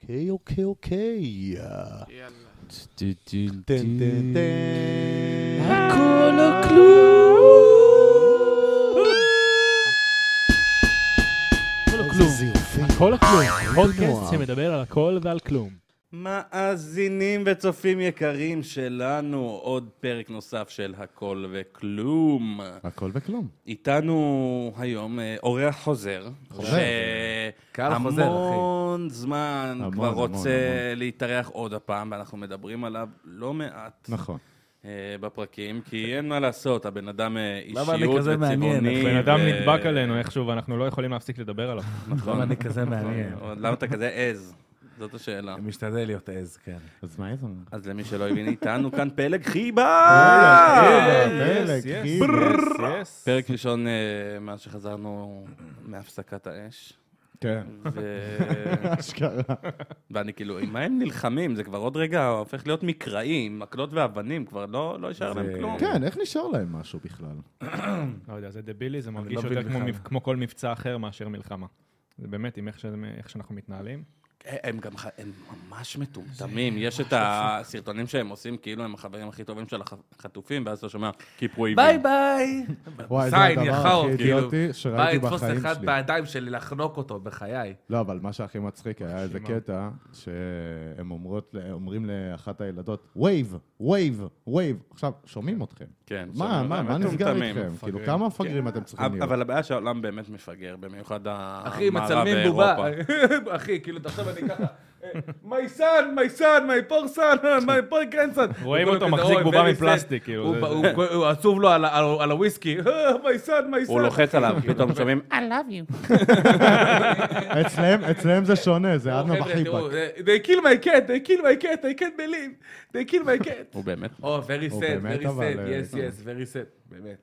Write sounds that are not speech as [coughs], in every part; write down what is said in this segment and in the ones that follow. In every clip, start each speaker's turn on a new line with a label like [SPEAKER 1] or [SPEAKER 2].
[SPEAKER 1] אוקיי, אוקיי, אוקיי.
[SPEAKER 2] אה,
[SPEAKER 3] יאללה.
[SPEAKER 1] טן טן טן. אה.
[SPEAKER 2] הכל או כלום. הכל או
[SPEAKER 1] איזה
[SPEAKER 2] כלום.
[SPEAKER 1] זיופים.
[SPEAKER 2] הכל או כלום. פודקאסט
[SPEAKER 1] נועם.
[SPEAKER 2] שמדבר על הכל ועל כלום.
[SPEAKER 4] מאזינים וצופים יקרים שלנו, עוד פרק נוסף של הכל וכלום.
[SPEAKER 1] הכל וכלום.
[SPEAKER 4] איתנו היום אה, אורח חוזר.
[SPEAKER 1] חוזר.
[SPEAKER 5] קהל חוזר, אחי.
[SPEAKER 4] המון זמן
[SPEAKER 1] המון,
[SPEAKER 4] כבר
[SPEAKER 1] המון,
[SPEAKER 4] רוצה להתארח עוד הפעם, ואנחנו מדברים עליו לא מעט
[SPEAKER 1] נכון.
[SPEAKER 4] אה, בפרקים, כי אין מה לעשות, הבן אדם אה, אישיות
[SPEAKER 5] למה אני לא כזה מעניין?
[SPEAKER 4] וצבעוני.
[SPEAKER 5] הבן
[SPEAKER 2] בן אדם
[SPEAKER 4] ו-
[SPEAKER 2] נדבק עלינו איכשהו, ואנחנו לא יכולים להפסיק לדבר עליו.
[SPEAKER 5] למה אני לא כזה מעניין?
[SPEAKER 4] נכון. למה אתה כזה עז? זאת השאלה.
[SPEAKER 5] משתדל להיות עז, כן.
[SPEAKER 1] אז מה איזה?
[SPEAKER 4] אז למי שלא הבין
[SPEAKER 1] [laughs]
[SPEAKER 4] איתנו, כאן פלג חיבה!
[SPEAKER 1] מלך,
[SPEAKER 2] יס,
[SPEAKER 1] כאילו.
[SPEAKER 2] יס.
[SPEAKER 4] פרק ראשון אה, מאז שחזרנו מהפסקת האש.
[SPEAKER 1] כן.
[SPEAKER 4] ו-
[SPEAKER 1] [laughs] אשכרה.
[SPEAKER 4] ואני כאילו, עם מה הם נלחמים? זה כבר עוד רגע הופך להיות מקרעים, מקלות ואבנים, כבר לא לא יישאר להם
[SPEAKER 5] זה-
[SPEAKER 4] כלום.
[SPEAKER 1] כן, איך נשאר להם משהו בכלל?
[SPEAKER 2] לא יודע, זה דבילי, זה מרגיש
[SPEAKER 5] לא
[SPEAKER 2] יותר
[SPEAKER 5] מבין
[SPEAKER 2] כמו
[SPEAKER 5] בכלל.
[SPEAKER 2] מב- כמו כל מבצע אחר מאשר מלחמה. זה באמת, עם איך שזה- איך שאנחנו מתנהלים.
[SPEAKER 4] אה, הם גם, ח- הם ממש מטומטמים. יש את הסרטונים שהם עושים, כאילו הם החברים הכי טובים של החטופים, ואז אתה שומע, Keep waving.
[SPEAKER 3] ביי ביי!
[SPEAKER 1] וואי, זה
[SPEAKER 5] זין,
[SPEAKER 1] הדבר
[SPEAKER 5] יחר,
[SPEAKER 1] הכי
[SPEAKER 5] כאילו.
[SPEAKER 1] אידיוטי
[SPEAKER 3] בא
[SPEAKER 1] שראיתי
[SPEAKER 3] לתפוס
[SPEAKER 1] בחיים
[SPEAKER 3] אחד
[SPEAKER 1] שלי.
[SPEAKER 3] בידיים שלי, לחנוק אותו, בחיי.
[SPEAKER 5] אה,
[SPEAKER 1] לא, אבל מה שהכי מצחיק היה איזה
[SPEAKER 2] שימה.
[SPEAKER 1] קטע שהם אומרות, אומרים לאחת הילדות, וייב, וייב, וייב. עכשיו, שומעים אתכם.
[SPEAKER 4] כן,
[SPEAKER 1] מה,
[SPEAKER 4] שומעים,
[SPEAKER 1] מה,
[SPEAKER 4] הם
[SPEAKER 1] מה נסגר
[SPEAKER 4] מטומטמים.
[SPEAKER 1] איתכם? כאילו, כמה מפגרים אתם צריכים להיות?
[SPEAKER 4] אבל הבעיה שהעולם באמת מפגר, במיוחד
[SPEAKER 3] אחי,
[SPEAKER 4] המערב
[SPEAKER 3] מצלמים
[SPEAKER 4] באירופה.
[SPEAKER 3] בובה. [laughs] אחי, כאילו, תחשוב, אני ככה... מי סאן, מי סאן, מי פור סאן, מי פור גרנסאן.
[SPEAKER 2] רואים אותו מחזיק בובה מפלסטיק, כאילו, זה- זה-
[SPEAKER 3] הוא עצוב לו על ה- על ה- על הוויסקי. [laughs] מי סאן, מי סאן.
[SPEAKER 4] הוא לוחץ עליו, פתאום שומעים,
[SPEAKER 1] אצלם, אצלם זה שונה, זה
[SPEAKER 3] אוקיי,
[SPEAKER 1] אדנה בחיבק.
[SPEAKER 3] אה, They kill my cat, they kill my cat, I can't believe, they kill my cat.
[SPEAKER 4] [laughs] הוא באמת
[SPEAKER 3] או, very
[SPEAKER 1] הוא
[SPEAKER 3] sad,
[SPEAKER 1] באמת,
[SPEAKER 3] very
[SPEAKER 1] אבל,
[SPEAKER 3] sad,
[SPEAKER 1] אה,
[SPEAKER 3] yes, yes, very sad, באמת.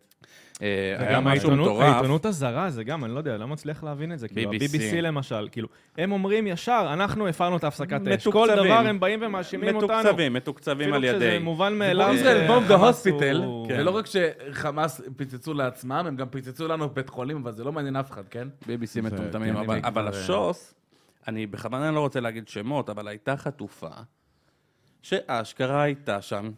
[SPEAKER 4] אה, היה
[SPEAKER 2] גם
[SPEAKER 4] משהו
[SPEAKER 2] העיתונות,
[SPEAKER 4] מטורף.
[SPEAKER 2] העיתונות הזרה, זה גם, אני לא יודע, לא מצליח להבין את זה. כאילו,
[SPEAKER 4] BBC.
[SPEAKER 2] ה-BBC למשל, כאילו, הם אומרים ישר, אנחנו הפרנו את הפסקת האש. כל
[SPEAKER 4] מתוקצבים.
[SPEAKER 2] דבר הם באים ומאשימים אותנו.
[SPEAKER 4] מתוקצבים, מתוקצבים על
[SPEAKER 2] אפילו כשזה
[SPEAKER 4] ידי.
[SPEAKER 2] מובן מאליו.
[SPEAKER 3] ישראל בום דה
[SPEAKER 2] שחמאס
[SPEAKER 3] הוספיטל,
[SPEAKER 2] הוא-
[SPEAKER 3] זה לא רק שחמאס פיצצו לעצמם, הם גם פיצצו לנו בית חולים, אבל זה לא מעניין אף אחד, כן?
[SPEAKER 4] BBC
[SPEAKER 1] כן,
[SPEAKER 4] מטומטמים, אבל-
[SPEAKER 3] אני
[SPEAKER 4] אבל
[SPEAKER 3] כבר-
[SPEAKER 4] השוס, אני בכוונה לא רוצה להגיד שמות, אבל הייתה חטופה שאשכרה הייתה שם.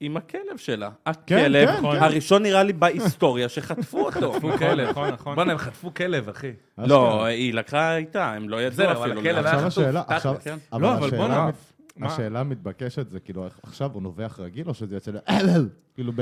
[SPEAKER 4] עם הכלב שלה. הכלב
[SPEAKER 1] כן, כן.
[SPEAKER 4] הראשון נראה לי בהיסטוריה שחטפו אותו.
[SPEAKER 2] נכון,
[SPEAKER 3] כלב.
[SPEAKER 2] נכון, נכון.
[SPEAKER 3] בוא'נה, הם חטפו כלב, אחי.
[SPEAKER 4] לא, היא לקחה איתה, הם לא ידעו
[SPEAKER 3] בסדר, אבל
[SPEAKER 4] אפילו.
[SPEAKER 3] הכלב
[SPEAKER 1] עכשיו
[SPEAKER 3] היה חטוף,
[SPEAKER 1] השאלה,
[SPEAKER 3] תכלס,
[SPEAKER 1] עכשיו,
[SPEAKER 4] כן.
[SPEAKER 1] אבל
[SPEAKER 2] לא, אבל
[SPEAKER 1] השאלה-
[SPEAKER 2] בוא'נה, מה?
[SPEAKER 1] השאלה המתבקשת זה כאילו, איך- עכשיו הוא נובח רגיל או שזה יוצא ל... כאילו ב...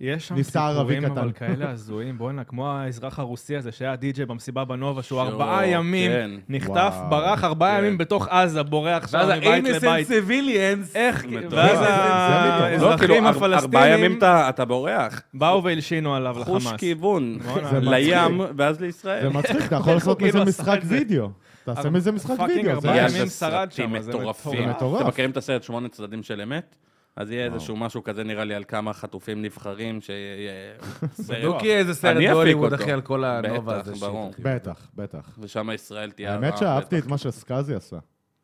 [SPEAKER 2] יש שם
[SPEAKER 1] ניסה ערבי
[SPEAKER 2] סיפורים אבל
[SPEAKER 1] קטן.
[SPEAKER 2] כאלה הזויים, בואנה, כמו האזרח הרוסי הזה שהיה די-ג'יי במסיבה בנובה, שהוא
[SPEAKER 4] שהוא-
[SPEAKER 2] ארבעה ימים
[SPEAKER 4] כן.
[SPEAKER 2] נחטף,
[SPEAKER 1] וואו,
[SPEAKER 2] ברח ארבעה ימים בתוך עזה, בורח שם
[SPEAKER 3] ואז
[SPEAKER 2] מבית
[SPEAKER 3] ה-innocent
[SPEAKER 2] לבית.
[SPEAKER 3] civilians,
[SPEAKER 2] איך,
[SPEAKER 4] מטורף.
[SPEAKER 2] ואז
[SPEAKER 4] זה- זה-
[SPEAKER 1] זה-
[SPEAKER 4] לא, כאילו,
[SPEAKER 2] האזרחים
[SPEAKER 4] אר- ארבעה ימים
[SPEAKER 2] הפלסטינים
[SPEAKER 4] אתה- אתה בורח.
[SPEAKER 2] באו והלשינו עליו
[SPEAKER 4] חוש
[SPEAKER 2] לחמאס.
[SPEAKER 4] כיוון.
[SPEAKER 2] בואנה,
[SPEAKER 1] זה מצחיק.
[SPEAKER 4] לים, ואז
[SPEAKER 1] זה
[SPEAKER 4] לישראל.
[SPEAKER 1] מצחיק, אתה יכול לעשות
[SPEAKER 2] כאילו
[SPEAKER 1] מזה
[SPEAKER 2] עשה
[SPEAKER 1] משחק
[SPEAKER 2] את זה.
[SPEAKER 1] וידאו. תעשה מזה משחק
[SPEAKER 2] פאקינג
[SPEAKER 1] וידאו. זה-
[SPEAKER 2] ארבעה
[SPEAKER 4] יאללה,
[SPEAKER 2] ימים שרד
[SPEAKER 4] סרטים
[SPEAKER 2] שם, אז זה
[SPEAKER 4] מטורפים.
[SPEAKER 1] מטורף. מטורף.
[SPEAKER 4] אתם מכירים את הסרט שמונה צדדים של אמת? אז יהיה
[SPEAKER 1] וואו.
[SPEAKER 4] איזשהו משהו כזה, נראה לי, על כמה חטופים נבחרים, שיהיה סרט.
[SPEAKER 3] דוקי איזה סרט
[SPEAKER 4] אני אפיק
[SPEAKER 3] בהוליווד,
[SPEAKER 4] אותו.
[SPEAKER 3] אחי, על כל הנובה
[SPEAKER 4] בטח,
[SPEAKER 3] הזה. שיט,
[SPEAKER 4] ברור.
[SPEAKER 3] אחי.
[SPEAKER 1] בטח, בטח.
[SPEAKER 4] ושם ישראל תהיה...
[SPEAKER 1] האמת
[SPEAKER 4] הרעה,
[SPEAKER 1] שאהבתי את
[SPEAKER 4] בטח.
[SPEAKER 1] מה שסקאזי עשה.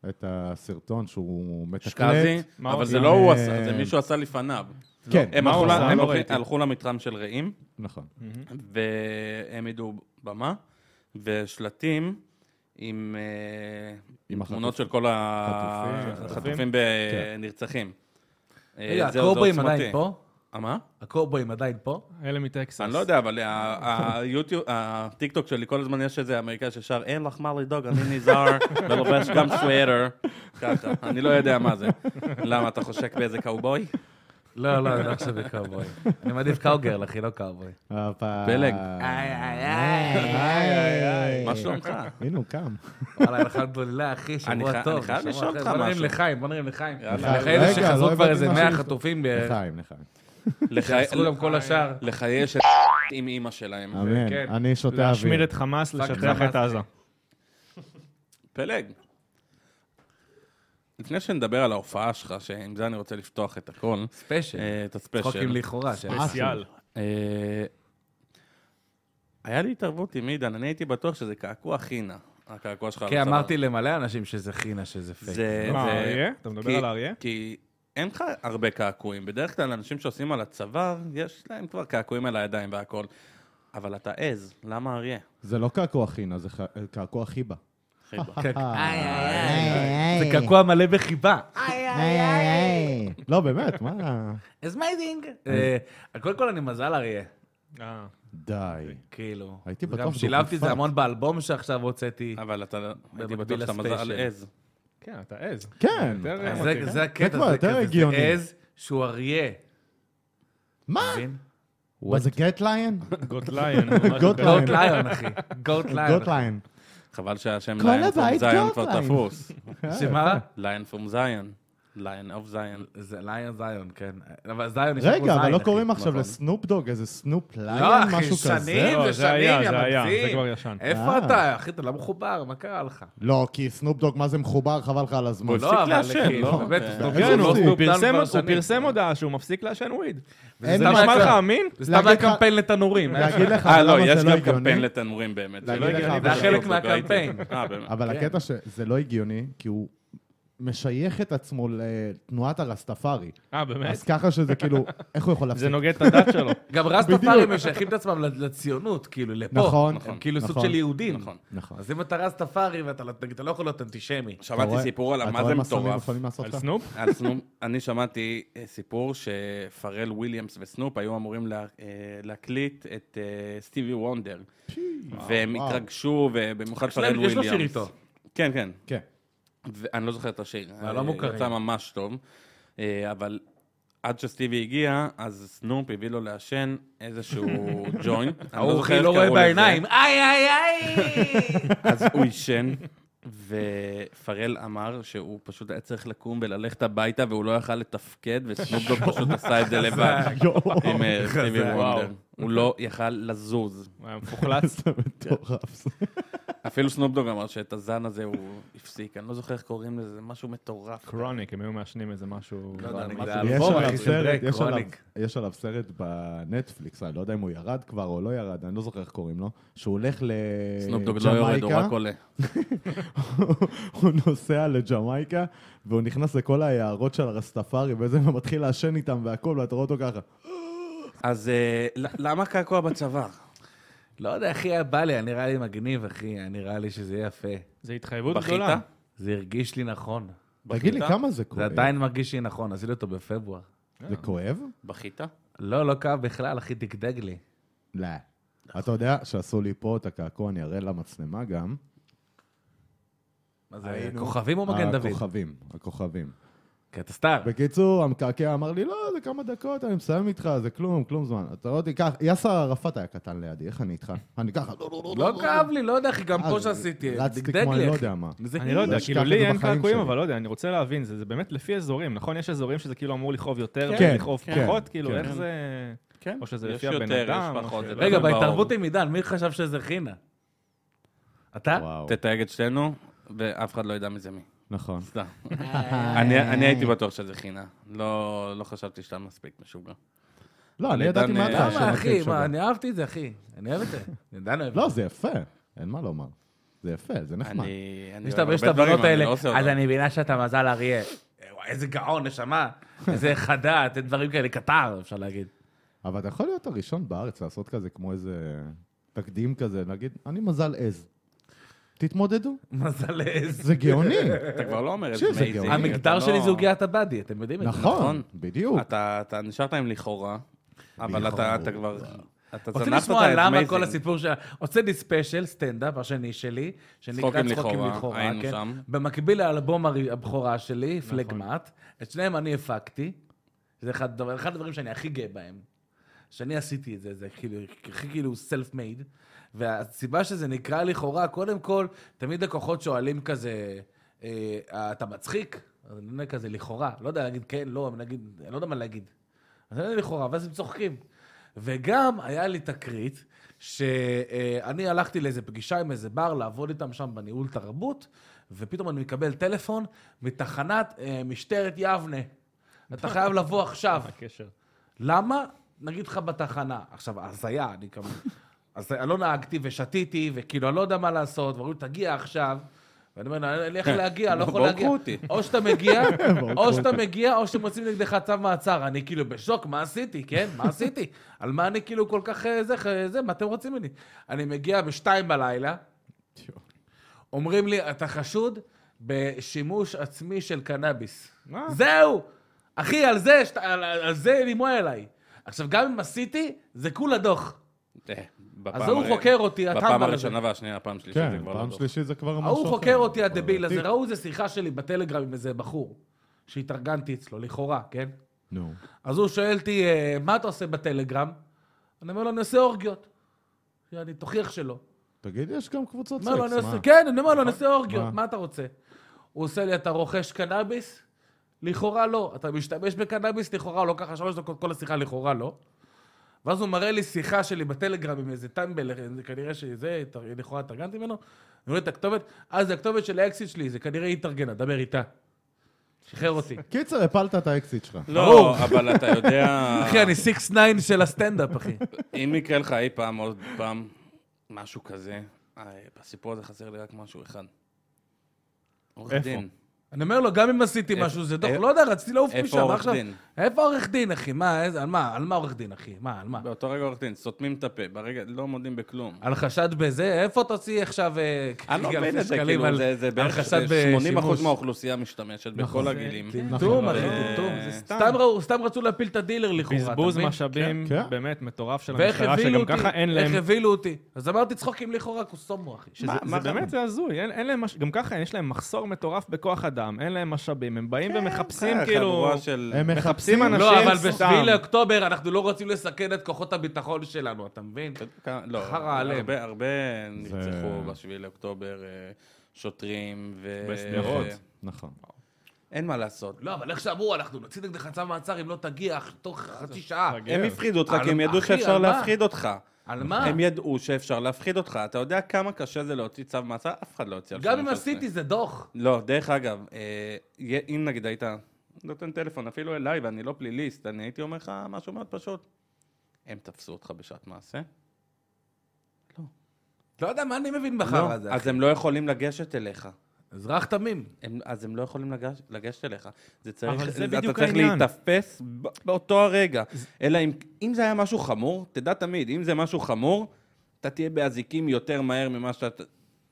[SPEAKER 1] את הסרטון שהוא מתקלט.
[SPEAKER 4] שקאזי,
[SPEAKER 2] מה
[SPEAKER 4] אבל
[SPEAKER 2] עוד?
[SPEAKER 4] זה
[SPEAKER 1] עם,
[SPEAKER 4] לא הוא
[SPEAKER 1] אה,
[SPEAKER 4] עשה, זה מישהו עשה לפניו.
[SPEAKER 1] כן,
[SPEAKER 4] הם
[SPEAKER 2] מה הוא
[SPEAKER 4] הלכו-
[SPEAKER 2] עשה?
[SPEAKER 4] הם
[SPEAKER 2] לא
[SPEAKER 4] הלכו-
[SPEAKER 2] ראיתי.
[SPEAKER 4] הלכו למתחם של רעים,
[SPEAKER 1] נכון.
[SPEAKER 4] והעמידו במה, ושלטים עם אה,
[SPEAKER 1] עם
[SPEAKER 4] עם תמונות
[SPEAKER 1] החטופים.
[SPEAKER 4] של כל
[SPEAKER 1] חטופים.
[SPEAKER 4] החטופים
[SPEAKER 3] כן.
[SPEAKER 4] בנרצחים. אה,
[SPEAKER 3] רגע, הקורבויים אה, עדיין פה?
[SPEAKER 4] מה?
[SPEAKER 3] הקורבויים עדיין פה?
[SPEAKER 2] אלה מטקסס.
[SPEAKER 4] אני לא יודע, אבל ה- היוטיוב, הטיקטוק שלי, כל הזמן יש איזה אמריקאי ששר, אין לך מה לדאוג, אני
[SPEAKER 3] [laughs]
[SPEAKER 4] נזהר, ולובש גם סוויטר. ככה, אני לא יודע מה זה. למה, אתה חושק באיזה קאובוי?
[SPEAKER 3] לא, לא, לא עכשיו בקאובוי. אני מעדיף קאוגרל, אחי, לא קאובוי.
[SPEAKER 1] הופה.
[SPEAKER 4] פלג.
[SPEAKER 3] איי, איי,
[SPEAKER 1] איי, איי,
[SPEAKER 3] אה.
[SPEAKER 1] איי.
[SPEAKER 4] מה שלומך?
[SPEAKER 1] הנה הוא קם.
[SPEAKER 3] וואלה, אין לך גדולה, אחי,
[SPEAKER 4] אני
[SPEAKER 3] שבוע
[SPEAKER 4] חי-
[SPEAKER 3] טוב.
[SPEAKER 4] אני חייב
[SPEAKER 3] שבוע
[SPEAKER 4] לשאול
[SPEAKER 3] אחר.
[SPEAKER 4] אותך
[SPEAKER 3] בוא נרים
[SPEAKER 4] משהו.
[SPEAKER 3] לחיים, בוא נרים לחיים.
[SPEAKER 4] יאללה.
[SPEAKER 3] לחיים זה
[SPEAKER 1] רגע, לא
[SPEAKER 3] שחזרו כבר
[SPEAKER 1] הבנתי
[SPEAKER 3] איזה
[SPEAKER 1] מה
[SPEAKER 3] 100
[SPEAKER 1] שיש.
[SPEAKER 3] חטופים, בערך.
[SPEAKER 1] לחיים, לחיים.
[SPEAKER 4] לחי-
[SPEAKER 3] שיעצרו גם כל השאר.
[SPEAKER 4] לחייש את עם אימא שלהם.
[SPEAKER 1] אמן.
[SPEAKER 3] כן.
[SPEAKER 1] אני שותה
[SPEAKER 2] להשמיד
[SPEAKER 1] אוויר.
[SPEAKER 2] את חמאס,
[SPEAKER 3] פאק
[SPEAKER 2] לשטח
[SPEAKER 3] חמאס.
[SPEAKER 2] את עזה.
[SPEAKER 4] פלג. לפני שנדבר על ההופעה שלך, שעם זה אני רוצה לפתוח את הכל,
[SPEAKER 3] ספיישל.
[SPEAKER 4] אה, את הספיישל.
[SPEAKER 3] צחוקים לכאורה. ש-
[SPEAKER 2] ספציאל.
[SPEAKER 4] אה, היה לי התערבות עם עידן, אני הייתי בטוח שזה קעקוע חינה, הקעקוע
[SPEAKER 2] אה,
[SPEAKER 4] שלך. על
[SPEAKER 3] כן,
[SPEAKER 4] הצוואר.
[SPEAKER 3] אמרתי למלא אנשים שזה חינה, שזה פייק.
[SPEAKER 4] זה...
[SPEAKER 2] מה,
[SPEAKER 4] זה-
[SPEAKER 2] אריה? אתה מדבר
[SPEAKER 4] כי-
[SPEAKER 2] על אריה?
[SPEAKER 4] כי אין לך הרבה קעקועים. בדרך כלל אנשים שעושים על הצוואר, יש להם כבר קעקועים על הידיים והכול. אבל אתה עז, למה אריה?
[SPEAKER 1] זה לא קעקוע חינה, זה ח- קעקוע חיבה.
[SPEAKER 4] חיבה.
[SPEAKER 3] זה קעקוע מלא בחיבה. אה,
[SPEAKER 1] לא, באמת, מה?
[SPEAKER 3] It's amazing. אה, קודם כל אני מזל אריה,
[SPEAKER 2] אה,
[SPEAKER 1] די.
[SPEAKER 3] כאילו.
[SPEAKER 1] הייתי
[SPEAKER 3] וגם
[SPEAKER 1] בטוח שזה
[SPEAKER 3] שילבתי את זה
[SPEAKER 1] חופף.
[SPEAKER 3] המון באלבום שעכשיו הוצאתי.
[SPEAKER 4] אבל אתה, לא- הייתי
[SPEAKER 3] במקביל
[SPEAKER 4] בטוח שאתה מזל על
[SPEAKER 3] לספיישל.
[SPEAKER 4] עז.
[SPEAKER 2] כן, אתה עז.
[SPEAKER 1] כן.
[SPEAKER 2] יותר,
[SPEAKER 3] אז
[SPEAKER 2] אה,
[SPEAKER 3] זה-
[SPEAKER 2] מוטי.
[SPEAKER 3] זה הקטע,
[SPEAKER 1] כבר
[SPEAKER 3] זה
[SPEAKER 1] יותר
[SPEAKER 3] כזה, זה
[SPEAKER 1] הגיוני.
[SPEAKER 3] עז שהוא אריה.
[SPEAKER 1] מה? [laughs]
[SPEAKER 3] מבין?
[SPEAKER 1] מה זה גט ליין?
[SPEAKER 2] גוט ליין. או משהו
[SPEAKER 1] גוט
[SPEAKER 2] כזה.
[SPEAKER 3] גוט ליון, אחי. גוט ליון.
[SPEAKER 1] לא, גוט ליון.
[SPEAKER 4] חבל שהשם
[SPEAKER 1] כל
[SPEAKER 4] ליין פום
[SPEAKER 1] הבית
[SPEAKER 4] זיון
[SPEAKER 3] לא
[SPEAKER 1] גוט
[SPEAKER 4] כבר
[SPEAKER 1] ליין.
[SPEAKER 4] תפוס.
[SPEAKER 3] שמה?
[SPEAKER 4] ליין פום זיון. ליין אוף זיון.
[SPEAKER 3] זה ליון זיון, כן. אבל זיון נשאר כמו
[SPEAKER 1] רגע, אבל
[SPEAKER 3] זין,
[SPEAKER 1] לא
[SPEAKER 3] אחי.
[SPEAKER 1] קוראים עכשיו
[SPEAKER 4] נכון.
[SPEAKER 1] לסנופ דוג איזה סנופ
[SPEAKER 3] לא,
[SPEAKER 1] ליין,
[SPEAKER 3] אחי,
[SPEAKER 1] משהו כזה?
[SPEAKER 3] שנים
[SPEAKER 2] לא, זה היה,
[SPEAKER 3] ושנים, יא
[SPEAKER 2] זה היה, זה
[SPEAKER 3] מגזים.
[SPEAKER 2] כבר ישן.
[SPEAKER 3] איפה
[SPEAKER 1] אה.
[SPEAKER 3] אתה, אחי? אתה לא מחובר, מה קרה לך?
[SPEAKER 1] לא, כי סנופ דוג, מה זה מחובר, חבל לך על הזמן.
[SPEAKER 4] הוא הפסיק לעשן, לא?
[SPEAKER 3] באמת,
[SPEAKER 4] כן,
[SPEAKER 3] סנופ
[SPEAKER 1] נכון.
[SPEAKER 2] כן,
[SPEAKER 3] דוג
[SPEAKER 1] הוא
[SPEAKER 2] הוא-
[SPEAKER 3] לא
[SPEAKER 1] סנופ
[SPEAKER 2] הוא
[SPEAKER 3] סנופ דוג
[SPEAKER 2] פרסם-
[SPEAKER 3] כבר
[SPEAKER 2] הוא
[SPEAKER 3] שנים.
[SPEAKER 2] פרסם הודעה שהוא מפסיק לעשן וויד.
[SPEAKER 1] אין
[SPEAKER 2] זה
[SPEAKER 1] לי
[SPEAKER 2] נשמע
[SPEAKER 1] בעיה.
[SPEAKER 2] לך אמין?
[SPEAKER 3] זה סתם היה
[SPEAKER 1] להגיד לך-
[SPEAKER 3] קמפיין לתנורים. היה
[SPEAKER 1] להגיד לך
[SPEAKER 4] אה, לא,
[SPEAKER 1] למה
[SPEAKER 4] יש
[SPEAKER 1] זה לא
[SPEAKER 4] גם קמפיין
[SPEAKER 1] הגיוני,
[SPEAKER 4] לתנורים באמת. זה
[SPEAKER 1] להגיד
[SPEAKER 4] לא
[SPEAKER 1] לך,
[SPEAKER 4] הגיוני.
[SPEAKER 1] אבל-
[SPEAKER 3] זה חלק
[SPEAKER 4] לא, לא, לא,
[SPEAKER 3] מהקמפיין.
[SPEAKER 4] ראיתי. אה, באמת.
[SPEAKER 1] אבל הקטע שזה לא הגיוני, כי הוא משייך את עצמו לתנועת הרסטפארי.
[SPEAKER 2] אה, באמת?
[SPEAKER 1] אז ככה שזה כאילו, איך הוא יכול להפסיק?
[SPEAKER 2] זה נוגד את הדת שלו.
[SPEAKER 3] גם רסטפארים משייכים את עצמם לציונות, כאילו, לפה.
[SPEAKER 1] נכון,
[SPEAKER 3] הם כאילו סוג
[SPEAKER 1] נכון.
[SPEAKER 3] של יהודים.
[SPEAKER 4] נכון.
[SPEAKER 1] נכון.
[SPEAKER 3] אז אם אתה רסטפארי ואתה לא- אתה לא יכול להיות אנטישמי.
[SPEAKER 1] אתה
[SPEAKER 4] שמעתי
[SPEAKER 1] רואה-
[SPEAKER 4] סיפור עליו,
[SPEAKER 1] אתה
[SPEAKER 4] מה
[SPEAKER 1] רואה
[SPEAKER 4] זה
[SPEAKER 1] סמים
[SPEAKER 4] מטורף.
[SPEAKER 1] יכולים לעשות
[SPEAKER 2] על
[SPEAKER 1] לך?
[SPEAKER 4] [laughs]
[SPEAKER 2] סנופ?
[SPEAKER 4] על סנופ, אני שמעתי אה, סיפור שפרל וויליאמס וסנופ היו אמורים לה- אה, להקליט את אה, סטיבי וונדר. והם
[SPEAKER 1] וואו.
[SPEAKER 4] התרגשו, ובמיוחד
[SPEAKER 3] להם-
[SPEAKER 4] פרל
[SPEAKER 3] יש
[SPEAKER 4] וויליאמס.
[SPEAKER 3] לו שיר איתו.
[SPEAKER 4] כן, כן.
[SPEAKER 1] כן.
[SPEAKER 4] ואני לא זוכר את השיר.
[SPEAKER 3] אבל לא מוכרים.
[SPEAKER 4] יצא ממש טוב. אה, אבל עד שסטיבי הגיע, אז סנופ הביא לו לעשן
[SPEAKER 3] [laughs]
[SPEAKER 4] איזשהו ג'וינט. אני
[SPEAKER 3] ההוא
[SPEAKER 4] זוכר איך
[SPEAKER 3] כאילו לא רואה
[SPEAKER 4] קראו לזה.
[SPEAKER 3] בעיניים, [laughs] איי איי איי!
[SPEAKER 4] אז הוא עישן, ופרל אמר שהוא פשוט היה צריך לקום וללכת הביתה, והוא לא יכל לתפקד, וסנופדוג
[SPEAKER 3] [laughs]
[SPEAKER 4] פשוט עשה את זה לבד. עם אה, סטיבי וונדר.
[SPEAKER 3] אוקיי.
[SPEAKER 4] הוא לא יכל לזוז.
[SPEAKER 2] הוא היה מפוחלץ.
[SPEAKER 1] זה [laughs] מטורף.
[SPEAKER 4] אפילו סנופדוג אמר שאת הזן הזה הוא הפסיק. אני לא זוכר איך קוראים לזה, זה משהו מטורף.
[SPEAKER 2] קרוניק, הם היו מעשנים איזה משהו...
[SPEAKER 3] לא יודע, אני
[SPEAKER 4] מה
[SPEAKER 3] זה
[SPEAKER 4] זה?
[SPEAKER 1] יש
[SPEAKER 3] אלבום,
[SPEAKER 1] עליו
[SPEAKER 3] אחי, של
[SPEAKER 1] סרט,
[SPEAKER 3] דרק,
[SPEAKER 1] יש עליו-
[SPEAKER 3] קרוניק.
[SPEAKER 1] יש עליו סרט בנטפליקס, אני לא יודע אם הוא ירד כבר או לא ירד, אני לא זוכר איך קוראים לו, שהוא הולך
[SPEAKER 4] סנופדוג לא יורד, הוא
[SPEAKER 1] לג'מייקה,
[SPEAKER 4] רק עולה.
[SPEAKER 1] [laughs] הוא נוסע לג'מייקה, והוא נכנס לכל היערות של הרסטפארי, וזה, ומתחיל לעשן איתם והכל, ואתה רואה אותו ככה.
[SPEAKER 4] אז אה, ל- למה קעקוע בצבא?
[SPEAKER 3] לא יודע, אחי, היה בא לי, היה נראה לי מגניב, אחי, היה נראה לי שזה יהיה יפה.
[SPEAKER 2] זה התחייבות
[SPEAKER 4] בכית?
[SPEAKER 2] גדולה.
[SPEAKER 3] זה הרגיש לי נכון.
[SPEAKER 1] תגיד לי,
[SPEAKER 4] בחיטה?
[SPEAKER 1] כמה זה
[SPEAKER 3] זה
[SPEAKER 1] כואב?
[SPEAKER 3] עדיין מרגיש לי נכון, עשיתי אותו בפברואר.
[SPEAKER 1] זה כואב?
[SPEAKER 4] בכית?
[SPEAKER 3] לא, לא כאב בכלל, אחי, דגדג לי.
[SPEAKER 1] לא. אתה יודע שעשו לי פה את הקעקוע, אני אראה למצלמה גם.
[SPEAKER 3] מה זה,
[SPEAKER 1] היינו- אה,
[SPEAKER 3] כוכבים או מגן דוד?
[SPEAKER 1] הכוכבים, הכוכבים.
[SPEAKER 3] כי אתה סטאר.
[SPEAKER 1] בקיצור, המקעקע אמר לי, לא, זה כמה דקות, אני מסיים איתך, זה כלום, כלום זמן. אתה רואה אותי ככה, יאסר ערפאת היה קטן לידי, איך אני איתך? אני ככה, לא, לא, לא,
[SPEAKER 3] לא כאב לי, לא יודע, אחי, גם
[SPEAKER 1] אה,
[SPEAKER 3] פה
[SPEAKER 1] זה-
[SPEAKER 3] שעשיתי,
[SPEAKER 1] רצתי
[SPEAKER 3] דגדג
[SPEAKER 1] כמו אני
[SPEAKER 3] לי,
[SPEAKER 1] לא
[SPEAKER 3] אחי.
[SPEAKER 1] יודע מה.
[SPEAKER 3] זה
[SPEAKER 2] אני לא יודע,
[SPEAKER 1] לא
[SPEAKER 2] כאילו
[SPEAKER 1] השקעתי
[SPEAKER 2] לי
[SPEAKER 1] את זה
[SPEAKER 2] אין
[SPEAKER 1] בחיים
[SPEAKER 2] קעקועים,
[SPEAKER 1] שלי.
[SPEAKER 2] אבל לא יודע, אני רוצה להבין, זה זה באמת לפי אזורים, נכון? יש אזורים שזה כאילו אמור לכאוב יותר,
[SPEAKER 1] כן,
[SPEAKER 2] לכאוב
[SPEAKER 1] כן,
[SPEAKER 2] פחות, כאילו
[SPEAKER 1] כן.
[SPEAKER 2] איך זה...
[SPEAKER 4] כן.
[SPEAKER 2] או שזה
[SPEAKER 4] יש
[SPEAKER 2] לפי הבן
[SPEAKER 4] יותר,
[SPEAKER 2] אדם,
[SPEAKER 4] יש
[SPEAKER 2] או
[SPEAKER 4] פחות,
[SPEAKER 2] ש-
[SPEAKER 4] זה לא
[SPEAKER 3] [laughs]
[SPEAKER 4] [laughs]
[SPEAKER 3] רגע,
[SPEAKER 4] ברור.
[SPEAKER 3] בהתערבות עם עידן, מי חשב שזה חינה? אתה?
[SPEAKER 1] וואו,
[SPEAKER 4] תתייג את שנינו, ואף אחד לא ידע מזה מי.
[SPEAKER 1] נכון.
[SPEAKER 4] סתם. אני אני הייתי בטוח שזה חינה. לא לא חשבתי שאתה מספיק משוגע.
[SPEAKER 1] לא, אני
[SPEAKER 4] אבל
[SPEAKER 1] ידעתי
[SPEAKER 4] עידן,
[SPEAKER 1] מה
[SPEAKER 4] אה,
[SPEAKER 1] אתה
[SPEAKER 3] למה, אחי?
[SPEAKER 1] שווה.
[SPEAKER 3] מה, אני אהבתי את זה, אחי. אני אוהב את
[SPEAKER 4] [laughs]
[SPEAKER 3] זה. עידן אוהב.
[SPEAKER 1] לא, זה יפה, אין מה לומר. זה יפה, זה נחמד.
[SPEAKER 4] אני... אני
[SPEAKER 3] יש את
[SPEAKER 4] אוהב
[SPEAKER 3] יש את
[SPEAKER 4] הרבה דברים,
[SPEAKER 3] הבנות
[SPEAKER 4] אני
[SPEAKER 3] האלה,
[SPEAKER 4] לא עושה
[SPEAKER 3] אז
[SPEAKER 4] אותם.
[SPEAKER 3] אני מבינה שאתה מזל אריה. אה, וואי, איזה גאון,
[SPEAKER 4] [laughs]
[SPEAKER 3] נשמה. איזה חדת, דברים כאלה, קטר, אפשר להגיד. [laughs]
[SPEAKER 1] אבל אתה יכול להיות הראשון בארץ לעשות כזה, כמו איזה תקדים כזה, להגיד, אני מזל עז. תתמודדו,
[SPEAKER 3] מזל עז.
[SPEAKER 1] זה
[SPEAKER 3] [laughs]
[SPEAKER 1] גאוני.
[SPEAKER 4] אתה כבר לא אומר את
[SPEAKER 1] תקשיב, זה
[SPEAKER 4] מייזי,
[SPEAKER 1] גאוני.
[SPEAKER 4] אתה
[SPEAKER 3] המגדר
[SPEAKER 4] לא-
[SPEAKER 3] שלי זה עוגיית הבאדי, אתם יודעים את זה.
[SPEAKER 1] נכון,
[SPEAKER 3] אה,
[SPEAKER 1] בדיוק.
[SPEAKER 4] אתה אתה נשארת עם לכאורה, אבל אתה אתה כבר... אתה
[SPEAKER 3] רוצים
[SPEAKER 4] זנחת
[SPEAKER 3] לשמוע
[SPEAKER 4] את
[SPEAKER 3] למה
[SPEAKER 4] המייזינג.
[SPEAKER 3] כל הסיפור של... הוצאתי ספיישל, סטנדאפ, השני שלי, שנקרא
[SPEAKER 4] צחוקים
[SPEAKER 3] צחוקים
[SPEAKER 4] לכאורה,
[SPEAKER 3] לכאורה,
[SPEAKER 4] היינו
[SPEAKER 3] כן?
[SPEAKER 4] שם. נכון.
[SPEAKER 3] במקביל לאלבום הר- הבכורה שלי, פלגמט, את שניהם אני הפקתי, זה אחד הדבר- אחד הדברים שאני הכי גאה בהם. שאני עשיתי את זה, זה כאילו, הכי כאילו סלף מייד. והסיבה שזה נקרא לכאורה, קודם כל, תמיד לקוחות שואלים כזה, אה, אתה מצחיק? אז אני עונה כזה, לכאורה. לא יודע להגיד כן, לא, אני אגיד, אני לא יודע מה להגיד. אז אני עונה לכאורה, ואז הם צוחקים. וגם היה לי תקרית, שאני הלכתי לאיזה פגישה עם איזה בר, לעבוד איתם שם בניהול תרבות, ופתאום אני מקבל טלפון מתחנת אה, משטרת יבנה. אתה חייב לבוא עכשיו.
[SPEAKER 2] הקשר.
[SPEAKER 3] למה? נגיד לך בתחנה. עכשיו, הזיה, אני כמובן... אז אני לא נהגתי ושתיתי, וכאילו, אני לא יודע מה לעשות, ואומרים, לי, תגיע עכשיו. ואני אומר, "אין- אין לי איך להגיע, אני לא יכול
[SPEAKER 4] ברחו
[SPEAKER 3] להגיע.
[SPEAKER 4] אותי.
[SPEAKER 3] או שאתה מגיע,
[SPEAKER 1] ברחו
[SPEAKER 3] או שאתה מגיע, או שמוצאים נגדך צו מעצר. אני כאילו בשוק, מה עשיתי, כן? מה עשיתי? על מה אני כאילו כל כך אה, זה, אה, זה, מה אתם רוצים ממני? אני מגיע בשתיים בלילה, אומרים לי, אתה חשוד בשימוש עצמי של קנאביס.
[SPEAKER 2] מה?
[SPEAKER 3] זהו! אחי, על זה, שת- על- על על זה רימוי אליי. עכשיו, גם אם עשיתי, זה כולה דוח.
[SPEAKER 4] אה, בפעם
[SPEAKER 3] אז ההוא
[SPEAKER 4] הר-
[SPEAKER 3] חוקר אותי,
[SPEAKER 4] בפעם
[SPEAKER 3] הטמבל הזה.
[SPEAKER 4] הראשונה והשנייה, פעם שלישית זה
[SPEAKER 1] כן,
[SPEAKER 4] כבר לא
[SPEAKER 1] פעם
[SPEAKER 4] טוב.
[SPEAKER 1] שלישית זה כבר משהו אחר.
[SPEAKER 3] ההוא חוקר אותי, הדביל הזה. לא?
[SPEAKER 1] תיק.
[SPEAKER 3] ראו איזה שיחה שלי בטלגרם עם איזה בחור, שהתארגנתי אצלו, לכאורה, כן?
[SPEAKER 1] נו.
[SPEAKER 3] אז הוא שואל אותי, "אה, מה אתה עושה בטלגרם? אני אומר לו, אני עושה אורגיות. אני תוכיח שלא.
[SPEAKER 1] תגיד, יש גם קבוצות סקס,
[SPEAKER 3] אומר לו, אני
[SPEAKER 1] מה?
[SPEAKER 3] עושה, כן, אני אומר לו,
[SPEAKER 4] נכון?
[SPEAKER 3] אני עושה
[SPEAKER 1] מה?
[SPEAKER 3] אורגיות, מה אתה רוצה? הוא עושה לי, אתה רוכש קנאביס? לכאורה לא. אתה משתמש בקנאביס? לכאורה לא. ככה שלוש דקות כל השיחה, לכאורה לא. ואז הוא מראה לי שיחה שלי בטלגרם עם איזה טמבל, זה כנראה שזה, התאר- לכאורה התארגנתי ממנו. אני רואה את הכתובת, אה, זה הכתובת של האקסיט שלי, זה כנראה היא התארגנה, דבר איתה. שחרר אותי.
[SPEAKER 4] אה.
[SPEAKER 1] קיצר, הפלת את האקסיט שלך.
[SPEAKER 4] לא,
[SPEAKER 3] ברור.
[SPEAKER 4] אבל אתה יודע,
[SPEAKER 3] [laughs] אחי, אני 6-9 של הסטנדאפ, אחי.
[SPEAKER 4] אם יקרה לך אי פעם עוד פעם משהו כזה, אה, בסיפור הזה חסר לי רק משהו אחד. עורך
[SPEAKER 2] איפה?
[SPEAKER 4] דין.
[SPEAKER 3] אני אומר לו, גם אם עשיתי
[SPEAKER 4] איפה-
[SPEAKER 3] משהו, זה דוח,
[SPEAKER 4] איפה-
[SPEAKER 3] לא יודע, רציתי לעוף משם.
[SPEAKER 4] איפה עורך
[SPEAKER 3] עכשיו-
[SPEAKER 4] דין?
[SPEAKER 3] איפה עורך דין, אחי? מה, איזה- על מה, על מה עורך דין, אחי? מה, על מה?
[SPEAKER 4] באותו רגע עורך דין, סותמים את הפה, ברגע, לא מודים בכלום.
[SPEAKER 3] על חשד בזה? איפה תוציא עכשיו... אה,
[SPEAKER 4] אני לא
[SPEAKER 3] אלפי
[SPEAKER 4] מבין את זה,
[SPEAKER 3] שקלים
[SPEAKER 4] כאילו,
[SPEAKER 3] על-
[SPEAKER 4] זה- זה
[SPEAKER 3] על
[SPEAKER 4] בערך
[SPEAKER 3] חשד
[SPEAKER 4] 80%
[SPEAKER 3] בשימוש?
[SPEAKER 4] מהאוכלוסייה משתמשת
[SPEAKER 3] נכון.
[SPEAKER 4] בכל הגילים.
[SPEAKER 3] טמטום,
[SPEAKER 1] נכון,
[SPEAKER 3] אחי,
[SPEAKER 4] אבל-
[SPEAKER 3] טמטום.
[SPEAKER 4] אה,
[SPEAKER 2] זה סתם.
[SPEAKER 3] סתם ראו- סתם רצו להפיל את הדילר לכאורה, אתה מבין?
[SPEAKER 2] בזבוז משאבים
[SPEAKER 1] כן, כן.
[SPEAKER 2] באמת מטורף של
[SPEAKER 3] ואיך
[SPEAKER 2] המשטרה,
[SPEAKER 3] הבהילו
[SPEAKER 2] שגם
[SPEAKER 3] אותי,
[SPEAKER 2] ככה אין להם...
[SPEAKER 3] איך הבהילו אותי. אז אמרתי צחוקים לכאורה, קוסומו, אחי.
[SPEAKER 2] שזה,
[SPEAKER 4] מה- מה
[SPEAKER 2] זה באמת זה הזוי, אין, אין להם, מש... גם ככה יש להם מחסור מטורף בכוח אדם, אין להם משאבים, הם באים ומחפשים
[SPEAKER 4] אה,
[SPEAKER 2] כאילו...
[SPEAKER 4] חבורה של...
[SPEAKER 1] הם
[SPEAKER 2] מחפשים
[SPEAKER 1] מחפשים
[SPEAKER 2] אנשים
[SPEAKER 3] לא, אבל
[SPEAKER 2] סתם.
[SPEAKER 3] ב-7 לאוקטובר אנחנו לא רוצים לסכן את כוחות הביטחון שלנו, אתה מבין?
[SPEAKER 4] לא,
[SPEAKER 3] חרא עליהם.
[SPEAKER 4] הרבה- הרבה נרצחו ב-7 לאוקטובר, אה, שוטרים ו...
[SPEAKER 2] בשדרות.
[SPEAKER 4] אה,
[SPEAKER 1] נכון.
[SPEAKER 4] אין מה לעשות.
[SPEAKER 3] לא, אבל איך שאמרו, אנחנו נוציא נגדך צו מעצר אם לא תגיע אח- תוך
[SPEAKER 2] אה,
[SPEAKER 3] חצי שעה.
[SPEAKER 4] הם הפחידו אותך, כי
[SPEAKER 3] כן. על-
[SPEAKER 4] הם ידעו
[SPEAKER 3] אחי,
[SPEAKER 4] שאפשר
[SPEAKER 3] על מה?
[SPEAKER 4] להפחיד אותך.
[SPEAKER 3] על מה?
[SPEAKER 4] הם ידעו שאפשר להפחיד אותך. אתה יודע כמה קשה זה להוציא צו מעצר? אף אחד לא הוציא על
[SPEAKER 3] גם אם
[SPEAKER 4] 13.
[SPEAKER 3] עשיתי זה דוח.
[SPEAKER 4] לא, דרך אגב, אה, יה- אם נגיד היית נותן טלפון אפילו אליי, ואני לא פליליסט, אני הייתי אומר לך משהו מאוד פשוט. הם תפסו אותך בשעת מעשה,
[SPEAKER 3] לא יודע מה אני מבין בחרא הזה,
[SPEAKER 4] אז
[SPEAKER 3] אחי.
[SPEAKER 4] הם לא יכולים לגשת אליך.
[SPEAKER 3] אזרח תמים.
[SPEAKER 4] הם, אז הם לא יכולים לגש, לגשת אליך. זה צריך,
[SPEAKER 2] אבל זה
[SPEAKER 4] אתה
[SPEAKER 2] בדיוק
[SPEAKER 4] צריך
[SPEAKER 2] העניין.
[SPEAKER 4] להיתפס ב- באותו הרגע. אלא אם, אם זה היה משהו חמור, תדע תמיד, אם זה משהו חמור, אתה תהיה באזיקים יותר מהר ממה שאתה...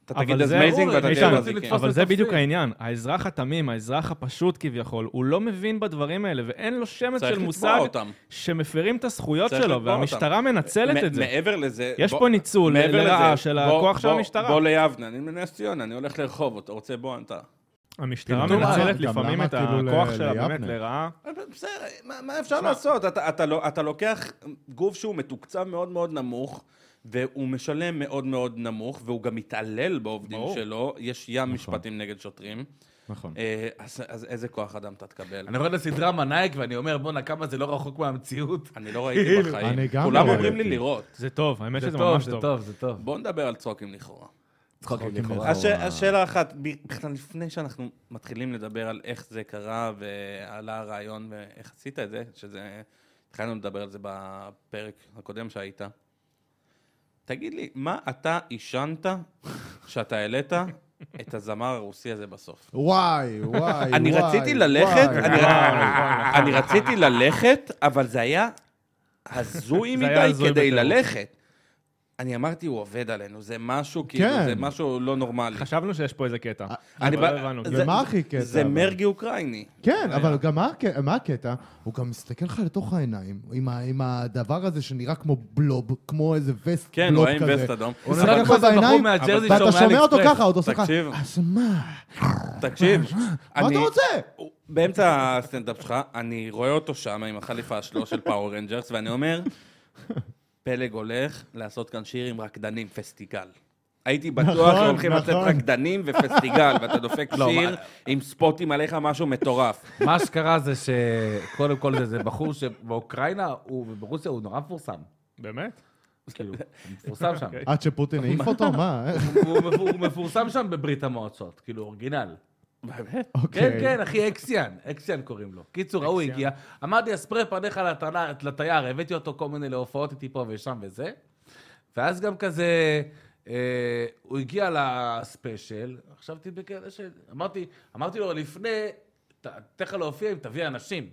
[SPEAKER 4] אתה
[SPEAKER 2] אבל
[SPEAKER 4] תגיד אז
[SPEAKER 2] זה- לא
[SPEAKER 4] מייזינג ואתה
[SPEAKER 2] איתן,
[SPEAKER 4] תהיה
[SPEAKER 2] איתן,
[SPEAKER 4] באזיקים.
[SPEAKER 3] לתפוס
[SPEAKER 2] אבל זה
[SPEAKER 3] מתפסים.
[SPEAKER 2] בדיוק העניין, האזרח התמים, האזרח הפשוט כביכול, הוא לא מבין בדברים האלה, ואין לו שמץ
[SPEAKER 4] צריך
[SPEAKER 2] של
[SPEAKER 4] לתבוע
[SPEAKER 2] מושג
[SPEAKER 4] אותם.
[SPEAKER 2] שמפרים את הזכויות
[SPEAKER 4] צריך
[SPEAKER 2] שלו,
[SPEAKER 4] לתבוע אותם.
[SPEAKER 2] והמשטרה מנצלת
[SPEAKER 4] מ-
[SPEAKER 2] את זה.
[SPEAKER 4] מעבר לזה...
[SPEAKER 2] יש
[SPEAKER 4] בוא-
[SPEAKER 2] פה ניצול
[SPEAKER 4] מעבר
[SPEAKER 2] לרעה
[SPEAKER 4] לזה,
[SPEAKER 2] של
[SPEAKER 4] בוא-
[SPEAKER 2] הכוח של
[SPEAKER 4] בוא-
[SPEAKER 2] המשטרה.
[SPEAKER 4] בוא ליבנה, אני מנס ציונה, אני הולך לרחובות, אתה רוצה בוא אתה.
[SPEAKER 2] המשטרה
[SPEAKER 1] טמטום,
[SPEAKER 2] מנצלת
[SPEAKER 1] אבל גם
[SPEAKER 2] לפעמים
[SPEAKER 1] למה
[SPEAKER 2] את
[SPEAKER 1] כאילו ל-
[SPEAKER 2] הכוח שלה באמת
[SPEAKER 1] ליבנה?
[SPEAKER 2] לרעה.
[SPEAKER 4] אבל בסדר, מה, מה אפשר לעשות? אתה, אתה, לא- אתה לוקח גוף שהוא מתוקצב מאוד מאוד נמוך, והוא משלם מאוד מאוד נמוך, והוא גם מתעלל בעובדים
[SPEAKER 2] ברור.
[SPEAKER 4] שלו, יש ים משפטים נגד שוטרים.
[SPEAKER 1] נכון.
[SPEAKER 4] אה, אז, אז איזה כוח אדם אתה תקבל?
[SPEAKER 3] אני רואה את הסדרה מנאייק ואני אומר, בואנה, כמה זה לא רחוק מהמציאות.
[SPEAKER 4] אני לא ראיתי בחיים.
[SPEAKER 1] אני גם
[SPEAKER 4] כולם
[SPEAKER 1] לא
[SPEAKER 4] אומרים לי
[SPEAKER 1] ראיתי.
[SPEAKER 4] לראות.
[SPEAKER 2] זה טוב, האמת
[SPEAKER 3] זה
[SPEAKER 2] שזה
[SPEAKER 3] טוב,
[SPEAKER 2] ממש
[SPEAKER 3] זה
[SPEAKER 2] טוב.
[SPEAKER 3] טוב, זה טוב.
[SPEAKER 4] בואו נדבר על צחוקים לכאורה.
[SPEAKER 3] צחוקים
[SPEAKER 1] צחוקים
[SPEAKER 3] לכאורה.
[SPEAKER 1] לכאורה.
[SPEAKER 4] הש- השאלה אחת, ב- בכלל לפני שאנחנו מתחילים לדבר על איך זה קרה ועלה הרעיון ואיך עשית את זה, שזה, התחלנו לדבר על זה בפרק הקודם שהיית. תגיד לי, מה אתה עישנת שאתה העלית את הזמר הרוסי הזה בסוף?
[SPEAKER 1] וואי, וואי,
[SPEAKER 4] אני
[SPEAKER 1] אה, וואי,
[SPEAKER 4] רציתי ללכת,
[SPEAKER 1] וואי. נכון.
[SPEAKER 4] אני- אני רציתי ללכת, אבל זה היה
[SPEAKER 1] [laughs]
[SPEAKER 4] הזוי
[SPEAKER 2] זה היה
[SPEAKER 4] מדי
[SPEAKER 2] הזוי
[SPEAKER 4] כדי
[SPEAKER 2] בטירוף.
[SPEAKER 4] ללכת. אני אמרתי, הוא עובד עלינו, זה משהו כאילו,
[SPEAKER 1] כן.
[SPEAKER 4] זה משהו לא נורמלי.
[SPEAKER 2] חשבנו שיש פה איזה קטע.
[SPEAKER 4] אני
[SPEAKER 2] אבל
[SPEAKER 4] בא-
[SPEAKER 2] לא הבנו.
[SPEAKER 4] זה-
[SPEAKER 1] ומה הכי קטע?
[SPEAKER 4] כן, זה אה,
[SPEAKER 1] אבל?
[SPEAKER 4] מרגי אוקראיני.
[SPEAKER 1] כן, אבל גם מה הק- מה הקטע? הוא גם מסתכל לך לתוך העיניים, עם ה- עם הדבר הזה שנראה כמו בלוב, כמו איזה וסט
[SPEAKER 4] כן,
[SPEAKER 1] בלוב
[SPEAKER 4] הוא
[SPEAKER 1] לא כזה.
[SPEAKER 4] היה עם וסט אדום.
[SPEAKER 3] הוא
[SPEAKER 1] מסתכל
[SPEAKER 3] נראה
[SPEAKER 1] לך
[SPEAKER 3] כמו איזה בחור
[SPEAKER 1] בעיניים,
[SPEAKER 3] מהג'רזי
[SPEAKER 1] ואתה
[SPEAKER 3] שהוא
[SPEAKER 1] שומע אותו
[SPEAKER 3] מאלי
[SPEAKER 1] ככה, אותו שחקן.
[SPEAKER 4] תקשיב.
[SPEAKER 1] אז מה?
[SPEAKER 4] תקשיב,
[SPEAKER 1] [laughs] מה
[SPEAKER 4] אני-
[SPEAKER 1] אתה רוצה?
[SPEAKER 4] הוא- באמצע הסטנדאפ שלך, אני רואה אותו שם עם החליפה שלו של פאוור רנג'רס, ואני אומר, פלג הולך לעשות כאן שיר עם רקדנים, פסטיגל. הייתי בטוח
[SPEAKER 1] נכון,
[SPEAKER 4] שהולכים לתת
[SPEAKER 1] נכון.
[SPEAKER 4] רקדנים ופסטיגל, ואתה
[SPEAKER 1] [laughs]
[SPEAKER 4] דופק
[SPEAKER 3] לא,
[SPEAKER 4] שיר
[SPEAKER 3] מה-
[SPEAKER 4] עם ספוטים עליך משהו מטורף.
[SPEAKER 3] מה שקרה זה שקודם כל זה- זה בחור שבאוקראינה וברוסיה הוא נורא מפורסם.
[SPEAKER 2] באמת?
[SPEAKER 3] כאילו, הוא מפורסם [laughs] שם.
[SPEAKER 2] אוקיי.
[SPEAKER 1] עד שפוטין העיף אותו? מה?
[SPEAKER 3] הוא מפו- הוא מפורסם שם בברית המועצות, כאילו אורגינל.
[SPEAKER 4] באמת?
[SPEAKER 1] אוקיי.
[SPEAKER 3] כן, כן, אחי, אקסיאן, אקסיאן קוראים לו. קיצור, ההוא הגיע, אמרתי, אספרי פניך לתנא- לתייר, הבאתי אותו כל מיני להופעות איתי פה ושם וזה. ואז גם כזה, אה, הוא הגיע לספיישל, חשבתי בקטע של... אמרתי, אמרתי לו, לפני, ת- תן לך להופיע אם תביא אנשים.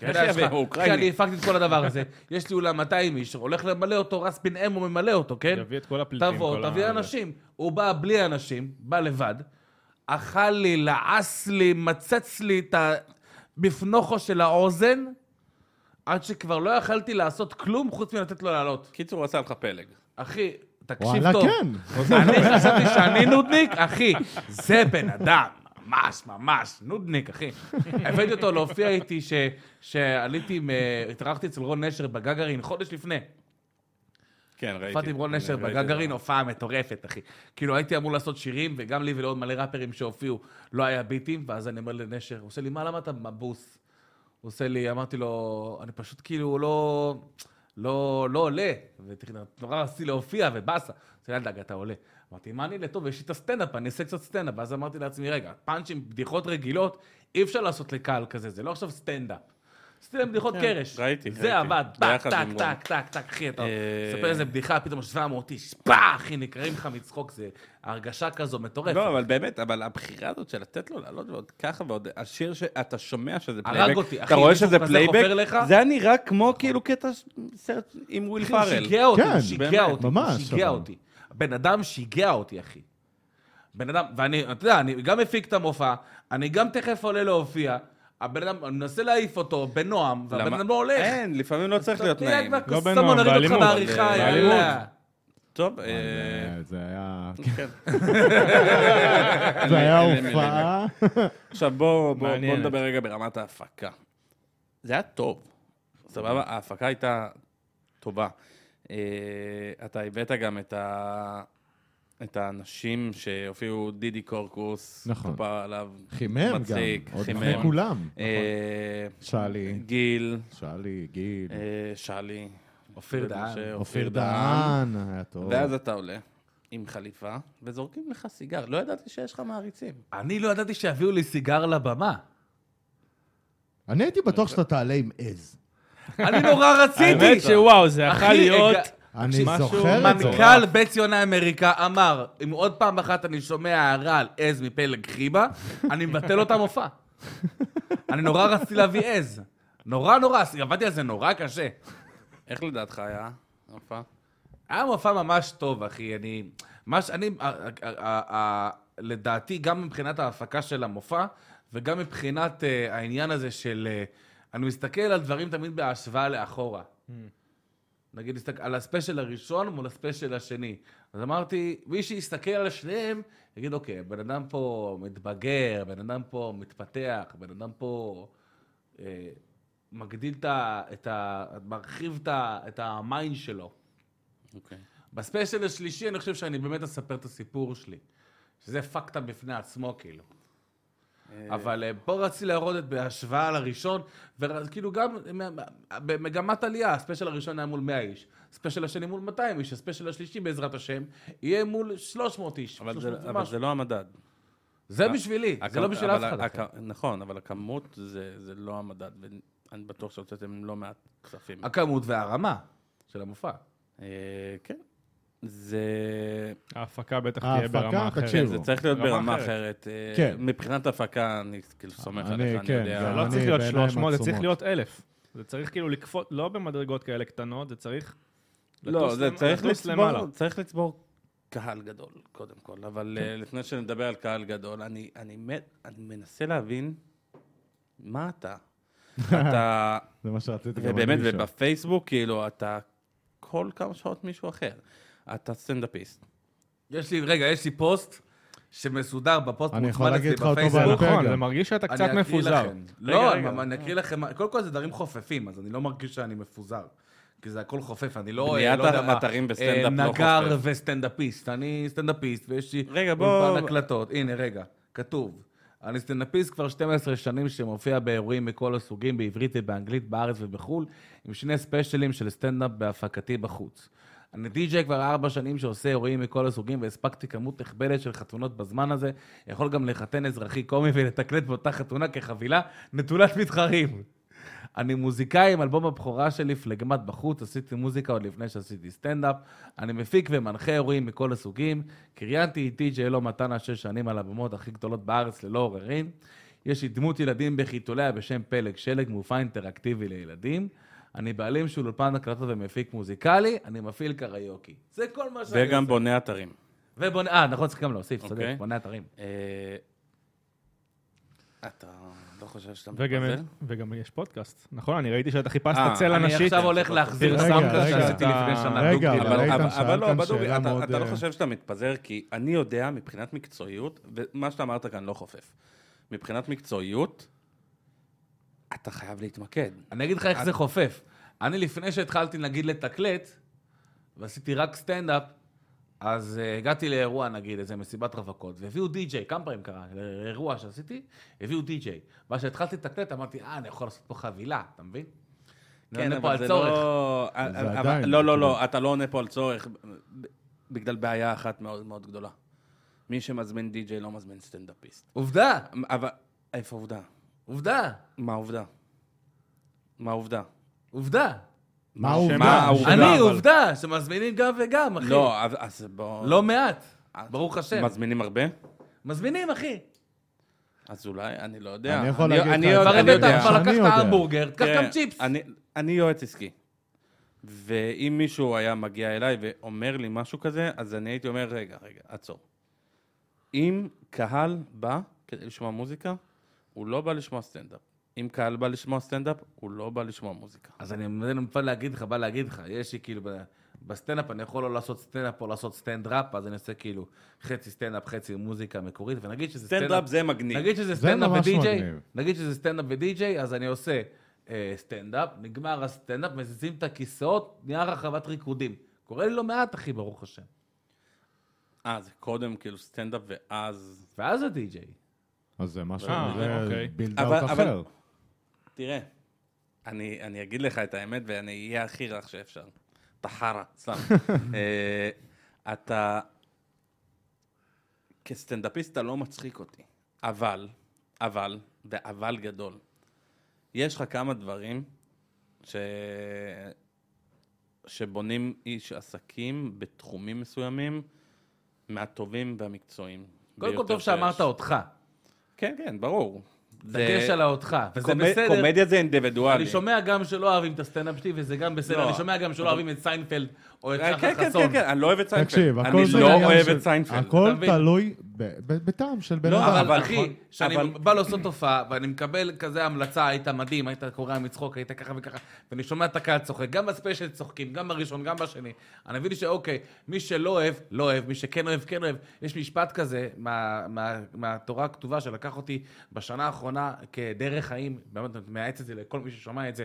[SPEAKER 4] כן, יש לך, הוא
[SPEAKER 3] אחי, אני
[SPEAKER 4] אוקראיני.
[SPEAKER 3] הפקתי את כל הדבר הזה. יש לי אולם 200 איש, הולך למלא אותו, רס בן אם הוא ממלא אותו, כן?
[SPEAKER 2] יביא את כל הפליטים. כל
[SPEAKER 3] תבוא,
[SPEAKER 2] ה-
[SPEAKER 3] תביא אנשים. הוא בא בלי אנשים, בא לבד, אכל לי, לעס לי, מצץ לי את המפנוכו של האוזן, עד שכבר לא יכלתי לעשות כלום חוץ מלתת לו לעלות.
[SPEAKER 4] קיצור, הוא עשה לך פלג.
[SPEAKER 3] אחי, תקשיב
[SPEAKER 1] וואלה,
[SPEAKER 3] טוב.
[SPEAKER 1] כן.
[SPEAKER 3] אני חשבתי שאני נודניק, אחי, זה בן אדם. ממש, ממש, נודניק, אחי. הבאתי אותו להופיע איתי ש- שעליתי, עם, אה, התארחתי אצל רון נשר בגגרין חודש לפני.
[SPEAKER 4] כן, ראיתי.
[SPEAKER 3] הופעתי עם רון נשר
[SPEAKER 4] אני ראיתי
[SPEAKER 3] בגגרין,
[SPEAKER 4] את
[SPEAKER 3] הופעה מטורפת, אחי. כאילו, הייתי אמור לעשות שירים, וגם לי ולעוד מלא ראפרים שהופיעו, לא היה ביטים, ואז אני אומר לנשר, הוא עושה לי, מה, למה אתה מבוס? הוא עושה לי, אמרתי לו, אני פשוט כאילו לא... לא, לא עולה, ונורא רציתי להופיע, ובאסה. אז אל דאגה, אתה עולה. אמרתי, מה אני עולה? טוב, יש לי את הסטנדאפ, אני אעשה קצת סטנדאפ. ואז אמרתי לעצמי, רגע, פאנצ'ים, בדיחות רגילות, אי אפשר לעשות לקהל כזה, זה לא עכשיו סטנדאפ. עשיתי להם בדיחות קרש.
[SPEAKER 4] כן, ראיתי,
[SPEAKER 3] זה
[SPEAKER 4] ראיתי.
[SPEAKER 3] עבד, טק,
[SPEAKER 4] ביחד
[SPEAKER 3] טק,
[SPEAKER 4] עם רון.
[SPEAKER 3] טק, טק, טק, אחי, אתה
[SPEAKER 4] אה,
[SPEAKER 3] מספר איזה בדיחה, פתאום 700 איש, פאח, אחי, נקרעים לך מצחוק, זה הרגשה כזו מטורפת.
[SPEAKER 4] לא, אבל באמת, אבל הבחירה הזאת של לתת לו לעלות ועוד ככה, ועוד השיר שאתה שומע שזה
[SPEAKER 3] הרג
[SPEAKER 4] פלייבק,
[SPEAKER 3] אותי, אחי,
[SPEAKER 4] אתה רואה
[SPEAKER 3] מישהו
[SPEAKER 4] שזה
[SPEAKER 3] כזה
[SPEAKER 4] פלייבק,
[SPEAKER 3] חופר לך?
[SPEAKER 4] זה היה נראה כמו כאילו קטע ש- סרט עם וויל
[SPEAKER 3] אחי, הוא
[SPEAKER 4] פארל.
[SPEAKER 3] שיגע אותי, הוא
[SPEAKER 1] כן,
[SPEAKER 3] שיגע
[SPEAKER 1] באמת,
[SPEAKER 3] אותי, הוא
[SPEAKER 1] ממש,
[SPEAKER 3] שיגע
[SPEAKER 1] אבל.
[SPEAKER 3] אותי. בן אדם שיגע אותי, אחי. בן אדם, ואני, אתה יודע, אני גם מפיק את המופע, אני גם תכף עולה להופיע, הבן אדם, אני מנסה להעיף אותו בנועם, והבן
[SPEAKER 4] למה-
[SPEAKER 3] אדם לא הולך.
[SPEAKER 4] אין, לפעמים לא צריך להיות נעים.
[SPEAKER 2] לא
[SPEAKER 3] לא
[SPEAKER 2] בנועם,
[SPEAKER 3] בנועם, באלימות.
[SPEAKER 2] באלימות,
[SPEAKER 3] בעריכה,
[SPEAKER 2] באלימות.
[SPEAKER 3] יאללה.
[SPEAKER 4] טוב, אה,
[SPEAKER 1] אה, זה היה...
[SPEAKER 4] כן. אה,
[SPEAKER 1] זה היה
[SPEAKER 4] אין לי מילים.
[SPEAKER 1] הופעה.
[SPEAKER 4] עכשיו בואו בוא, בוא
[SPEAKER 2] מעניינת.
[SPEAKER 4] נדבר רגע ברמת ההפקה. זה היה טוב, סבבה? ההפקה הייתה טובה. אה, אתה הבאת גם את, ה... את האנשים שהופיעו, דידי קורקוס,
[SPEAKER 1] נכון.
[SPEAKER 4] כפר עליו,
[SPEAKER 1] חימם גם,
[SPEAKER 4] מצחיק,
[SPEAKER 1] עוד לפני
[SPEAKER 4] חימם.
[SPEAKER 1] כולם. נכון.
[SPEAKER 4] אה,
[SPEAKER 1] שאלי,
[SPEAKER 4] גיל,
[SPEAKER 1] שאלי, גיל,
[SPEAKER 4] אה, שלי,
[SPEAKER 3] אופיר דהן.
[SPEAKER 4] ומשה,
[SPEAKER 1] אופיר דהן, היה טוב.
[SPEAKER 4] ואז אתה עולה עם חליפה, וזורקים לך סיגר. לא ידעתי שיש לך מעריצים.
[SPEAKER 3] אני לא ידעתי שיביאו לי סיגר לבמה.
[SPEAKER 1] אני הייתי בטוח שאתה תעלה עם עז.
[SPEAKER 3] אני נורא רציתי.
[SPEAKER 2] האמת שוואו, זה יכול
[SPEAKER 3] אחי,
[SPEAKER 2] להיות...
[SPEAKER 3] הגע-
[SPEAKER 1] אני
[SPEAKER 3] תקשיב,
[SPEAKER 1] זוכר את זה.
[SPEAKER 3] מנכ"ל בית ציוני אמריקה אמר, אם עוד פעם אחת אני שומע הערה על עז מפלג חיבה, אני מבטל לו את המופע. אני נורא רציתי להביא עז. נורא נורא, עבדתי על זה נורא קשה.
[SPEAKER 4] איך לדעתך היה? הופעה?
[SPEAKER 3] היה מופע ממש טוב, אחי. אני... מה ש... אני... ה- ה- ה- ה- לדעתי, גם מבחינת ההפקה של המופע, וגם מבחינת אה, העניין הזה של... אה, אני מסתכל על דברים תמיד בהשוואה לאחורה. נגיד, הסתכל- על הספיישל הראשון מול הספיישל השני. אז אמרתי, מי שיסתכל על שניהם, יגיד, אוקיי, בן אדם פה מתבגר, בן אדם פה מתפתח, בן אדם פה אה, מגדיל את ה... את ה מרחיב את ה- את המיינד שלו.
[SPEAKER 4] אוקיי.
[SPEAKER 3] בספיישל השלישי, אני חושב שאני באמת אספר את הסיפור שלי. שזה פאקט בפני עצמו, כאילו. אבל אה, פה רציתי להראות את בהשוואה לראשון, וכאילו גם אה, במגמת עלייה, הספיישל הראשון היה מול 100 איש, הספיישל השני מול 200 איש, הספיישל השלישי בעזרת השם, יהיה מול 300 איש.
[SPEAKER 4] אבל זה-
[SPEAKER 3] 300
[SPEAKER 4] אבל
[SPEAKER 3] ומשהו.
[SPEAKER 4] זה לא המדד.
[SPEAKER 3] זה בשבילי, זה
[SPEAKER 4] הכמ-
[SPEAKER 3] לא בשביל אף
[SPEAKER 4] אבל
[SPEAKER 3] אחד. אחי.
[SPEAKER 4] הכ- נכון, אבל הכמות זה זה לא המדד, ואני בטוח שהוצאתם לא מעט כספים.
[SPEAKER 3] הכמות והרמה של המופע.
[SPEAKER 4] אה, כן. זה
[SPEAKER 2] ההפקה בטח תהיה
[SPEAKER 1] ההפקה,
[SPEAKER 2] ברמה
[SPEAKER 1] תקשיב.
[SPEAKER 2] אחרת.
[SPEAKER 4] זה צריך להיות
[SPEAKER 2] רמה
[SPEAKER 4] ברמה
[SPEAKER 2] אחרת.
[SPEAKER 4] אחרת. אה,
[SPEAKER 1] כן.
[SPEAKER 4] מבחינת הפקה, אני כאילו סומך
[SPEAKER 1] אני-
[SPEAKER 4] עליך, אני
[SPEAKER 1] כן,
[SPEAKER 4] יודע.
[SPEAKER 1] זה
[SPEAKER 2] זה לא
[SPEAKER 1] אני
[SPEAKER 2] צריך להיות
[SPEAKER 1] בעיניים
[SPEAKER 2] 300, זה צריך
[SPEAKER 1] עצומות.
[SPEAKER 2] להיות 1,000. זה צריך כאילו לקפוץ, לא במדרגות כאלה קטנות, זה צריך...
[SPEAKER 4] לא,
[SPEAKER 2] לטוס
[SPEAKER 4] זה
[SPEAKER 2] למ-
[SPEAKER 4] צריך
[SPEAKER 2] לטוס למעלה.
[SPEAKER 4] לצבור, צריך לצבור קהל גדול, קודם כל. אבל
[SPEAKER 3] כן.
[SPEAKER 4] אה, לפני שנדבר על קהל גדול, אני, אני, מת, אני מנסה להבין מה
[SPEAKER 3] [laughs]
[SPEAKER 4] אתה. אתה,
[SPEAKER 1] זה מה שרציתי גם אני
[SPEAKER 4] ובאמת,
[SPEAKER 1] לשאול.
[SPEAKER 4] ובפייסבוק, כאילו, אתה כל כמה שעות מישהו אחר. אתה סטנדאפיסט.
[SPEAKER 3] יש לי, רגע, יש לי פוסט שמסודר בפוסט,
[SPEAKER 1] אני יכול
[SPEAKER 3] מוצמד
[SPEAKER 1] להגיד
[SPEAKER 3] אצלי
[SPEAKER 1] לך אותו
[SPEAKER 3] בפייסבוק.
[SPEAKER 1] בעל פה.
[SPEAKER 2] נכון,
[SPEAKER 1] גם.
[SPEAKER 2] זה מרגיש שאתה
[SPEAKER 3] אני
[SPEAKER 2] קצת
[SPEAKER 3] אקריא
[SPEAKER 2] מפוזר.
[SPEAKER 3] לכם. לא,
[SPEAKER 4] רגע.
[SPEAKER 3] אני- אני אקריא לכם, קודם כל זה דברים חופפים, אז אני לא מרגיש שאני מפוזר. כי זה הכל חופף, אני לא...
[SPEAKER 4] בניית
[SPEAKER 3] לא יודע מה,
[SPEAKER 4] אתרים
[SPEAKER 3] אה,
[SPEAKER 4] בסטנדאפ לא
[SPEAKER 3] נגר
[SPEAKER 4] חופף.
[SPEAKER 3] וסטנדאפיסט. אני סטנדאפיסט, ויש לי...
[SPEAKER 4] רגע, בוא-
[SPEAKER 3] אולפן הקלטות. הנה, רגע, כתוב. אני סטנדאפיסט כבר 12 שנים שמופיע באירועים מכל הסוגים, בעברית ובאנגלית, בארץ ובחו"ל, עם שני ספיישלים של סטנדאפ בהפקתי בחוץ. אני די-ג'יי כבר ארבע שנים שעושה אירועים מכל הסוגים, והספקתי כמות נכבדת של חתונות בזמן הזה. יכול גם לחתן אזרחי קומי ולתקלט באותה חתונה כחבילה נטולת מתחרים. אני מוזיקאי עם אלבום הבכורה שלי, פלגמט בחוץ, עשיתי מוזיקה עוד לפני שעשיתי סטנדאפ. אני מפיק ומנחה אירועים מכל הסוגים. קריינתי איתי ג'אלו מתנה שש שנים על הבמות הכי גדולות בארץ ללא עוררין. יש לי דמות ילדים בחיתוליה בשם פלג שלג, מופע אינטראקטיבי לילדים. אני בעלים של אולפן הקלטות ומפיק מוזיקלי, אני מפעיל קריוקי. זה כל מה שאני
[SPEAKER 4] וגם
[SPEAKER 3] עושה.
[SPEAKER 4] בונה אתרים.
[SPEAKER 3] ובונה... אה, נכון, צריך גם להוסיף, צודק,
[SPEAKER 4] אוקיי.
[SPEAKER 3] בונה אתרים.
[SPEAKER 4] אה, אתה לא חושב שאתה
[SPEAKER 2] וגם-
[SPEAKER 4] מתפזר?
[SPEAKER 2] וגם יש פודקאסט. נכון, אני ראיתי שאתה חיפשת
[SPEAKER 4] אה,
[SPEAKER 2] צלע
[SPEAKER 3] אני
[SPEAKER 2] נשית.
[SPEAKER 3] עכשיו הולך להחזיר
[SPEAKER 1] רגע,
[SPEAKER 3] סמכה
[SPEAKER 1] רגע.
[SPEAKER 3] שעשיתי לפני שנה.
[SPEAKER 1] רגע,
[SPEAKER 3] דוגרי.
[SPEAKER 1] אבל
[SPEAKER 4] אבל,
[SPEAKER 1] איתן
[SPEAKER 4] אבל,
[SPEAKER 1] שאל
[SPEAKER 4] אבל לא,
[SPEAKER 1] כאן
[SPEAKER 4] אבל דוגרי,
[SPEAKER 1] שאלה
[SPEAKER 4] אתה,
[SPEAKER 1] מאוד,
[SPEAKER 4] אתה לא
[SPEAKER 1] אה,
[SPEAKER 4] חושב שאתה מתפזר, כי אני יודע מבחינת מקצועיות, ומה שאתה אמרת כאן לא חופף. מבחינת מקצועיות, אתה חייב להתמקד.
[SPEAKER 3] אני אגיד לך איך זה חופף. אני לפני שהתחלתי, נגיד, לתקלט, ועשיתי רק סטנדאפ, אז uh, הגעתי לאירוע, נגיד, איזה מסיבת רווקות, והביאו די-ג'יי, כמה פעמים קרה, לאירוע שעשיתי, הביאו די-ג'יי. ואז כשהתחלתי לתקלט, אמרתי, אה, אני יכול לעשות פה חבילה, אתה מבין? אני לא עונה פה על צורך.
[SPEAKER 4] כן, לא...
[SPEAKER 1] זה
[SPEAKER 4] אבל-
[SPEAKER 1] עדיין,
[SPEAKER 4] לא, לא,
[SPEAKER 1] כאילו.
[SPEAKER 4] לא, אתה לא עונה פה על צורך ב- בגלל בעיה אחת מאוד מאוד גדולה. מי שמזמין די-ג'יי לא מזמין סטנדאפיסט. אמ,
[SPEAKER 3] עובדה,
[SPEAKER 4] אבל איפה העובדה?
[SPEAKER 3] עובדה,
[SPEAKER 4] מה העובדה? מה העובדה?
[SPEAKER 3] עובדה.
[SPEAKER 1] מה העובדה?
[SPEAKER 4] מה העובדה?
[SPEAKER 3] אני
[SPEAKER 4] אבל-
[SPEAKER 3] עובדה שמזמינים גם וגם, אחי.
[SPEAKER 4] לא, אז- אז בוא...
[SPEAKER 3] לא מעט, ברוך השם.
[SPEAKER 4] מזמינים הרבה?
[SPEAKER 3] מזמינים, אחי.
[SPEAKER 4] אז אולי, אני לא יודע.
[SPEAKER 1] אני יכול להגיד לך,
[SPEAKER 4] יודע- כן.
[SPEAKER 3] כבר
[SPEAKER 1] אני
[SPEAKER 3] הבאת,
[SPEAKER 1] יודע.
[SPEAKER 3] כבר
[SPEAKER 1] אני
[SPEAKER 3] לקחת
[SPEAKER 1] יודע.
[SPEAKER 3] המבורגר, תקח
[SPEAKER 4] תראה,
[SPEAKER 3] גם צ'יפס.
[SPEAKER 4] אני- אני יועץ עסקי. ואם מישהו היה מגיע אליי ואומר לי משהו כזה, אז אני הייתי אומר, רגע, רגע, עצור. אם קהל בא כדי לשמוע מוזיקה, הוא לא בא לשמוע סטנדאפ. אם קהל בא לשמוע סטנדאפ, הוא לא בא לשמוע מוזיקה.
[SPEAKER 3] אז אני מנסה להגיד לך, בא להגיד לך, יש לי כאילו, ב- בסטנדאפ אני יכול לא לעשות סטנדאפ או לעשות סטנדראפ, אז אני עושה כאילו חצי סטנדאפ, חצי מוזיקה מקורית, ונגיד שזה
[SPEAKER 4] סטנדאפ זה מגניב.
[SPEAKER 3] נגיד שזה סטנדאפ
[SPEAKER 1] ממש
[SPEAKER 3] ודי-ג'יי,
[SPEAKER 1] מגניב.
[SPEAKER 3] נגיד שזה סטנדאפ ודי-ג'יי, אז אני עושה אה, סטנדאפ, נגמר הסטנדאפ, מזיזים את הכיסאות, נהיה רחבת ריקודים. קורה לי לא מעט, אחי, ברוך השם.
[SPEAKER 4] אה, זה קודם כאילו סטנדאפ ואז...
[SPEAKER 3] ואז הדי-ג'יי.
[SPEAKER 1] אז זה משהו,
[SPEAKER 2] אה,
[SPEAKER 1] זה
[SPEAKER 2] אוקיי.
[SPEAKER 1] בילדאוט
[SPEAKER 4] אבל-
[SPEAKER 1] אחר.
[SPEAKER 4] תראה, אני, אני אגיד לך את האמת ואני אהיה הכי רך שאפשר. אתה חרא,
[SPEAKER 3] [laughs]
[SPEAKER 4] סתם. אה, אתה... כסטנדאפיסט אתה לא מצחיק אותי, אבל, אבל, ואבל גדול, יש לך כמה דברים ש... שבונים איש עסקים בתחומים מסוימים מהטובים והמקצועיים.
[SPEAKER 3] קודם כל
[SPEAKER 4] ביותר
[SPEAKER 3] טוב שאמרת
[SPEAKER 4] שיש.
[SPEAKER 3] אותך.
[SPEAKER 4] כן, כן, ברור.
[SPEAKER 3] דגש על האותך, וזה
[SPEAKER 4] קומד-
[SPEAKER 3] בסדר.
[SPEAKER 4] קומדיה זה אינדיבידואלי.
[SPEAKER 3] אני שומע גם שלא אוהבים את הסטנדאפ שלי, וזה גם בסדר.
[SPEAKER 4] לא.
[SPEAKER 3] אני שומע גם שלא אוהבים את סיינפלד, או את
[SPEAKER 4] כן,
[SPEAKER 3] שחר
[SPEAKER 4] כן, כן,
[SPEAKER 3] חסון.
[SPEAKER 4] כן, כן, אני לא אוהב את סיינפלד.
[SPEAKER 1] תקשיב, הכל
[SPEAKER 4] אני
[SPEAKER 1] זה
[SPEAKER 4] לא
[SPEAKER 1] עניין
[SPEAKER 4] אוהב
[SPEAKER 1] של-
[SPEAKER 4] את סיינפלד.
[SPEAKER 1] הכל
[SPEAKER 3] אתה מבין?
[SPEAKER 1] תלוי ב- ב- בטעם של בן
[SPEAKER 4] לא,
[SPEAKER 1] אדם.
[SPEAKER 3] אבל
[SPEAKER 4] אבל
[SPEAKER 3] אחי,
[SPEAKER 4] נכון,
[SPEAKER 3] כשאני
[SPEAKER 4] אבל-
[SPEAKER 3] בא לעשות הופעה, ואני מקבל כזה המלצה, היית מדהים, היית קורע מצחוק, היית ככה וככה, ואני שומע את הקהל צוחק, גם בספיישל צוחקים, גם בראשון, גם בשני. אני מבין שאוקיי, מי שלא אוהב, לא אוהב, מי שכן אוהב, כן אוהב. יש משפט כזה מה- מה- מהתורה הכתובה שלקח אותי בשנה האחרונה כדרך חיים, באמת, אני מאייץ את זה לכל מי ששומע את זה.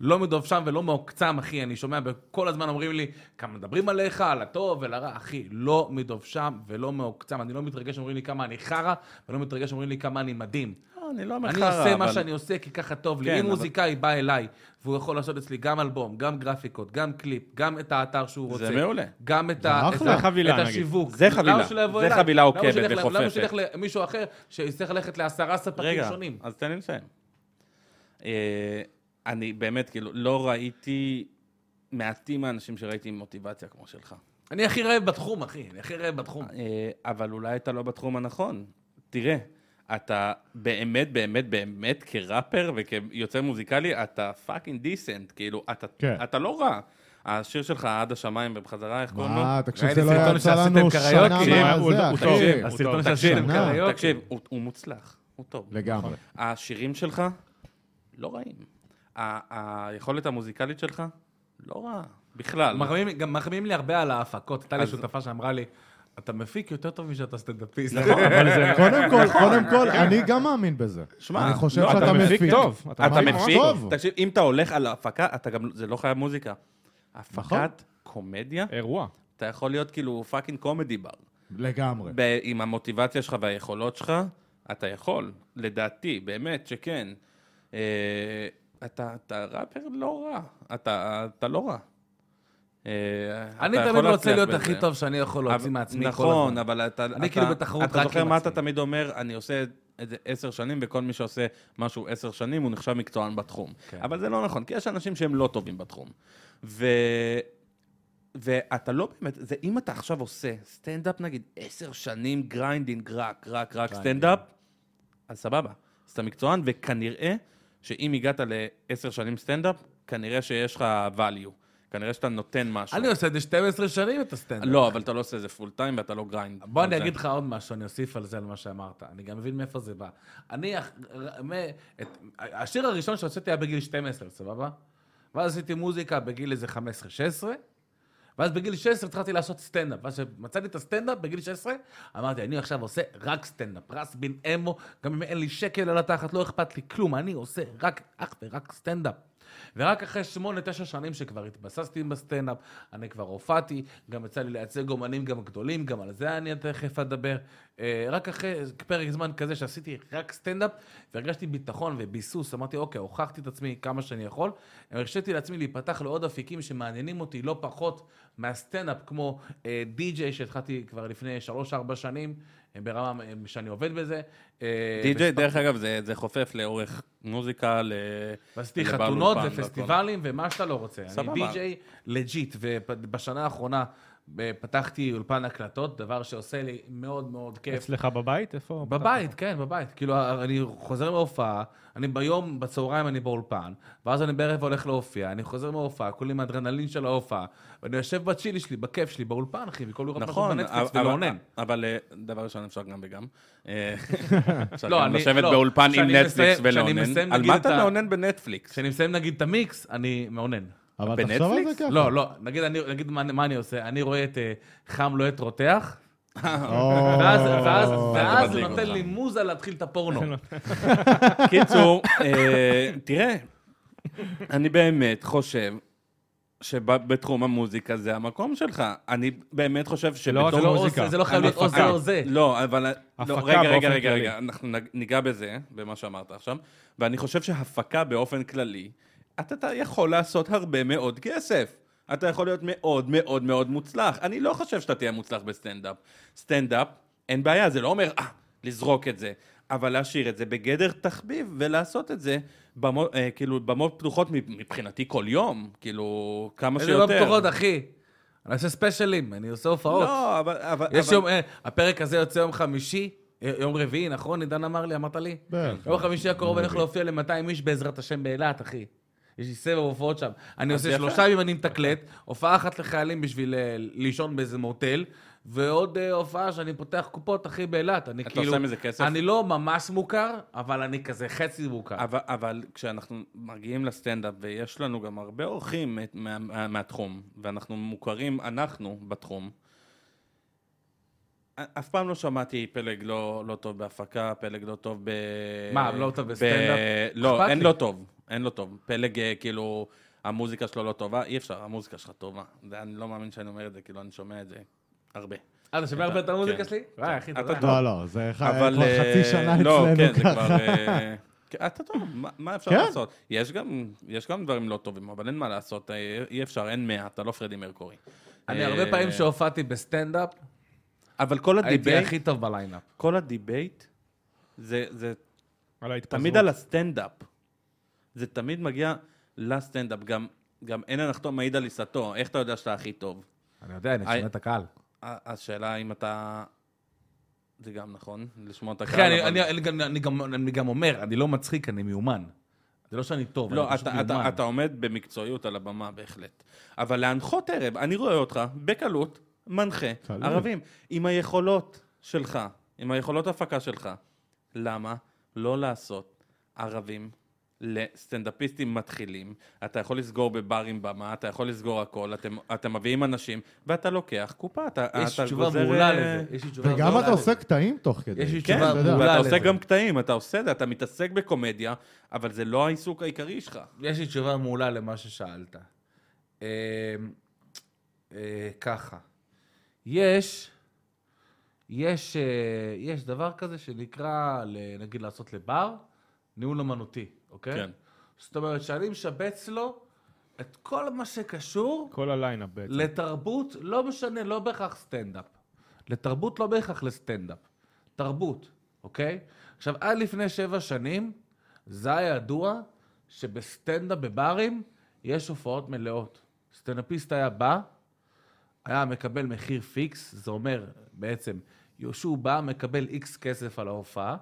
[SPEAKER 3] לא מדובשם ולא מעוקצם, אחי, אני שומע, כל הזמן אומרים לי, כמה מדברים עליך, על הטוב ולרע, אחי, לא מדובשם ולא מעוקצם. אני לא מתרגש שאומרים לי כמה אני חרא, ולא מתרגש שאומרים לי כמה אני מדהים.
[SPEAKER 4] לא, אני לא
[SPEAKER 3] אני
[SPEAKER 4] מחרא,
[SPEAKER 3] עושה מה
[SPEAKER 4] אבל-
[SPEAKER 3] שאני עושה כי ככה טוב לי.
[SPEAKER 4] כן,
[SPEAKER 3] אם
[SPEAKER 4] אבל-
[SPEAKER 3] מוזיקאי בא אליי, והוא יכול לעשות אצלי גם אלבום, גם גרפיקות, גם קליפ, גם את האתר שהוא
[SPEAKER 4] זה
[SPEAKER 3] רוצה.
[SPEAKER 4] מעולה.
[SPEAKER 3] גם את ה-
[SPEAKER 1] אחלה.
[SPEAKER 3] את ה-
[SPEAKER 2] זה חבילה,
[SPEAKER 3] את
[SPEAKER 2] נגיד.
[SPEAKER 3] השיווק.
[SPEAKER 4] זה חבילה.
[SPEAKER 3] למה שלא יבוא
[SPEAKER 4] זה
[SPEAKER 3] אליי?
[SPEAKER 4] חבילה
[SPEAKER 3] למה
[SPEAKER 4] עוקבת
[SPEAKER 3] שילך ל- למה
[SPEAKER 4] וחופפת.
[SPEAKER 3] שילך למישהו אחר שיצטרך ללכת לעשרה ספקים
[SPEAKER 4] רגע,
[SPEAKER 3] שונים?
[SPEAKER 4] אז תן לי לסיים. אה, אני באמת, כאילו, לא ראיתי... מעטים האנשים שראיתי עם מוטיבציה כמו שלך.
[SPEAKER 3] אני הכי רעב בתחום, אחי. אני הכי רעב בתחום.
[SPEAKER 4] אה, אבל אולי אתה לא בתחום הנכון. תראה, אתה באמת, באמת, באמת, כראפר וכיוצר מוזיקלי, אתה פאקינג דיסנט. כאילו, אתה-
[SPEAKER 1] כן.
[SPEAKER 4] אתה לא רע. השיר שלך, עד השמיים ובחזרה, איך קוראים לו?
[SPEAKER 1] מה, תקשיב,
[SPEAKER 3] ראיתי
[SPEAKER 1] זה לא
[SPEAKER 3] סרטון
[SPEAKER 1] יצא
[SPEAKER 3] שעשיתם
[SPEAKER 1] לנו שנה
[SPEAKER 3] קריוקי.
[SPEAKER 1] מה-
[SPEAKER 2] הוא-
[SPEAKER 1] זה,
[SPEAKER 2] הוא
[SPEAKER 1] אחי.
[SPEAKER 2] טוב.
[SPEAKER 4] אה, תקשיב,
[SPEAKER 2] הוא טוב.
[SPEAKER 3] הסרטון שעשיתם
[SPEAKER 1] שנה.
[SPEAKER 3] קריוקי.
[SPEAKER 4] תקשיב, הוא- הוא מוצלח, הוא טוב.
[SPEAKER 1] לגמרי.
[SPEAKER 4] השירים שלך, לא רעים. ה- היכולת המוזיקלית שלך, לא רעה. בכלל.
[SPEAKER 3] מחמיאים- גם מחמיאים לי הרבה על ההפקות. הייתה לי
[SPEAKER 4] אז-
[SPEAKER 3] שותפה שאמרה לי, אתה מפיק יותר טוב משאתה סטנדאפיסט.
[SPEAKER 4] נכון?
[SPEAKER 1] [laughs]
[SPEAKER 2] נכון?
[SPEAKER 1] קודם כל, קודם כל, אני גם מאמין בזה.
[SPEAKER 4] שמע,
[SPEAKER 1] אני חושב
[SPEAKER 4] לא,
[SPEAKER 1] שאתה
[SPEAKER 2] אתה מפיק
[SPEAKER 1] מפיק.
[SPEAKER 2] טוב.
[SPEAKER 4] אתה
[SPEAKER 1] ממש
[SPEAKER 4] מפיק,
[SPEAKER 1] טוב.
[SPEAKER 4] תקשיב, אם אתה הולך על ההפקה, אתה גם, זה לא חייב מוזיקה.
[SPEAKER 1] נכון.
[SPEAKER 4] הפקת קומדיה,
[SPEAKER 2] אירוע.
[SPEAKER 4] אתה יכול להיות כאילו פאקינג קומדי בר.
[SPEAKER 1] לגמרי.
[SPEAKER 4] ב- עם המוטיבציה שלך והיכולות שלך, אתה יכול, לדעתי, באמת שכן. אה, אתה, אתה ראפר לא רע, אתה, אתה לא רע. אה, אתה
[SPEAKER 3] [laughs] אני
[SPEAKER 4] יכול
[SPEAKER 3] תמיד רוצה
[SPEAKER 4] להצליח
[SPEAKER 3] להיות
[SPEAKER 4] בזה.
[SPEAKER 3] הכי טוב שאני יכול להוציא
[SPEAKER 4] אבל-
[SPEAKER 3] מעצמי כל הזמן.
[SPEAKER 4] נכון, אבל אתה...
[SPEAKER 3] אני
[SPEAKER 4] אתה-
[SPEAKER 3] כאילו בתחרות רק
[SPEAKER 4] אתה
[SPEAKER 3] עם
[SPEAKER 4] זוכר מה אתה
[SPEAKER 3] עצמי.
[SPEAKER 4] תמיד אומר, אני עושה את זה עשר שנים, וכל מי שעושה משהו עשר שנים, הוא נחשב מקצוען בתחום.
[SPEAKER 3] כן.
[SPEAKER 4] אבל זה לא נכון, כי יש אנשים שהם לא טובים בתחום. ו... ואתה לא באמת, זה אם אתה עכשיו עושה סטנדאפ נגיד עשר שנים גריינדינג, רק, רק, רק סטנדאפ, אז סבבה. אז אתה מקצוען, וכנראה שאם הגעת לעשר שנים סטנדאפ, כנראה שיש לך value. כנראה שאתה נותן משהו.
[SPEAKER 3] אני עושה את זה 12 שנים את הסטנדאפ.
[SPEAKER 4] לא, אבל אתה לא עושה את זה פול טיים ואתה לא גריינד.
[SPEAKER 3] בוא
[SPEAKER 4] על
[SPEAKER 3] אני
[SPEAKER 4] זה.
[SPEAKER 3] אגיד לך עוד משהו, אני אוסיף על זה, על מה שאמרת. אני גם מבין מאיפה זה בא. אני, אח- ר- מ- את- השיר הראשון שהוצאתי היה בגיל 12, סבבה? ואז עשיתי מוזיקה בגיל איזה 15-16, ואז בגיל 16 התחלתי לעשות סטנדאפ. ואז כשמצאתי את הסטנדאפ בגיל 16, אמרתי, אני עכשיו עושה רק סטנדאפ. רס בן אמו, גם אם אין לי שקל על התחת, לא אכפת לי כלום, אני עושה רק, אך ורק סטנדאפ. ורק אחרי שמונה, תשע שנים שכבר התבססתי בסטנדאפ, אני כבר הופעתי, גם יצא לי לייצג אומנים גם גדולים, גם על זה אני תכף אדבר. אה, רק אחרי פרק זמן כזה שעשיתי רק סטנדאפ, והרגשתי ביטחון וביסוס, אמרתי, אוקיי, הוכחתי את עצמי כמה שאני יכול, הרשיתי לעצמי להיפתח לעוד אפיקים שמעניינים אותי לא פחות מהסטנדאפ, כמו אה, די-ג'יי שהתחלתי כבר לפני שלוש-ארבע שנים, אה, ברמה אה, שאני עובד בזה. אה,
[SPEAKER 4] די.ג'יי, דרך אגב, זה, זה חופף לאורך מוזיקה, ל...
[SPEAKER 3] ועשיתי
[SPEAKER 4] לבעל
[SPEAKER 3] חתונות
[SPEAKER 4] אולפן,
[SPEAKER 3] ופסטיבלים ומה שאתה לא רוצה.
[SPEAKER 4] סבבה.
[SPEAKER 3] אני די-ג'יי לג'יט, ובשנה האחרונה אה, פתחתי אולפן הקלטות, דבר שעושה לי מאוד מאוד כיף.
[SPEAKER 2] אצלך בבית? איפה?
[SPEAKER 4] אוקיי.
[SPEAKER 3] בבית, כן, בבית. כאילו, אני חוזר מההופעה, אני ביום, בצהריים אני באולפן, ואז אני בערב הולך להופיע, אני חוזר מההופעה, כולי עם האדרנלין של ההופעה, ואני יושב בצ'ילי שלי, בכיף שלי, באולפן, אחי, במקום לראות משהו
[SPEAKER 4] נכון,
[SPEAKER 3] בנטפליקס
[SPEAKER 4] אבל-
[SPEAKER 3] ולאונן.
[SPEAKER 4] אבל אה, דבר ראשון אפשר גם וגם. אה,
[SPEAKER 3] [laughs]
[SPEAKER 4] אפשר
[SPEAKER 3] לא,
[SPEAKER 4] גם
[SPEAKER 3] אני-
[SPEAKER 4] לשבת
[SPEAKER 3] לא,
[SPEAKER 4] באולפן עם
[SPEAKER 3] כשאני
[SPEAKER 4] נטפליקס
[SPEAKER 3] מסיים- כשאני
[SPEAKER 4] ולאונן.
[SPEAKER 3] מסיים,
[SPEAKER 4] על
[SPEAKER 3] נגיד,
[SPEAKER 4] מה
[SPEAKER 3] את
[SPEAKER 4] אתה
[SPEAKER 3] ה-
[SPEAKER 4] מאונן בנטפליקס? [laughs]
[SPEAKER 3] כשאני מסיים נגיד את המיקס, אני מאונן.
[SPEAKER 1] אבל תחשוב על זה
[SPEAKER 4] בנטפליקס?
[SPEAKER 1] ככה.
[SPEAKER 3] לא, לא, נגיד אני- נגיד מה מה אני עושה, אני רואה את אה, חם לוהט רותח,
[SPEAKER 1] או. לא,
[SPEAKER 3] ואז, ואז, ואז לא.
[SPEAKER 4] מדליק
[SPEAKER 3] הוא נותן
[SPEAKER 4] אותך.
[SPEAKER 3] לי מוזה להתחיל את הפורנו.
[SPEAKER 4] קיצור, אה, תראה, אני באמת חושב שבתחום המוזיקה זה המקום שלך. אני באמת חושב
[SPEAKER 2] לא רק
[SPEAKER 4] שבתור...
[SPEAKER 3] זה לא
[SPEAKER 2] מוזיקה.
[SPEAKER 3] אוס- זה לא חייב להיות או זה או זה.
[SPEAKER 4] לא, אבל... לא,
[SPEAKER 2] הפקה
[SPEAKER 4] רגע, רגע,
[SPEAKER 2] באופן
[SPEAKER 4] רגע,
[SPEAKER 2] כללי.
[SPEAKER 4] רגע, אנחנו נג- ניגע בזה, במה שאמרת עכשיו, ואני חושב שהפקה באופן כללי, אתה אתה יכול לעשות הרבה מאוד כסף. אתה יכול להיות מאוד מאוד מאוד מוצלח. אני לא חושב שאתה תהיה מוצלח בסטנדאפ. סטנדאפ, אין בעיה, זה לא אומר, אה, לזרוק את זה, אבל להשאיר את זה בגדר תחביב ולעשות את זה. במו, אה, כאילו, במות פתוחות מבחינתי כל יום, כאילו, כמה
[SPEAKER 3] איזה
[SPEAKER 4] שיותר.
[SPEAKER 3] לא פתוחות, אחי. אני עושה ספיישלים, אני עושה הופעות.
[SPEAKER 4] לא, אבל... אבל
[SPEAKER 3] יש
[SPEAKER 4] אבל...
[SPEAKER 3] יום, אה, הפרק הזה יוצא יום חמישי, אה, יום רביעי, נכון? עידן אמר לי, אמרת לי?
[SPEAKER 1] בערך.
[SPEAKER 3] יום חמישי הקרוב אני הולך להופיע ל-200 איש בעזרת השם באילת, אחי. יש לי סבב הופעות שם. אני
[SPEAKER 4] אז
[SPEAKER 3] עושה
[SPEAKER 4] יפה.
[SPEAKER 3] שלושה ימים אני מתקלט, הופעה אחת לחיילים בשביל אה, לישון באיזה מוטל, ועוד אה, הופעה שאני פותח קופות, אחי, באילת. אני
[SPEAKER 4] אתה
[SPEAKER 3] כאילו...
[SPEAKER 4] עושה מזה כסף?
[SPEAKER 3] אני לא ממש מוכר, אבל אני כזה חצי מוכר.
[SPEAKER 4] אבל, אבל כשאנחנו מגיעים לסטנדאפ, ויש לנו גם הרבה אורחים את- מה, מה, מהתחום, ואנחנו מוכרים, אנחנו, בתחום, א- אף פעם לא שמעתי פלג לא, לא טוב בהפקה, פלג לא טוב ב...
[SPEAKER 3] מה, לא טוב
[SPEAKER 4] ב-
[SPEAKER 3] בסטנדאפ?
[SPEAKER 4] לא,
[SPEAKER 3] אכפת
[SPEAKER 4] אין
[SPEAKER 3] לי.
[SPEAKER 4] לא טוב, אין לא טוב. פלג, אה, כאילו, המוזיקה שלו לא טובה, אי אפשר, המוזיקה שלך טובה. זה, אני לא מאמין שאני אומר את זה, כאילו, אני שומע את זה הרבה.
[SPEAKER 3] אה, אתה שומע הרבה את
[SPEAKER 4] כן.
[SPEAKER 3] המוזיקה שלי? וואי, אחי,
[SPEAKER 4] אתה
[SPEAKER 3] תודה.
[SPEAKER 4] טוב.
[SPEAKER 1] לא, לא, זה ח- כבר
[SPEAKER 4] אבל... אה,
[SPEAKER 1] חצי שנה
[SPEAKER 4] לא, כן, זה
[SPEAKER 1] אצלנו
[SPEAKER 4] כבר...
[SPEAKER 1] ככה.
[SPEAKER 4] אה, כן, אתה טוב, מה- מה אפשר
[SPEAKER 1] כן.
[SPEAKER 4] לעשות? יש גם, יש גם דברים לא טובים, אבל אין מה לעשות, אה, אי אפשר, אין מאה, אתה לא פרדי מרקורי.
[SPEAKER 3] אני
[SPEAKER 4] אה,
[SPEAKER 3] הרבה פעמים שהופעתי בסטנדאפ,
[SPEAKER 4] אבל כל
[SPEAKER 3] הייתי
[SPEAKER 4] הדיבייט,
[SPEAKER 3] הכי טוב בליינאפ.
[SPEAKER 4] כל הדיבייט, זה, זה
[SPEAKER 2] על ההתפזרות.
[SPEAKER 4] תמיד על הסטנדאפ. זה תמיד מגיע לסטנדאפ, גם, גם אין הנחתום מעיד על עיסתו, איך אתה יודע שאתה הכי טוב?
[SPEAKER 3] אני יודע, אני שומע
[SPEAKER 4] היי.
[SPEAKER 3] את הקהל.
[SPEAKER 4] ה- השאלה אם אתה... זה גם נכון, לשמוע את הקהל.
[SPEAKER 3] אחי, אני-
[SPEAKER 4] אבל-
[SPEAKER 3] אני- אני גם- אני גם- אני גם אומר, אני לא מצחיק, אני מיומן. זה לא שאני טוב,
[SPEAKER 4] לא,
[SPEAKER 3] אני פשוט
[SPEAKER 4] אתה, אתה,
[SPEAKER 3] מיומן.
[SPEAKER 4] אתה עומד במקצועיות על הבמה בהחלט. אבל להנחות ערב, אני רואה אותך בקלות, מנחה,
[SPEAKER 1] קלות.
[SPEAKER 4] ערבים, עם היכולות שלך, עם היכולות ההפקה שלך. למה לא לעשות ערבים לסטנדאפיסטים מתחילים? אתה יכול לסגור בברים במה, אתה יכול לסגור הכל, אתם, אתם מביאים אנשים, ואתה לוקח קופה, אתה,
[SPEAKER 3] יש
[SPEAKER 4] אתה
[SPEAKER 3] לי תשובה
[SPEAKER 4] גוזר,
[SPEAKER 3] מעולה
[SPEAKER 4] אה,
[SPEAKER 3] לזה. יש לי תשובה
[SPEAKER 1] וגם
[SPEAKER 3] מעולה
[SPEAKER 1] אתה
[SPEAKER 3] לזה.
[SPEAKER 1] עושה קטעים תוך כדי.
[SPEAKER 3] לא, יש לי
[SPEAKER 4] כן,
[SPEAKER 3] תשובה
[SPEAKER 1] אתה יודע.
[SPEAKER 3] מעולה
[SPEAKER 4] ואתה עושה
[SPEAKER 3] לזה.
[SPEAKER 4] גם קטעים, אתה עושה זה, אתה מתעסק בקומדיה, אבל זה לא העיסוק העיקרי שלך.
[SPEAKER 3] יש לי תשובה מעולה למה ששאלת. אה, אה, ככה, יש, יש, אה, יש דבר כזה שנקרא, ל- נגיד לעשות לבר, ניהול אמנותי, אוקיי?
[SPEAKER 4] כן.
[SPEAKER 3] זאת אומרת שאני משבץ לו את כל מה שקשור
[SPEAKER 2] כל הליינאפ בעצם.
[SPEAKER 3] לתרבות, לא משנה, לא בהכרח סטנדאפ. לתרבות, לא בהכרח לסטנדאפ. תרבות, אוקיי? עכשיו, עד לפני שבע שנים, זה היה ידוע שבסטנדאפ בברים יש הופעות מלאות. סטנדאפיסט היה בא, היה מקבל מחיר פיקס, זה אומר בעצם, שהוא בא, מקבל איקס כסף על ההופעה,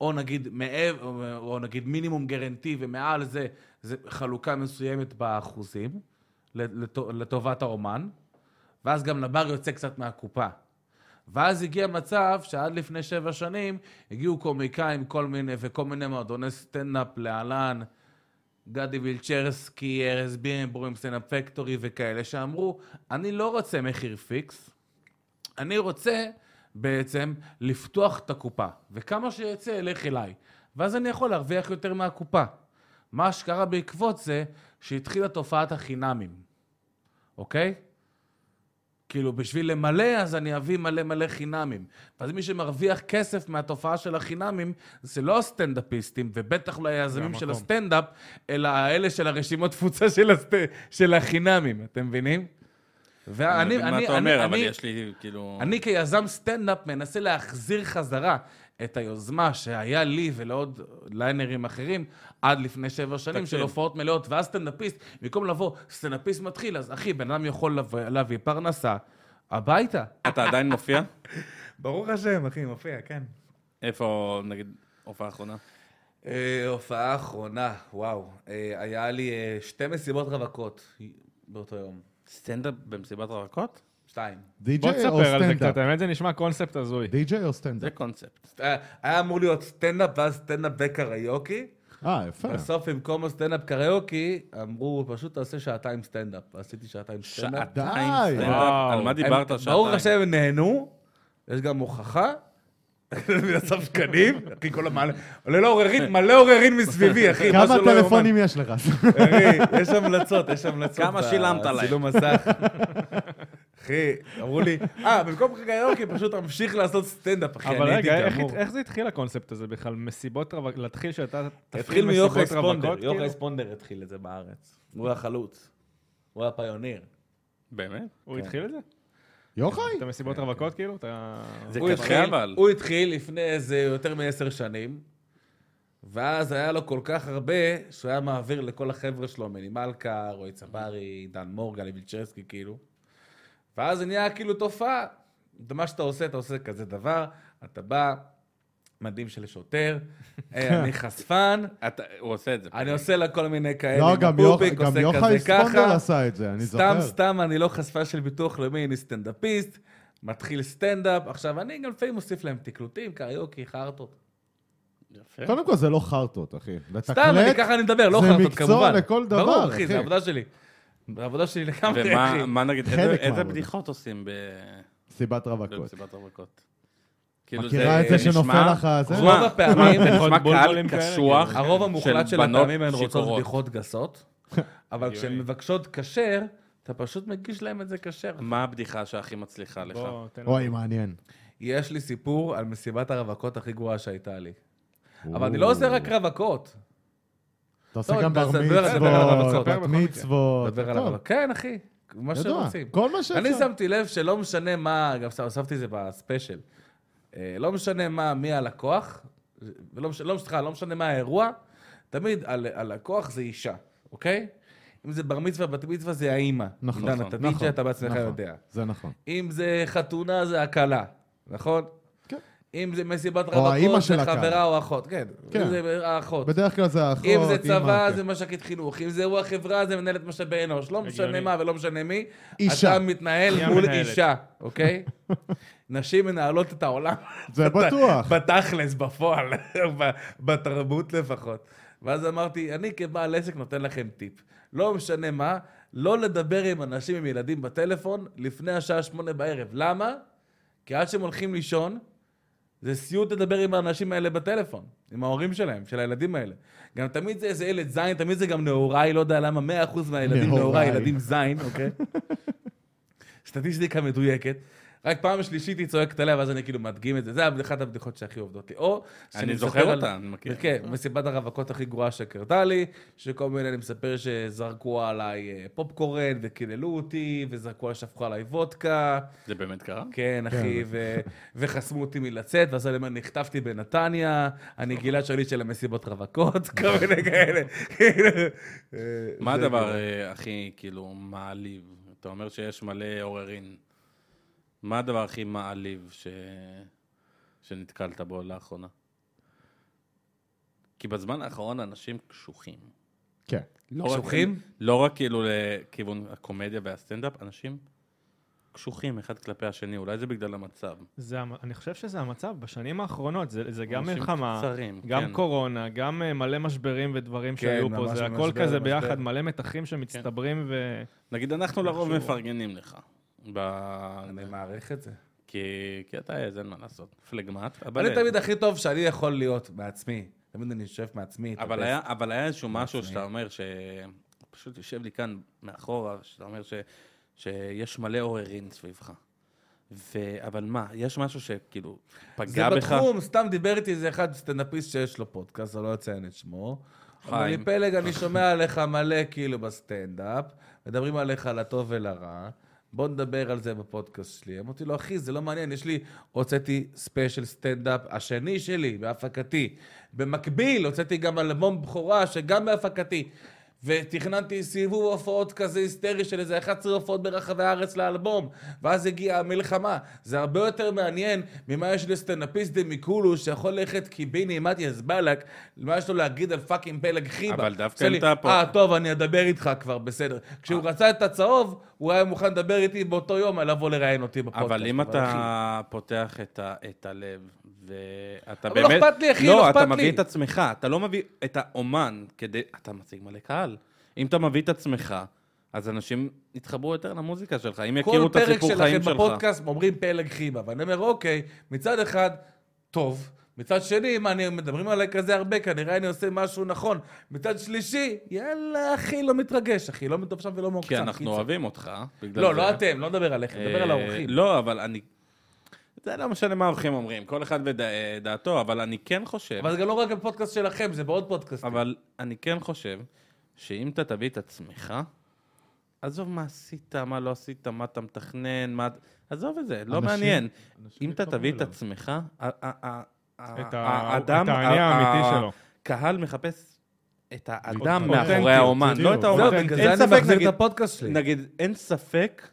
[SPEAKER 3] או נגיד מעבר, או- או נגיד מינימום גרנטי ומעל זה, זה חלוקה מסוימת באחוזים לט- לטובת האומן, ואז גם לבר יוצא קצת מהקופה. ואז הגיע מצב שעד לפני שבע שנים הגיעו קומיקאים כל מיני, וכל מיני מועדוני סטנדאפ להלן, גדי וילצ'רסקי, ארז בירנבוים, סטנדאפ פקטורי וכאלה, שאמרו, אני לא רוצה מחיר פיקס, אני רוצה בעצם לפתוח את הקופה, וכמה שיוצא ילך אליי, ואז אני יכול להרוויח יותר מהקופה. מה שקרה בעקבות זה, שהתחילה תופעת החינמים, אוקיי? כאילו, בשביל למלא, אז אני אביא מלא מלא חינמים. ואז מי שמרוויח כסף מהתופעה של החינמים, זה לא הסטנדאפיסטים, ובטח לא היזמים
[SPEAKER 2] המקום.
[SPEAKER 3] של הסטנדאפ, אלא האלה של הרשימות תפוצה של, הסט... של החינמים, אתם מבינים?
[SPEAKER 4] אני
[SPEAKER 3] ואני,
[SPEAKER 4] מבין מה
[SPEAKER 3] אה, אני,
[SPEAKER 4] אתה
[SPEAKER 3] אני,
[SPEAKER 4] אומר, אבל
[SPEAKER 3] אני,
[SPEAKER 4] יש לי כאילו...
[SPEAKER 2] נכון.
[SPEAKER 3] אני כיזם סטנדאפ מנסה להחזיר חזרה את היוזמה שהיה לי ולעוד ליינרים אחרים עד לפני שבע שנים
[SPEAKER 4] תקשיב.
[SPEAKER 3] של הופעות מלאות, ואז סטנדאפיסט, במקום לבוא סטנדאפיסט מתחיל, אז אחי, בן אדם יכול לבוא- להביא פרנסה הביתה.
[SPEAKER 4] אתה עדיין מופיע?
[SPEAKER 2] ברוך השם, אחי, מופיע, כן.
[SPEAKER 4] איפה, נגיד, הופעה אחרונה?
[SPEAKER 3] אה, הופעה אחרונה, וואו. אה, היה לי אה, שתי מסיבות רווקות באותו יום.
[SPEAKER 4] סטנדאפ במסיבת רווקות?
[SPEAKER 3] שתיים.
[SPEAKER 2] בוא
[SPEAKER 1] די.ג'יי או
[SPEAKER 2] תספר על זה קצת,
[SPEAKER 1] סטנדאפ?
[SPEAKER 2] האמת זה נשמע קונספט הזוי.
[SPEAKER 1] די.ג'יי או
[SPEAKER 4] זה
[SPEAKER 1] סטנדאפ?
[SPEAKER 4] קונספט.
[SPEAKER 3] היה אה, היה אמור להיות סטנדאפ ואז סטנדאפ וקריוקי.
[SPEAKER 1] אה, יפה.
[SPEAKER 3] בסוף במקום הסטנדאפ קריוקי, אמרו, פשוט תעשה שעתיים סטנדאפ. עשיתי שעתיים סטנדאפ.
[SPEAKER 4] שעתיים
[SPEAKER 1] די.
[SPEAKER 4] סטנדאפ?
[SPEAKER 2] וואו.
[SPEAKER 4] על מה
[SPEAKER 3] הם-
[SPEAKER 4] דיברת שעתיים?
[SPEAKER 3] ברוך השם, הם נהנו, יש גם הוכחה. [laughs] אסף שקנים, אחי, כל המעלה, ללא עוררין, מלא עוררין מסביבי, אחי,
[SPEAKER 1] כמה
[SPEAKER 3] משהו לא יאומן.
[SPEAKER 1] טלפונים יש לך?
[SPEAKER 3] אחי, יש המלצות, יש המלצות.
[SPEAKER 4] כמה שילמת להם?
[SPEAKER 3] בצילום מסך. אחי, אמרו לי, אה, במקום קריוקי פשוט תמשיך לעשות סטנדאפ, אחי,
[SPEAKER 2] אבל
[SPEAKER 3] אני כן, הייתי
[SPEAKER 2] רגע, איך-
[SPEAKER 3] גמור.
[SPEAKER 2] איך זה התחיל הקונספט הזה בכלל? מסיבות רווקות, להתחיל שאתה
[SPEAKER 3] התחיל
[SPEAKER 2] תתחיל
[SPEAKER 3] מיוחאי
[SPEAKER 2] מסיבות
[SPEAKER 3] ספונדר,
[SPEAKER 2] רווקות?
[SPEAKER 3] יוחאי
[SPEAKER 2] כאילו?
[SPEAKER 3] ספונדר התחיל את זה בארץ. הוא היה חלוץ. הוא היה פיוניר.
[SPEAKER 4] באמת? כן.
[SPEAKER 2] הוא התחיל את זה?
[SPEAKER 1] יוחאי?
[SPEAKER 2] את המסיבות רווקות כאילו? אתה...
[SPEAKER 4] זה
[SPEAKER 3] הוא
[SPEAKER 4] קשה
[SPEAKER 3] התחיל,
[SPEAKER 4] אבל.
[SPEAKER 3] הוא התחיל לפני איזה יותר מעשר שנים, ואז היה לו כל כך הרבה, שהוא היה מעביר לכל החבר'ה שלו, מני מלכה, רועי צברי, דן מורגן, וילצ'רסקי, כאילו. ואז זה נהיה כאילו תופעה. מה שאתה עושה, אתה עושה כזה דבר, אתה בא, מדים של
[SPEAKER 1] [laughs]
[SPEAKER 3] שוטר, אה, אני חשפן,
[SPEAKER 4] אתה- הוא עושה את זה.
[SPEAKER 3] אני עושה לה כל מיני כאלה,
[SPEAKER 1] לא,
[SPEAKER 3] עם
[SPEAKER 1] גם
[SPEAKER 3] הפופיק,
[SPEAKER 1] יוחאי- גם
[SPEAKER 3] אה, עושה
[SPEAKER 1] יוחאי
[SPEAKER 3] כזה
[SPEAKER 1] ספונדר
[SPEAKER 3] ככה.
[SPEAKER 1] עשה את זה, אני
[SPEAKER 3] סתם,
[SPEAKER 1] זוכר.
[SPEAKER 3] סתם, אני לא חשפה של ביטוח לאומי, אני סטנדאפיסט, מתחיל סטנדאפ. עכשיו, אני גם לפעמים מוסיף להם תקלוטים, קריוקי, חרטות.
[SPEAKER 4] יפה.
[SPEAKER 1] קודם כל זה לא חרטות, אחי.
[SPEAKER 3] סתם, אני
[SPEAKER 1] לתקלט,
[SPEAKER 3] ככה אני מדבר, לא
[SPEAKER 1] זה
[SPEAKER 3] חרטות,
[SPEAKER 1] מקצוע
[SPEAKER 3] כמובן.
[SPEAKER 1] לכל דבר,
[SPEAKER 3] ברור, אחי,
[SPEAKER 1] אחי.
[SPEAKER 3] זה העבודה שלי. זה העבודה שלי לגמרי, אחי.
[SPEAKER 4] ומה, מה נגיד,
[SPEAKER 1] חלק
[SPEAKER 4] איזה- איזה
[SPEAKER 1] מהעבודה.
[SPEAKER 4] בדיחות עושים ב-
[SPEAKER 1] סיבת רווקות.
[SPEAKER 4] במסיבת רווקות? כאילו
[SPEAKER 1] מכירה את זה
[SPEAKER 4] נשמע-
[SPEAKER 1] שנופל לך זה?
[SPEAKER 4] שמע,
[SPEAKER 3] רוב הפעמים-
[SPEAKER 4] זה נשמע
[SPEAKER 2] בולבולים
[SPEAKER 4] קהל
[SPEAKER 2] כאלה,
[SPEAKER 4] קשוח
[SPEAKER 3] הרוב המוחלט של
[SPEAKER 4] בנות
[SPEAKER 3] הפעמים הן רוצות
[SPEAKER 4] שיכורות.
[SPEAKER 3] בדיחות
[SPEAKER 1] [laughs]
[SPEAKER 3] גסות, אבל כשהן מבקשות כשר, אתה פשוט מגיש להם את זה כשר.
[SPEAKER 4] כאילו. מה הבדיחה שהכי מצליחה לך?
[SPEAKER 2] בוא,
[SPEAKER 3] כן,
[SPEAKER 2] תן לו.
[SPEAKER 1] אוי, מעניין.
[SPEAKER 3] יש לי סיפור על מסיבת הרווקות הכי גרועה שהייתה לי. אבל אני לא עושה רק רווקות.
[SPEAKER 1] אתה עושה
[SPEAKER 3] לא,
[SPEAKER 1] גם
[SPEAKER 3] אתה
[SPEAKER 1] בר
[SPEAKER 3] מדבר- אתה מדבר על המצות,
[SPEAKER 1] מצוות, בת
[SPEAKER 3] בכל
[SPEAKER 1] מצוות,
[SPEAKER 3] דבר על
[SPEAKER 1] הכל.
[SPEAKER 3] הרווקות. כן, אחי, מה
[SPEAKER 1] ידוע,
[SPEAKER 3] שרוצים.
[SPEAKER 1] כל מה
[SPEAKER 3] אני
[SPEAKER 1] שאפשר.
[SPEAKER 3] שמתי לב שלא משנה מה, גם ש- הוספתי את זה בספיישל. אה, לא משנה מה, מי הלקוח, ולא משנה, לא, סליחה, לא משנה מה האירוע, תמיד על- הלקוח זה אישה, אוקיי? אם זה בר מצווה, בת מצווה זה האימא.
[SPEAKER 1] נכון,
[SPEAKER 3] עידן, אתה
[SPEAKER 1] נכון,
[SPEAKER 3] דיג'י, אתה בעצמך
[SPEAKER 1] נכון,
[SPEAKER 3] יודע.
[SPEAKER 1] זה נכון.
[SPEAKER 3] אם זה חתונה, זה הכלה, נכון?
[SPEAKER 1] כן.
[SPEAKER 3] אם זה מסיבת
[SPEAKER 1] האימא
[SPEAKER 3] רווקות,
[SPEAKER 1] של
[SPEAKER 3] זה
[SPEAKER 1] הכלה.
[SPEAKER 3] חברה או אחות, כן.
[SPEAKER 1] כן.
[SPEAKER 3] אם זה האחות.
[SPEAKER 1] בדרך כלל זה האחות,
[SPEAKER 3] אם זה
[SPEAKER 1] אימא,
[SPEAKER 3] צבא,
[SPEAKER 1] אוקיי.
[SPEAKER 3] זה מש"קית חינוך, אם זה אירוע חברה, זה מנהלת משאבי אנוש. לא משנה
[SPEAKER 2] הגיוני.
[SPEAKER 3] מה ולא משנה מי.
[SPEAKER 1] אישה.
[SPEAKER 3] אתה מתנהל
[SPEAKER 2] היא
[SPEAKER 3] מול
[SPEAKER 2] המנהלת.
[SPEAKER 3] אישה, אוקיי? [laughs] נשים מנהלות את העולם. [laughs]
[SPEAKER 1] זה בטוח.
[SPEAKER 3] בתכלס, בפועל, [laughs] ב- בתרבות לפחות. ואז אמרתי, אני כבעל עסק נותן לכם טיפ. לא משנה מה, לא לדבר עם אנשים, עם ילדים בטלפון לפני השעה שמונה בערב. למה? כי עד שהם הולכים לישון, זה סיוט לדבר עם האנשים האלה בטלפון, עם ההורים שלהם, של הילדים האלה. גם תמיד זה איזה ילד זין, תמיד זה גם נעוריי, לא יודע למה, 100% מהילדים
[SPEAKER 1] נעוריי.
[SPEAKER 3] נעוריי, ילדים זין, אוקיי? [laughs] סטטיסטיקה מדויקת. רק פעם שלישית היא צועקת עליה, ואז אני כאילו מדגים את זה. זה אחת הבדיחות שהכי עובדות לי. או שאני
[SPEAKER 4] אני
[SPEAKER 3] מספר
[SPEAKER 4] זוכר
[SPEAKER 3] על-
[SPEAKER 4] אותה, אני מכיר.
[SPEAKER 3] כן, מסיבת הרווקות הכי גרועה שקרתה לי, שכל מיני, אני מספר שזרקו עליי אה, פופקורן, וקיללו אותי, וזרקו, שפכו עליי וודקה.
[SPEAKER 4] זה באמת קרה?
[SPEAKER 3] כן, אחי, ו- וחסמו אותי מלצאת, ואז אני אומר, נחטפתי בנתניה, אני גלעד שליט של המסיבות רווקות, [laughs] כל מיני כאלה. כאילו, אה,
[SPEAKER 4] מה
[SPEAKER 3] זה
[SPEAKER 4] הדבר
[SPEAKER 3] כאילו.
[SPEAKER 4] אה, הכי, כאילו, מעליב? אתה אומר שיש מלא עוררין. מה הדבר הכי מעליב ש... שנתקלת בו לאחרונה? כי בזמן האחרון אנשים קשוחים.
[SPEAKER 1] כן.
[SPEAKER 4] לא רק-
[SPEAKER 3] קשוחים?
[SPEAKER 4] לא רק כאילו לכיוון הקומדיה והסטנדאפ, אנשים קשוחים אחד כלפי השני, אולי זה בגלל המצב.
[SPEAKER 2] זה, המ- אני חושב שזה המצב בשנים האחרונות, זה, זה גם
[SPEAKER 4] אנשים
[SPEAKER 2] מלחמה,
[SPEAKER 4] קצרים,
[SPEAKER 2] גם
[SPEAKER 4] כן.
[SPEAKER 2] קורונה, גם אה, מלא משברים ודברים
[SPEAKER 3] כן,
[SPEAKER 2] שהיו פה,
[SPEAKER 3] ממש
[SPEAKER 2] זה
[SPEAKER 3] ממש
[SPEAKER 2] הכל
[SPEAKER 3] משבר,
[SPEAKER 2] כזה
[SPEAKER 3] משבר.
[SPEAKER 2] ביחד, מלא מתחים שמצטברים ו...
[SPEAKER 4] נגיד, אנחנו לרוב
[SPEAKER 2] איכשהו.
[SPEAKER 4] מפרגנים לך. ב...
[SPEAKER 3] אני מעריך את זה.
[SPEAKER 4] כי, כי אתה עז, אין מה לעשות. פלגמט, אבל... אה,
[SPEAKER 3] אני
[SPEAKER 4] עז.
[SPEAKER 3] תמיד הכי טוב שאני יכול להיות מעצמי. תמיד אני יושב מעצמי. את
[SPEAKER 4] אבל
[SPEAKER 3] הבסט.
[SPEAKER 4] היה, אבל היה איזשהו משהו
[SPEAKER 3] עצמי.
[SPEAKER 4] שאתה אומר, ש... פשוט יושב לי כאן מאחורה, שאתה אומר ש... שיש מלא עוררין סביבך. ו... אבל מה, יש משהו שכאילו
[SPEAKER 3] זה
[SPEAKER 4] פגע בך?
[SPEAKER 3] בתחום, סתם דיבר איתי איזה אחד סטנדאפיסט שיש לו פודקאסט, אני לא אציין את שמו. אמר לי,
[SPEAKER 4] חיים.
[SPEAKER 3] פלג, אני שומע עליך מלא כאילו בסטנדאפ, מדברים עליך לטוב ולרע, בוא נדבר על זה בפודקאסט שלי. אמרתי לו, אחי, זה לא מעניין, יש לי, הוצאתי ספיישל סטנדאפ השני שלי, בהפקתי. במקביל, הוצאתי גם אלבום בכורה, שגם בהפקתי. ותכננתי סיבוב הופעות כזה היסטרי של איזה 11 הופעות ברחבי הארץ לאלבום. ואז הגיעה המלחמה. זה הרבה יותר מעניין ממה יש לסטנדאפיסטים מכולו שיכול ללכת קיביני מתיאס בלק, מה יש לו להגיד על פאקינג פלג חיבה.
[SPEAKER 4] אבל דווקא
[SPEAKER 3] עושה לי,
[SPEAKER 4] אתה פה. אה.
[SPEAKER 3] אה, טוב, אני אדבר איתך כבר, בסדר. כשהוא רצה את הצהוב, הוא היה מוכן לדבר איתי באותו יום על לבוא לראיין אותי בפודקאסט.
[SPEAKER 4] אבל אם
[SPEAKER 3] אחי,
[SPEAKER 4] אתה פותח את, ה, את הלב, ואתה
[SPEAKER 3] אבל
[SPEAKER 4] באמת...
[SPEAKER 3] לא אכפת לי, אחי, לא
[SPEAKER 4] לא, אתה
[SPEAKER 3] אכפת לי.
[SPEAKER 4] מביא את עצמך, אתה לא מביא את האומן כדי... אתה מציג מלא קהל. אם אתה מביא את עצמך, אז אנשים יתחברו יותר למוזיקה שלך, אם יכירו
[SPEAKER 3] כל
[SPEAKER 4] את
[SPEAKER 3] פרק
[SPEAKER 4] הסיפור חיים
[SPEAKER 3] שלכם
[SPEAKER 4] שלך.
[SPEAKER 3] בפודקאסט אומרים פלג חיבה, ואני אומר, אוקיי, מצד אחד, טוב. מצד שני, מה, אני, מדברים עליי כזה הרבה, כנראה אני עושה משהו נכון. מצד שלישי, יאללה, אחי, לא מתרגש, אחי, לא מטופשם ולא מוקצן.
[SPEAKER 4] כי אנחנו
[SPEAKER 3] קיצר.
[SPEAKER 4] אוהבים אותך. בגלל
[SPEAKER 3] לא,
[SPEAKER 4] זה.
[SPEAKER 3] לא אתם, לא נדבר עליכם, נדבר על
[SPEAKER 4] אה,
[SPEAKER 3] האורחים.
[SPEAKER 4] לא, אבל אני... זה לא משנה מה האורחים אומרים, כל אחד ודעתו, אבל אני כן חושב,
[SPEAKER 3] אבל זה גם לא רק הפודקאסט שלכם, זה בעוד פודקאסטים.
[SPEAKER 4] אבל אני כן חושב שאם אתה תביא את עצמך, עזוב מה עשית, מה לא עשית, מה אתה מתכנן, מה... עזוב את זה, לא
[SPEAKER 1] אנשים-
[SPEAKER 4] מעניין.
[SPEAKER 1] אנשים
[SPEAKER 4] אם אתה
[SPEAKER 1] יתחברו
[SPEAKER 4] תביא את
[SPEAKER 1] אליו.
[SPEAKER 4] עצמך, ה- ה- ה- כן. ה-
[SPEAKER 2] את ה-
[SPEAKER 4] האדם...
[SPEAKER 2] את האני
[SPEAKER 4] ה-
[SPEAKER 2] האמיתי
[SPEAKER 4] ה-
[SPEAKER 2] שלו.
[SPEAKER 4] הקהל מחפש את האדם
[SPEAKER 1] אותנטיות,
[SPEAKER 4] מאחורי האומן,
[SPEAKER 1] בדיוק.
[SPEAKER 4] לא את
[SPEAKER 3] זהו,
[SPEAKER 4] האומן.
[SPEAKER 3] בגלל
[SPEAKER 4] אין
[SPEAKER 3] זה אני
[SPEAKER 4] ספק,
[SPEAKER 3] מחזיר
[SPEAKER 4] נגיד-
[SPEAKER 3] את הפודקאסט שלי.
[SPEAKER 4] נגיד, אין ספק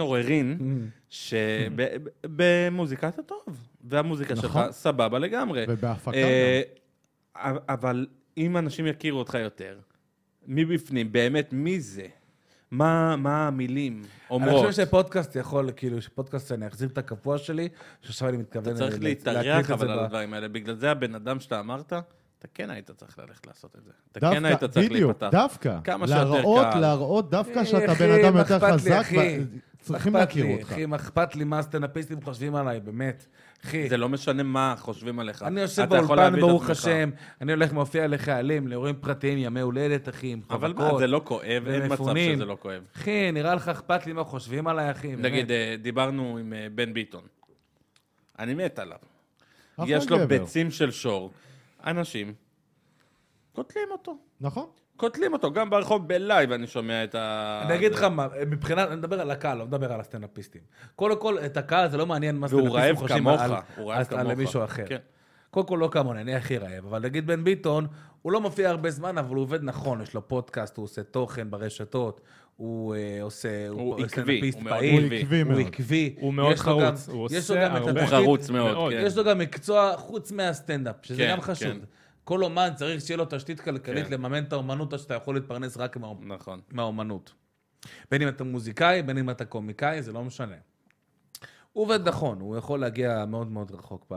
[SPEAKER 4] שאין
[SPEAKER 3] עוררין.
[SPEAKER 4] עוררין
[SPEAKER 3] Mm. Mm-hmm.
[SPEAKER 4] שבמוזיקה אתה טוב, והמוזיקה שלך
[SPEAKER 1] נכון.
[SPEAKER 4] סבבה לגמרי.
[SPEAKER 1] ובהפקה
[SPEAKER 4] אה, אבל אם אנשים יכירו אותך יותר, מבפנים, באמת, מי זה? מה מה המילים
[SPEAKER 3] אני
[SPEAKER 4] אומרות?
[SPEAKER 3] חושב שפודקאסט יכול, כאילו, שפודקאסט אני אחזיר את הקבוע שלי, שעכשיו אני מתכוון...
[SPEAKER 4] אתה צריך
[SPEAKER 3] ל-
[SPEAKER 4] להתארח
[SPEAKER 3] להקליט את זה
[SPEAKER 4] אבל על
[SPEAKER 3] ב-
[SPEAKER 4] הדברים האלה. בגלל זה הבן אדם שאתה אמרת, אתה כן היית צריך ללכת לעשות את זה. אתה
[SPEAKER 1] דווקא,
[SPEAKER 4] כן היית צריך
[SPEAKER 1] בדיוק,
[SPEAKER 4] להיפתח.
[SPEAKER 1] דווקא.
[SPEAKER 4] כמה שיותר
[SPEAKER 1] להראות,
[SPEAKER 4] קהל.
[SPEAKER 1] להראות דווקא שאתה
[SPEAKER 3] אה, אחי,
[SPEAKER 1] בן אדם
[SPEAKER 3] מה
[SPEAKER 1] יותר
[SPEAKER 3] אכפת לי,
[SPEAKER 1] חזק,
[SPEAKER 3] אחי?
[SPEAKER 1] ו- צריכים
[SPEAKER 3] אכפת
[SPEAKER 1] להכיר
[SPEAKER 3] לי,
[SPEAKER 1] אותך.
[SPEAKER 3] אחי, מה אכפת לי מה הסטנדאפיסטים חושבים עליי, באמת. אחי,
[SPEAKER 4] זה לא משנה מה חושבים עליך.
[SPEAKER 3] אני יושב
[SPEAKER 4] אתה יכול
[SPEAKER 3] באולפן,
[SPEAKER 4] להביא את
[SPEAKER 3] ברוך
[SPEAKER 4] עצמך.
[SPEAKER 3] השם, אני הולך מופיע לחיילים, לאירועים פרטיים, ימי הולדת, אחי, עם
[SPEAKER 4] אבל
[SPEAKER 3] חבקות.
[SPEAKER 4] מה, זה לא כואב, אין מצב
[SPEAKER 3] ומפונים.
[SPEAKER 4] שזה לא כואב.
[SPEAKER 3] אחי, נראה לך אכפת לי מה חושבים עליי, אחי?
[SPEAKER 1] כן,
[SPEAKER 3] באמת.
[SPEAKER 4] נגיד, אה, דיברנו עם אה, בן ביטון. אני מת עליו.
[SPEAKER 1] אחלה
[SPEAKER 4] יש לו
[SPEAKER 1] גבר.
[SPEAKER 4] ביצים של שור. אנשים קוטלים אותו.
[SPEAKER 1] נכון?
[SPEAKER 4] קוטלים אותו, גם ברחוב בלייב אני שומע את ה...
[SPEAKER 3] אני אגיד לך מה, מבחינת, אני מדבר על הקהל, לא מדבר על הסטנדאפיסטים. קודם כל, את הקהל זה לא מעניין מה
[SPEAKER 4] והוא רעב
[SPEAKER 3] סטנדאפיסטים חושבים
[SPEAKER 4] כמוך,
[SPEAKER 3] על-
[SPEAKER 4] הוא רעב
[SPEAKER 3] על-
[SPEAKER 4] כמוך.
[SPEAKER 3] על מישהו אחר.
[SPEAKER 4] כן.
[SPEAKER 3] קודם כל לא כמוני, אני הכי רעב, אבל נגיד בן ביטון, הוא לא מופיע הרבה זמן, אבל הוא עובד נכון, יש לו פודקאסט, הוא עושה תוכן ברשתות, הוא אה, עושה...
[SPEAKER 4] הוא עקבי,
[SPEAKER 3] סטנדאפיסט
[SPEAKER 4] הוא מאוד
[SPEAKER 3] פעיל, הוא
[SPEAKER 1] הוא עקבי מאוד.
[SPEAKER 3] עקבי.
[SPEAKER 2] הוא מאוד
[SPEAKER 3] יש לו גם-
[SPEAKER 2] חרוץ, הוא
[SPEAKER 3] יש לו
[SPEAKER 2] עושה
[SPEAKER 3] גם את
[SPEAKER 2] הרבה.
[SPEAKER 4] הוא
[SPEAKER 3] התפקיד-
[SPEAKER 4] חרוץ מאוד,
[SPEAKER 2] מאוד,
[SPEAKER 4] כן.
[SPEAKER 3] יש לו גם מקצוע חוץ מהסטנדאפ, שזה
[SPEAKER 4] כן,
[SPEAKER 3] גם חשוב.
[SPEAKER 4] כן.
[SPEAKER 3] כל אומן צריך שיהיה לו תשתית כלכלית
[SPEAKER 4] כן.
[SPEAKER 3] לממן את האומנות, או שאתה יכול להתפרנס רק מהאומנות.
[SPEAKER 4] נכון.
[SPEAKER 3] מהאומנות. בין אם אתה מוזיקאי, בין אם אתה קומיקאי, זה לא משנה. הוא עובד נכון, הוא יכול להגיע מאוד מאוד רחוק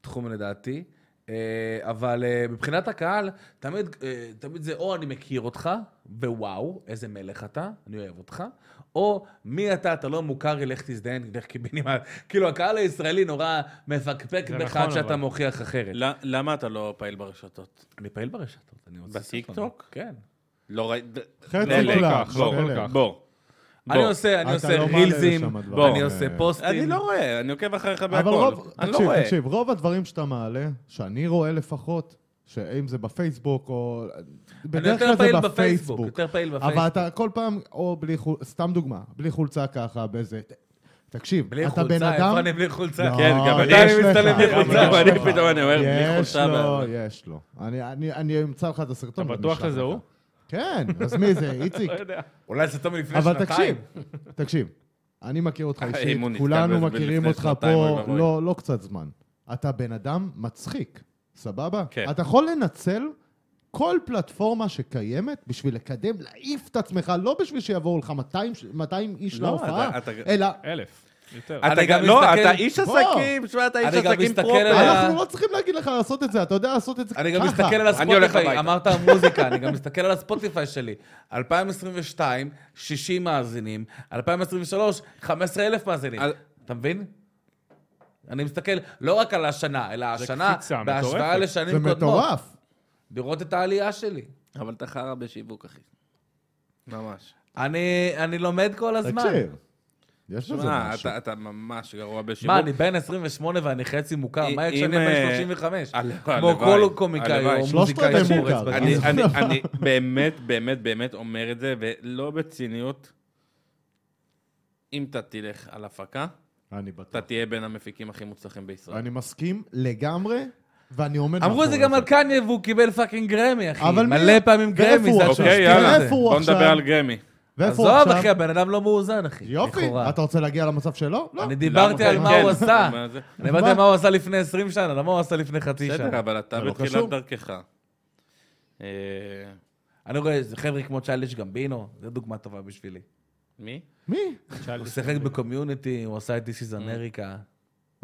[SPEAKER 3] בתחום לדעתי, אה, אבל אה, מבחינת הקהל, תמיד, אה, תמיד זה או אני מכיר אותך, ווואו, איזה מלך אתה, אני אוהב אותך, או מי אתה, אתה לא מוכר, לך תזדיין, לך קיבינימה. כאילו, הקהל הישראלי נורא מפקפק
[SPEAKER 2] זה
[SPEAKER 3] בך
[SPEAKER 2] נכון,
[SPEAKER 3] עד שאתה
[SPEAKER 2] אבל.
[SPEAKER 3] מוכיח אחרת.
[SPEAKER 4] ל- למה אתה לא פעיל ברשתות?
[SPEAKER 3] אני פעיל ברשתות, אני עושה... סרטון.
[SPEAKER 4] בטיקטוק?
[SPEAKER 3] כן.
[SPEAKER 4] לא ראי...
[SPEAKER 1] חצי
[SPEAKER 4] אלה,
[SPEAKER 3] לא,
[SPEAKER 1] כולה,
[SPEAKER 4] כך, בוא,
[SPEAKER 1] אלה.
[SPEAKER 4] כך. בוא.
[SPEAKER 3] אני
[SPEAKER 4] בוא.
[SPEAKER 3] עושה, אני
[SPEAKER 1] אתה
[SPEAKER 3] עושה
[SPEAKER 1] לא מעלה
[SPEAKER 3] רילזים,
[SPEAKER 1] לשם הדברים.
[SPEAKER 4] בוא.
[SPEAKER 3] אני עושה
[SPEAKER 1] אה,
[SPEAKER 3] פוסטים.
[SPEAKER 4] אני לא רואה, אני עוקב אחריך
[SPEAKER 1] אבל
[SPEAKER 4] בהכל.
[SPEAKER 1] רוב,
[SPEAKER 4] אני לא
[SPEAKER 1] תקשיב,
[SPEAKER 4] רואה.
[SPEAKER 1] תקשיב, רוב הדברים שאתה מעלה, שאני רואה לפחות, שאם זה בפייסבוק או... בדרך
[SPEAKER 3] יותר
[SPEAKER 1] כלל זה
[SPEAKER 3] פעיל
[SPEAKER 1] בפייסבוק.
[SPEAKER 3] יותר פעיל
[SPEAKER 1] אבל
[SPEAKER 3] בפייסבוק.
[SPEAKER 1] אתה כל פעם, או בלי חולצה, סתם דוגמה, בלי חולצה ככה, באיזה... תקשיב,
[SPEAKER 3] בלי
[SPEAKER 1] אתה בן
[SPEAKER 3] חולצה,
[SPEAKER 1] אדם...
[SPEAKER 3] איפה אני בלי חולצה?
[SPEAKER 1] לא,
[SPEAKER 4] כן, גם אני
[SPEAKER 1] יש
[SPEAKER 3] אני מצטלם
[SPEAKER 1] לך.
[SPEAKER 3] בלי חולצה,
[SPEAKER 1] יש
[SPEAKER 4] אבל
[SPEAKER 1] לך.
[SPEAKER 4] אני פתאום אני אומר, בלי חולצה,
[SPEAKER 1] יש לו,
[SPEAKER 4] אבל-
[SPEAKER 1] יש לו. אני- אני- אני אמצא לך את הסרטון.
[SPEAKER 2] אתה
[SPEAKER 1] ואני
[SPEAKER 2] בטוח
[SPEAKER 1] אשלח
[SPEAKER 2] שזה
[SPEAKER 1] לך.
[SPEAKER 2] הוא? לא
[SPEAKER 1] כן, אז מי זה, איציק?
[SPEAKER 3] אולי זה טוב מלפני שנתיים.
[SPEAKER 1] אבל תקשיב, תקשיב, אני מכיר אותך
[SPEAKER 4] אם
[SPEAKER 1] אישית,
[SPEAKER 4] הוא נתקע
[SPEAKER 1] כולנו
[SPEAKER 4] בזה
[SPEAKER 1] מכירים
[SPEAKER 4] לפני
[SPEAKER 1] אותך לא,
[SPEAKER 4] שנתיים, אוי
[SPEAKER 1] פה
[SPEAKER 4] ואבוי.
[SPEAKER 1] לא- לא קצת זמן. אתה בן אדם מצחיק. סבבה?
[SPEAKER 4] כן.
[SPEAKER 1] אתה יכול לנצל כל פלטפורמה שקיימת בשביל לקדם, להעיף את עצמך, לא בשביל שיבואו לך 200, ש- 200 איש
[SPEAKER 4] לא,
[SPEAKER 1] להופעה,
[SPEAKER 4] אתה- אתה-
[SPEAKER 1] אלא...
[SPEAKER 3] אה.
[SPEAKER 2] אלף. יותר.
[SPEAKER 4] אתה
[SPEAKER 3] אני
[SPEAKER 4] גם,
[SPEAKER 3] גם
[SPEAKER 4] לא,
[SPEAKER 3] מסתכל-
[SPEAKER 4] אתה איש
[SPEAKER 1] בוא.
[SPEAKER 4] עסקים, תשמע, אתה איש
[SPEAKER 3] אני גם
[SPEAKER 4] עסקים
[SPEAKER 3] מסתכל
[SPEAKER 4] פרופר.
[SPEAKER 3] על ה-
[SPEAKER 1] אנחנו לא צריכים להגיד לך לעשות את זה, אתה יודע לעשות את זה ככה.
[SPEAKER 3] אני גם מסתכל
[SPEAKER 1] [laughs]
[SPEAKER 3] על
[SPEAKER 4] אני הולך
[SPEAKER 3] הספוטיפיי,
[SPEAKER 4] הביתה.
[SPEAKER 3] אמרת מוזיקה, אני גם מסתכל על הספוטיפיי שלי. 2022, 60 מאזינים, 2023, 15,000 מאזינים.
[SPEAKER 4] על-
[SPEAKER 3] אתה מבין? אני מסתכל לא רק על השנה, אלא השנה,
[SPEAKER 2] קפיצה
[SPEAKER 3] בהשוואה
[SPEAKER 2] מטורפת.
[SPEAKER 3] לשנים
[SPEAKER 1] זה
[SPEAKER 3] קודמות.
[SPEAKER 1] מטורף.
[SPEAKER 3] לראות את העלייה שלי.
[SPEAKER 4] אבל אתה חרא בשיווק, אחי. ממש.
[SPEAKER 3] אני, אני לומד כל הזמן.
[SPEAKER 1] תקשיב. יש בזה
[SPEAKER 4] שמע,
[SPEAKER 1] לא, משהו.
[SPEAKER 4] אתה- אתה ממש גרוע בשיווק.
[SPEAKER 3] מה, אני בן 28 ואני חצי מוכר,
[SPEAKER 4] אם-
[SPEAKER 3] מה יקרה
[SPEAKER 4] אם,
[SPEAKER 3] כשאני
[SPEAKER 4] אה,
[SPEAKER 3] בן 35?
[SPEAKER 4] הלוואי,
[SPEAKER 3] כמו
[SPEAKER 4] הלוואי,
[SPEAKER 3] כל קומיקאי
[SPEAKER 4] הלוואי.
[SPEAKER 3] או
[SPEAKER 1] שלושת
[SPEAKER 3] מוזיקאי
[SPEAKER 1] רבעי
[SPEAKER 3] שמורץ.
[SPEAKER 1] מוכר.
[SPEAKER 4] אני, אני, אני באמת, באמת, באמת אומר את זה, ולא בציניות. אם אתה תלך על הפקה,
[SPEAKER 1] אני
[SPEAKER 4] אתה
[SPEAKER 1] בטוח.
[SPEAKER 4] תהיה בין המפיקים הכי מוצלחים בישראל.
[SPEAKER 1] אני מסכים לגמרי, ואני עומד...
[SPEAKER 3] אמרו את זה
[SPEAKER 1] מאחורי
[SPEAKER 3] גם על קניה והוא קיבל פאקינג גרמי, אחי.
[SPEAKER 1] אבל מי-
[SPEAKER 3] מלא פעמים
[SPEAKER 1] ואיפה
[SPEAKER 3] גרמי,
[SPEAKER 1] הוא
[SPEAKER 3] זה
[SPEAKER 1] עכשיו?
[SPEAKER 3] התשובה
[SPEAKER 4] אוקיי,
[SPEAKER 3] שלי
[SPEAKER 4] יאללה,
[SPEAKER 3] לזה.
[SPEAKER 1] איפה הוא
[SPEAKER 4] בוא נדבר
[SPEAKER 1] עכשיו?
[SPEAKER 4] על גרמי.
[SPEAKER 1] ואיפה הוא
[SPEAKER 3] עזוב,
[SPEAKER 1] עכשיו?
[SPEAKER 3] אחי, הבן אדם לא מאוזן, אחי.
[SPEAKER 1] יופי,
[SPEAKER 3] לכאורה.
[SPEAKER 1] אתה רוצה להגיע למצב שלו? לא.
[SPEAKER 3] אני דיברתי על מה
[SPEAKER 4] כן,
[SPEAKER 3] הוא עשה.
[SPEAKER 4] מה זה?
[SPEAKER 3] אני דיברתי
[SPEAKER 1] מה?
[SPEAKER 3] על מה הוא עשה לפני 20 שנה, לא מה הוא עשה לפני חצי
[SPEAKER 4] בסדר,
[SPEAKER 3] שנה.
[SPEAKER 4] אבל אתה
[SPEAKER 1] זה לא
[SPEAKER 4] בתחילת
[SPEAKER 1] קשור.
[SPEAKER 4] דרכך. אה,
[SPEAKER 3] אני רואה איזה חבר'ה כמו צ'אליש גמבינו, זו דוגמה טובה בשבילי.
[SPEAKER 4] מי?
[SPEAKER 1] מי?
[SPEAKER 3] הוא שיחק בקומיוניטי, הוא עשה את This is America.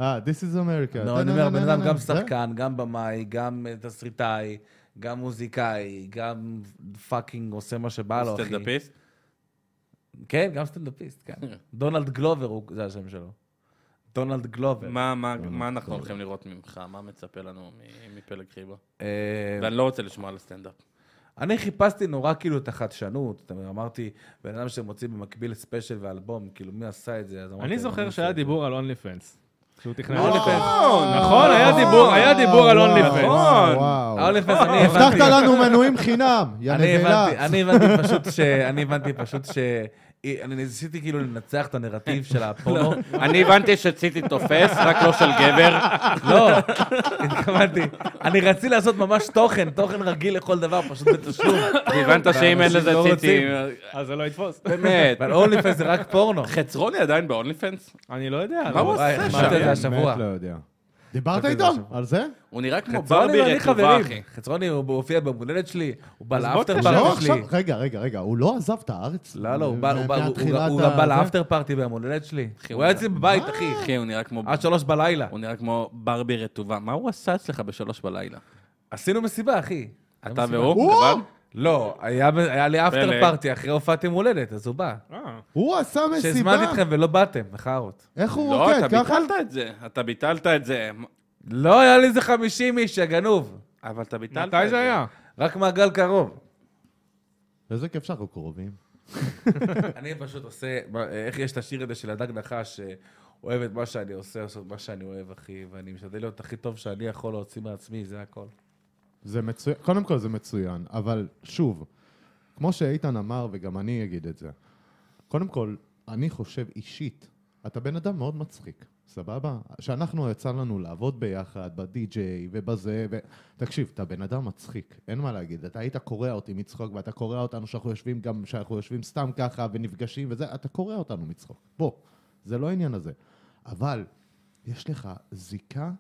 [SPEAKER 1] אה, This is America.
[SPEAKER 3] לא, אני אומר, הבן אדם גם
[SPEAKER 1] זה?
[SPEAKER 3] שחקן, גם במאי, גם אה, תסריטאי, גם מוזיקאי, גם פאקינג עושה מה שבא לו, אחי.
[SPEAKER 4] סטנדאפיסט?
[SPEAKER 3] כן, גם סטנדאפיסט, כן. דונלד גלובר, הוא- זה השם שלו. דונלד גלובר.
[SPEAKER 4] מה- מה מה אנחנו הולכים לראות ממך? מה מצפה לנו מ- מפלג חיבה?
[SPEAKER 3] אה,
[SPEAKER 4] ואני לא רוצה לשמוע על הסטנדאפ.
[SPEAKER 3] אני חיפשתי נורא כאילו את החדשנות, זאת אומרת, אמרתי, בן אדם שמוציא במקביל ספיישל ואלבום, כאילו, מי עשה את זה? אז אמרתי,
[SPEAKER 2] אני זוכר
[SPEAKER 3] מי
[SPEAKER 2] שהיה
[SPEAKER 3] עושה את זה?
[SPEAKER 2] דיבור על אונלי פנס. שהוא תכנן.
[SPEAKER 4] נכון,
[SPEAKER 2] נכון, היה דיבור, היה דיבור על
[SPEAKER 1] נכון.
[SPEAKER 2] אונלי פנס.
[SPEAKER 1] וואו, וואו.
[SPEAKER 3] ה-OnlyFans, אני
[SPEAKER 1] הבטחת
[SPEAKER 3] הבנתי,
[SPEAKER 1] לנו מנויים חינם, יא
[SPEAKER 3] אוקיי. אני
[SPEAKER 1] נבלה.
[SPEAKER 3] הבנתי, אני הבנתי פשוט ש... אני הבנתי פשוט ש... אני ניסיתי כאילו לנצח את הנרטיב של
[SPEAKER 4] לא.
[SPEAKER 3] הפורנו.
[SPEAKER 4] אני הבנתי שציטי תופס, רק לא של
[SPEAKER 3] [laughs]
[SPEAKER 4] גבר.
[SPEAKER 3] לא, התכוונתי. אני רציתי לעשות ממש תוכן, תוכן רגיל לכל דבר, פשוט בתשלום.
[SPEAKER 4] הבנת שאם אין
[SPEAKER 3] ואנשים
[SPEAKER 4] לזה
[SPEAKER 3] לא
[SPEAKER 4] ציטי...
[SPEAKER 3] רוצים.
[SPEAKER 2] אז זה לא יתפוס.
[SPEAKER 3] [laughs]
[SPEAKER 4] באמת.
[SPEAKER 3] אבל אונלי פנס זה רק פורנו.
[SPEAKER 4] חצרוני עדיין באונלי פנס?
[SPEAKER 2] אני לא יודע.
[SPEAKER 4] מה הוא
[SPEAKER 2] אבל-
[SPEAKER 3] וואי,
[SPEAKER 4] עושה
[SPEAKER 3] אמרת את זה
[SPEAKER 4] שם?
[SPEAKER 3] השבוע.
[SPEAKER 1] באמת לא יודע. דיברת איתו על זה?
[SPEAKER 4] הוא נראה כמו ברבי
[SPEAKER 3] חצרוני ואני
[SPEAKER 4] רטובה,
[SPEAKER 3] חברים.
[SPEAKER 4] אחי.
[SPEAKER 3] חצרוני, הוא הופיע במולדת שלי, הוא בא
[SPEAKER 2] אז בוא
[SPEAKER 3] לאפטר
[SPEAKER 2] תשאל.
[SPEAKER 1] לא
[SPEAKER 3] פארטי
[SPEAKER 1] עכשיו,
[SPEAKER 3] שלי.
[SPEAKER 1] רגע, רגע, רגע, הוא לא עזב את הארץ?
[SPEAKER 3] לא, לא, הוא בא- הוא בא- הוא- הוא-
[SPEAKER 1] מהתחילת
[SPEAKER 3] הוא
[SPEAKER 1] ה-
[SPEAKER 3] גם בא
[SPEAKER 1] זה? אה.
[SPEAKER 3] לאפטר פארטי במולדת שלי. הוא היה אצלי בבית, אחי.
[SPEAKER 4] אחי, הוא נראה כמו...
[SPEAKER 3] עד שלוש בלילה.
[SPEAKER 4] הוא נראה כמו ברבי רטובה. מה הוא עשה אצלך בשלוש בלילה?
[SPEAKER 3] לא עשינו מסיבה, אחי.
[SPEAKER 4] אתה
[SPEAKER 3] מסיבה.
[SPEAKER 4] והוא?
[SPEAKER 1] הוא!
[SPEAKER 4] לבד?
[SPEAKER 3] לא, היה היה לי אפטר
[SPEAKER 4] פלא.
[SPEAKER 3] פארטי אחרי הופעת יום הולדת, אז הוא בא.
[SPEAKER 2] אה,
[SPEAKER 1] הוא עשה מסיבה.
[SPEAKER 3] שהזמנתי אתכם ולא באתם, מחרות.
[SPEAKER 1] איך הוא
[SPEAKER 3] כן,
[SPEAKER 4] לא,
[SPEAKER 1] רוקד
[SPEAKER 4] אתה
[SPEAKER 1] ככה?
[SPEAKER 4] ביטלת את זה. אתה ביטלת את זה.
[SPEAKER 3] לא, היה לי איזה 50 איש, הגנוב.
[SPEAKER 4] אבל אתה ביטלת את זה.
[SPEAKER 2] מתי זה היה?
[SPEAKER 3] רק מעגל קרוב.
[SPEAKER 1] איזה כיף שאנחנו קרובים.
[SPEAKER 3] [laughs] אני פשוט עושה, מה, איך יש את השיר הזה של הדג נחש, שאוהב את מה שאני עושה, עושה את מה שאני אוהב, אחי, ואני משתדל להיות הכי טוב שאני יכול להוציא מעצמי, זה הכל.
[SPEAKER 1] זה מצוין, קודם כל זה מצוין, אבל שוב, כמו שאיתן אמר, וגם אני אגיד את זה, קודם כל, אני חושב אישית, אתה בן אדם מאוד מצחיק, סבבה? שאנחנו יצא לנו לעבוד ביחד, בדי-ג'יי ובזה, ו... תקשיב, אתה בן אדם מצחיק, אין מה להגיד, אתה היית קורע אותי מצחוק, ואתה קורע אותנו שאנחנו יושבים גם, שאנחנו יושבים סתם ככה ונפגשים וזה, אתה קורע אותנו מצחוק. בוא, זה לא העניין הזה. אבל, יש לך זיקה,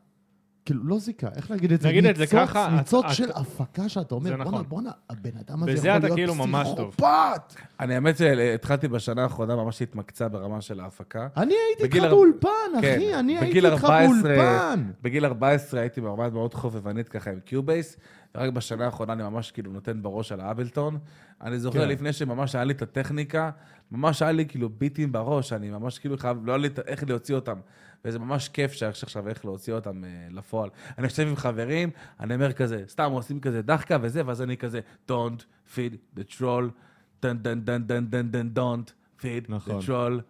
[SPEAKER 1] כאילו, לא זיקה, איך להגיד את זה?
[SPEAKER 2] נגיד את זה
[SPEAKER 1] ניצוץ-
[SPEAKER 2] ככה,
[SPEAKER 1] ניצוץ
[SPEAKER 2] את-
[SPEAKER 1] של
[SPEAKER 2] את-
[SPEAKER 1] הפקה שאתה אומר,
[SPEAKER 2] זה
[SPEAKER 1] בואנה,
[SPEAKER 2] נכון.
[SPEAKER 1] בואנה, הבן אדם הזה
[SPEAKER 2] בזה אתה
[SPEAKER 1] יכול להיות
[SPEAKER 2] כאילו ממש טוב."
[SPEAKER 1] פסיכופת.
[SPEAKER 3] אני האמת שהתחלתי בשנה האחרונה ממש להתמקצע ברמה של ההפקה.
[SPEAKER 1] אני הייתי
[SPEAKER 3] בגיל
[SPEAKER 1] איתך
[SPEAKER 3] אר-
[SPEAKER 1] באולפן,
[SPEAKER 3] כן,
[SPEAKER 1] אחי, אני
[SPEAKER 3] בגיל
[SPEAKER 1] הייתי איתך
[SPEAKER 3] 14
[SPEAKER 1] באולפן.
[SPEAKER 3] בגיל 14 הייתי ברמה מאוד חובבנית ככה עם קיובייס, ורק בשנה האחרונה אני ממש כאילו נותן בראש על האבלטון. אני זוכר
[SPEAKER 1] כן.
[SPEAKER 3] לפני שממש היה לי את הטכניקה, ממש היה לי כאילו ביטים בראש, אני ממש כאילו חייב, לא היה לי את- איך להוציא אותם. וזה ממש כיף שיש עכשיו איך להוציא אותם אה, לפועל. אני יושב עם חברים, אני אומר כזה, סתם עושים כזה דחקה וזה, ואז אני כזה, don't feed the troll, דן דן דן דן דן דן don't feed
[SPEAKER 1] נכון.
[SPEAKER 3] the troll.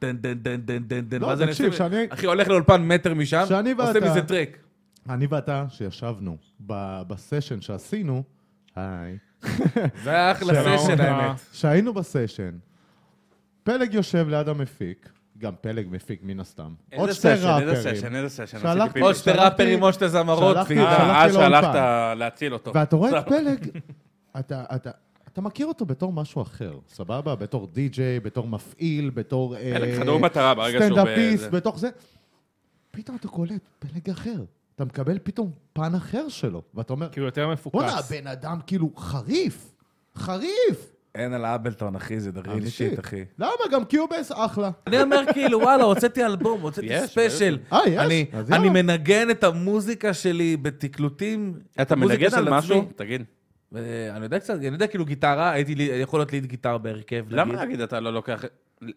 [SPEAKER 3] דן דן דן דן דן דן,
[SPEAKER 1] לא,
[SPEAKER 3] ואז אני
[SPEAKER 1] תקשיב,
[SPEAKER 3] עושה-
[SPEAKER 1] שאני-
[SPEAKER 3] אחי, הולך לאולפן מטר משם,
[SPEAKER 1] שאני
[SPEAKER 3] עושה
[SPEAKER 1] ואתה-
[SPEAKER 3] מזה טרק.
[SPEAKER 1] אני ואתה, שישבנו ב- בסשן שעשינו, היי,
[SPEAKER 3] זה היה אחלה
[SPEAKER 2] שלום,
[SPEAKER 3] סשן,
[SPEAKER 2] אתה.
[SPEAKER 3] האמת.
[SPEAKER 1] שהיינו בסשן, פלג יושב ליד המפיק, גם פלג מפיק מן הסתם. עוד
[SPEAKER 4] איזה
[SPEAKER 1] שתי
[SPEAKER 4] סשן,
[SPEAKER 1] ראפרים.
[SPEAKER 4] איזה סשן, איזה סשן. עשיתי
[SPEAKER 1] שהלכתי-
[SPEAKER 4] פיפי.
[SPEAKER 3] או שתי
[SPEAKER 1] שלחתי-
[SPEAKER 3] ראפרים או שתי זמרות,
[SPEAKER 1] שלחתי-
[SPEAKER 3] והיא-
[SPEAKER 1] אה,
[SPEAKER 4] אה,
[SPEAKER 1] הלכתי
[SPEAKER 4] אז שהלכת
[SPEAKER 1] לאולפן.
[SPEAKER 4] להציל אותו.
[SPEAKER 1] ואתה רואה את פלג, אתה, אתה, אתה מכיר אותו בתור משהו אחר, סבבה? בתור די-ג'יי, בתור מפעיל, בתור... אה,
[SPEAKER 4] פלג חדור מטרה ברגע שהוא
[SPEAKER 1] סטנדאפיסט,
[SPEAKER 4] באיזה-
[SPEAKER 1] בתוך זה. פתאום אתה קולט פלג אחר. אתה מקבל פתאום פן אחר שלו, ואתה אומר,
[SPEAKER 2] כאילו יותר
[SPEAKER 1] בואנה,
[SPEAKER 2] מפוקס.
[SPEAKER 1] הבן אדם כאילו חריף, חריף.
[SPEAKER 3] אין על האבלטון, אחי, זה דריל
[SPEAKER 1] אמיתי.
[SPEAKER 3] שיט, אחי.
[SPEAKER 1] למה? גם קיובייס אחלה.
[SPEAKER 3] אני אומר כאילו, וואלה, הוצאתי אלבום, הוצאתי
[SPEAKER 4] יש,
[SPEAKER 3] ספיישל.
[SPEAKER 1] אה, יש?
[SPEAKER 3] אני-
[SPEAKER 1] אז
[SPEAKER 3] אני
[SPEAKER 1] יאללה.
[SPEAKER 3] מנגן את המוזיקה שלי בתקלוטים.
[SPEAKER 4] אתה
[SPEAKER 3] מוזיקה
[SPEAKER 4] מנגן
[SPEAKER 3] של
[SPEAKER 4] על משהו?
[SPEAKER 3] עצמי.
[SPEAKER 4] תגיד.
[SPEAKER 3] אה, אני יודע קצת, אני יודע כאילו גיטרה, הייתי לי- יכול להיות ליד גיטר בהרכב,
[SPEAKER 4] למה
[SPEAKER 3] נגיד.
[SPEAKER 4] להגיד אתה לא לוקח...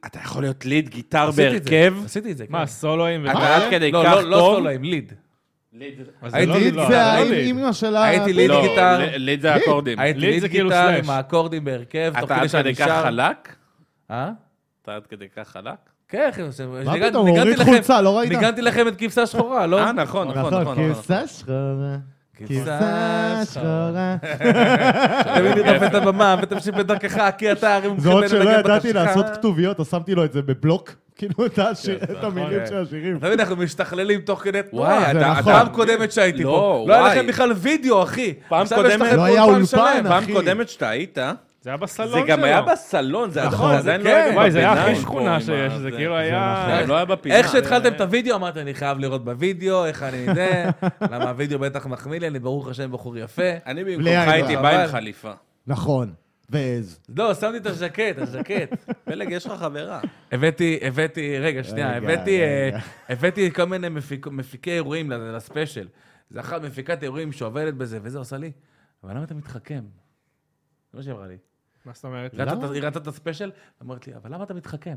[SPEAKER 4] אתה יכול להיות ליד גיטר
[SPEAKER 3] עשיתי את זה,
[SPEAKER 4] בהרכב?
[SPEAKER 3] עשיתי את זה, כן.
[SPEAKER 2] מה, סולואים? ו-
[SPEAKER 4] אתה עד כדי
[SPEAKER 3] לא,
[SPEAKER 4] כך
[SPEAKER 3] לא, לא
[SPEAKER 4] טוב?
[SPEAKER 3] סולואים, ליד.
[SPEAKER 4] ליד-
[SPEAKER 2] אז זה לא-
[SPEAKER 3] הייתי-
[SPEAKER 1] ליד
[SPEAKER 2] לא,
[SPEAKER 1] זה
[SPEAKER 2] לא
[SPEAKER 1] האם-
[SPEAKER 2] ליד.
[SPEAKER 1] אימא שלה...
[SPEAKER 3] הייתי ליד.
[SPEAKER 4] לא,
[SPEAKER 3] גיטר.
[SPEAKER 4] ל- ליד זה אקורדים.
[SPEAKER 3] הייתי
[SPEAKER 2] ליד
[SPEAKER 3] ליד
[SPEAKER 2] זה כאילו
[SPEAKER 3] גיטר
[SPEAKER 2] סלאש.
[SPEAKER 3] עם האקורדים בהרכב, תוך
[SPEAKER 4] אתה
[SPEAKER 3] כדי
[SPEAKER 4] עד
[SPEAKER 3] שאני
[SPEAKER 4] כדי כך
[SPEAKER 3] שר.
[SPEAKER 4] חלק?
[SPEAKER 3] אה?
[SPEAKER 4] אתה עד כדי כך חלק?
[SPEAKER 3] כן, אחי, זה-
[SPEAKER 1] מה
[SPEAKER 3] ניגנתי-
[SPEAKER 1] פתאום, הוא
[SPEAKER 3] ניגנתי
[SPEAKER 1] הוריד
[SPEAKER 3] לכם-
[SPEAKER 1] חולצה, לא ראית?
[SPEAKER 3] ניגנתי לכם את כבשה שחורה, לא?
[SPEAKER 4] אה, נכון, נכון, נכון. נכון.
[SPEAKER 1] כבשה שחורה. כבשה שחורה.
[SPEAKER 3] תמיד תדפק את הבמה ותמשיך בדרכך, כי אתה הרי
[SPEAKER 1] זה
[SPEAKER 3] מומחה בלנגן
[SPEAKER 1] עוד שלא ידעתי
[SPEAKER 3] בחשכה.
[SPEAKER 1] לעשות כתוביות, אז שמתי לו את זה בבלוק, [laughs] כאילו את השיר- את המילים
[SPEAKER 3] נכון.
[SPEAKER 1] של השירים.
[SPEAKER 3] תמיד אנחנו משתכללים תוך כדי תנועה.
[SPEAKER 4] וואי,
[SPEAKER 1] זה
[SPEAKER 4] אתה...
[SPEAKER 1] נכון.
[SPEAKER 4] אתה-
[SPEAKER 3] פעם קודמת שהייתי
[SPEAKER 4] לא,
[SPEAKER 3] פה, לא היה
[SPEAKER 4] וואי.
[SPEAKER 3] לכם בכלל וידאו, אחי.
[SPEAKER 4] פעם
[SPEAKER 3] עכשיו יש לכם
[SPEAKER 4] קודמת-
[SPEAKER 1] לא היה
[SPEAKER 3] אולפן
[SPEAKER 1] אולפן.
[SPEAKER 3] שלם.
[SPEAKER 4] אה, פעם
[SPEAKER 1] אחי.
[SPEAKER 4] קודמת שאתה היית,
[SPEAKER 2] זה היה בסלון
[SPEAKER 4] זה
[SPEAKER 2] שלו.
[SPEAKER 4] גם היה בסלון, זה
[SPEAKER 1] נכון,
[SPEAKER 4] זה עדיין
[SPEAKER 3] זה
[SPEAKER 4] לא
[SPEAKER 3] כן.
[SPEAKER 4] היה גם
[SPEAKER 2] וואי, זה היה
[SPEAKER 4] בביניים
[SPEAKER 2] אחרי
[SPEAKER 4] פה,
[SPEAKER 2] שכונה
[SPEAKER 4] עם
[SPEAKER 2] שיש,
[SPEAKER 4] ה-
[SPEAKER 2] זה כאילו היה...
[SPEAKER 4] זה לא היה בפינה.
[SPEAKER 3] איך שהתחלתם את הוידאו, אמרתי, אני חייב לראות בוידאו, איך אני זה, למה הוידאו בטח מחמיא לי, אני ברוך השם בחור יפה.
[SPEAKER 4] אני
[SPEAKER 1] בלי
[SPEAKER 4] במקומך
[SPEAKER 1] עין
[SPEAKER 4] הייתי
[SPEAKER 1] הרע.
[SPEAKER 4] בא עם
[SPEAKER 3] אבל-
[SPEAKER 4] חליפה.
[SPEAKER 1] נכון, ועז.
[SPEAKER 3] לא, שמתי את הז'קט, הז'קט.
[SPEAKER 4] פלג, יש לך [laughs] חברה.
[SPEAKER 3] הבאתי, הבאתי, רגע, שנייה,
[SPEAKER 1] רגע,
[SPEAKER 3] הבאתי, אה,
[SPEAKER 1] רגע.
[SPEAKER 3] הבאתי כל מיני מפיק, מפיקי אירועים ל- לספיישל. זה אחת מפיקת אירועים שעובדת בזה, וזה עושה לי, אבל למה אתה מתחכם? זה מה שהיא אמרה לי.
[SPEAKER 2] מה זאת אומרת?
[SPEAKER 3] היא ראתה את-
[SPEAKER 1] למה?
[SPEAKER 3] היא ראתה את הספיישל, אמרת לי, אבל למה אתה מתחכם?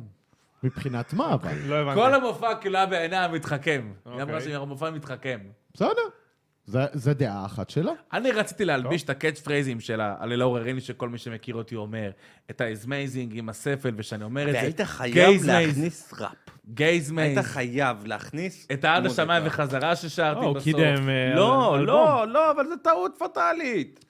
[SPEAKER 1] מבחינת מה, אבל?
[SPEAKER 2] לא הבנתי.
[SPEAKER 3] כל המופע כאילו היה בעיניים מתחכם. היא אמרה
[SPEAKER 2] אוקיי.
[SPEAKER 3] שהמופע מתחכם.
[SPEAKER 1] בסדר. זה- זה דעה אחת שלה.
[SPEAKER 3] אני רציתי להלביש את הקאץ' פרייזים שלה, על ללא עוררין שכל מי שמכיר אותי אומר, את ה-is amazing עם הספל, ושאני אומר את זה.
[SPEAKER 4] והיית חייב
[SPEAKER 3] gaze maze,
[SPEAKER 4] להכניס ראפ.
[SPEAKER 3] gaze
[SPEAKER 4] היית
[SPEAKER 3] maze,
[SPEAKER 4] חייב להכניס
[SPEAKER 3] את העד
[SPEAKER 4] מוזיקה.
[SPEAKER 3] השמיים וחזרה
[SPEAKER 2] לא,
[SPEAKER 3] ששרתי
[SPEAKER 2] הוא
[SPEAKER 3] בסוף.
[SPEAKER 2] קידם... אה,
[SPEAKER 4] לא,
[SPEAKER 2] אלבום.
[SPEAKER 4] לא, לא, אבל זו טעות פטאלית.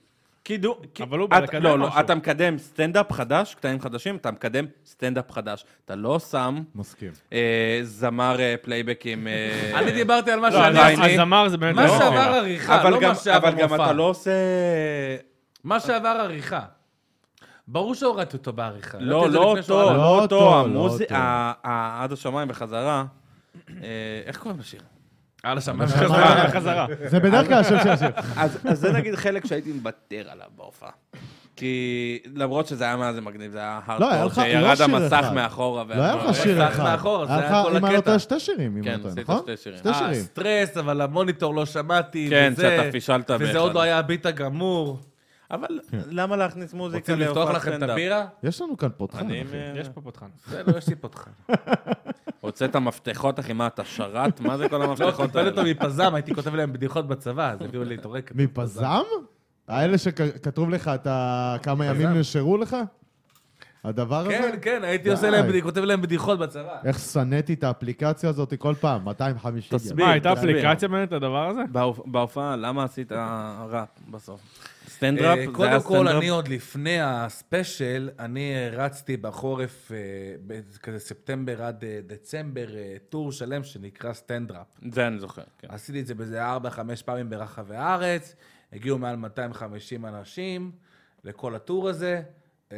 [SPEAKER 4] קידום... כי-
[SPEAKER 2] אבל הוא
[SPEAKER 4] את-
[SPEAKER 2] בא לקדם
[SPEAKER 4] לא, לא,
[SPEAKER 2] משהו.
[SPEAKER 4] אתה מקדם סטנדאפ חדש, קטעים חדשים, אתה מקדם סטנדאפ חדש. אתה לא שם
[SPEAKER 1] מסכים.
[SPEAKER 4] אה, זמר אה, פלייבק עם... אה,
[SPEAKER 3] אני דיברתי על מה
[SPEAKER 2] לא,
[SPEAKER 3] שאני...
[SPEAKER 4] אני-
[SPEAKER 3] עשיתי.
[SPEAKER 4] אני-
[SPEAKER 2] הזמר זה באמת...
[SPEAKER 3] מה
[SPEAKER 2] לא.
[SPEAKER 4] לא.
[SPEAKER 3] שעבר עריכה,
[SPEAKER 4] אבל
[SPEAKER 3] לא
[SPEAKER 4] גם-
[SPEAKER 3] מה שעבר
[SPEAKER 4] אבל גם
[SPEAKER 3] מופע.
[SPEAKER 4] אתה לא עושה...
[SPEAKER 3] מה שעבר עריכה. ברור שהורדתי אותו בעריכה.
[SPEAKER 4] לא,
[SPEAKER 3] ראיתי
[SPEAKER 4] לא
[SPEAKER 3] את זה לפני
[SPEAKER 4] אותו,
[SPEAKER 3] שהורדתי.
[SPEAKER 1] לא
[SPEAKER 4] לא
[SPEAKER 1] אותו,
[SPEAKER 4] אותו, המוז-
[SPEAKER 1] לא אותו.
[SPEAKER 4] ה- ה- עד השמיים בחזרה. אה, איך קוראים לשיר? אה, לא,
[SPEAKER 3] על השמיים.
[SPEAKER 2] חזרה, חזרה.
[SPEAKER 3] [laughs]
[SPEAKER 1] זה בדרך כלל השם של השיר.
[SPEAKER 4] אז אז זה נגיד חלק שהייתי מוותר עליו בהופעה. כי למרות שזה היה מה זה מגניב, זה היה
[SPEAKER 1] לא, היה
[SPEAKER 4] הארדקור,
[SPEAKER 1] לך- לא
[SPEAKER 4] שירד
[SPEAKER 1] שיר
[SPEAKER 4] המסך
[SPEAKER 1] אחד.
[SPEAKER 4] מאחורה.
[SPEAKER 1] לא היה לך שיר
[SPEAKER 3] לקח
[SPEAKER 1] אחד.
[SPEAKER 3] נכון, מאחור, זה
[SPEAKER 1] היה
[SPEAKER 3] היה
[SPEAKER 1] לך,
[SPEAKER 3] כל
[SPEAKER 1] אם אני לא
[SPEAKER 3] הקטע.
[SPEAKER 1] טועה, שתי שירים, אם
[SPEAKER 4] כן,
[SPEAKER 1] אני לא טועה,
[SPEAKER 4] עשית
[SPEAKER 1] נכון?
[SPEAKER 4] שתי שירים.
[SPEAKER 1] שתי
[SPEAKER 3] אה,
[SPEAKER 1] שירים.
[SPEAKER 3] סטרס, אבל המוניטור לא שמעתי.
[SPEAKER 4] כן,
[SPEAKER 3] וזה-
[SPEAKER 4] שאתה פישלת
[SPEAKER 3] וזה
[SPEAKER 4] באחד.
[SPEAKER 3] עוד לא היה הביט הגמור.
[SPEAKER 4] אבל
[SPEAKER 1] כן.
[SPEAKER 4] למה להכניס מוזיקה
[SPEAKER 3] רוצים לפתוח
[SPEAKER 4] להופעת
[SPEAKER 3] לכם את
[SPEAKER 4] סטנדאפ?
[SPEAKER 3] הבירה?
[SPEAKER 1] יש לנו כאן פותחן.
[SPEAKER 4] אני,
[SPEAKER 1] אחי.
[SPEAKER 4] אה,
[SPEAKER 2] יש פה פותחן.
[SPEAKER 3] בסדר, יש לי פותחן.
[SPEAKER 4] הוצאת מפתחות, אחי, מה, אתה שרת? מה זה כל
[SPEAKER 3] לא,
[SPEAKER 4] המפתחות
[SPEAKER 3] קיבל אותו
[SPEAKER 4] האלה?
[SPEAKER 3] מפזם, הייתי כותב להם בדיחות בצבא, אז הביאו לי את הרקע.
[SPEAKER 1] מפזם? האלה שכתוב לך את ה- כמה ימים נשארו לך? הדבר הזה?
[SPEAKER 3] כן, כן, הייתי עושה להם, בדיח- כותב להם בדיחות בצבא.
[SPEAKER 1] איך שנאתי את האפליקציה הזאת כל פעם, 250 יום.
[SPEAKER 4] תסביר.
[SPEAKER 2] מה, הייתה
[SPEAKER 4] תסביר.
[SPEAKER 2] אפליקציה באמת לדבר הזה?
[SPEAKER 4] בהופ- בהופעה, למה עשית ראפ בסוף?
[SPEAKER 3] אה,
[SPEAKER 4] סטנדאפ? זה היה
[SPEAKER 3] קודם כל, אני
[SPEAKER 4] סטנדאפ?
[SPEAKER 3] עוד לפני הספיישל, אני אה, רצתי בחורף, אה, ב- כזה ספטמבר עד אה, דצמבר, אה, טור שלם שנקרא סטנדראפ.
[SPEAKER 4] זה אני זוכר, כן.
[SPEAKER 3] עשיתי את זה באיזה 4-5 פעמים ברחבי הארץ, הגיעו מעל 250 אנשים לכל הטור הזה, אה,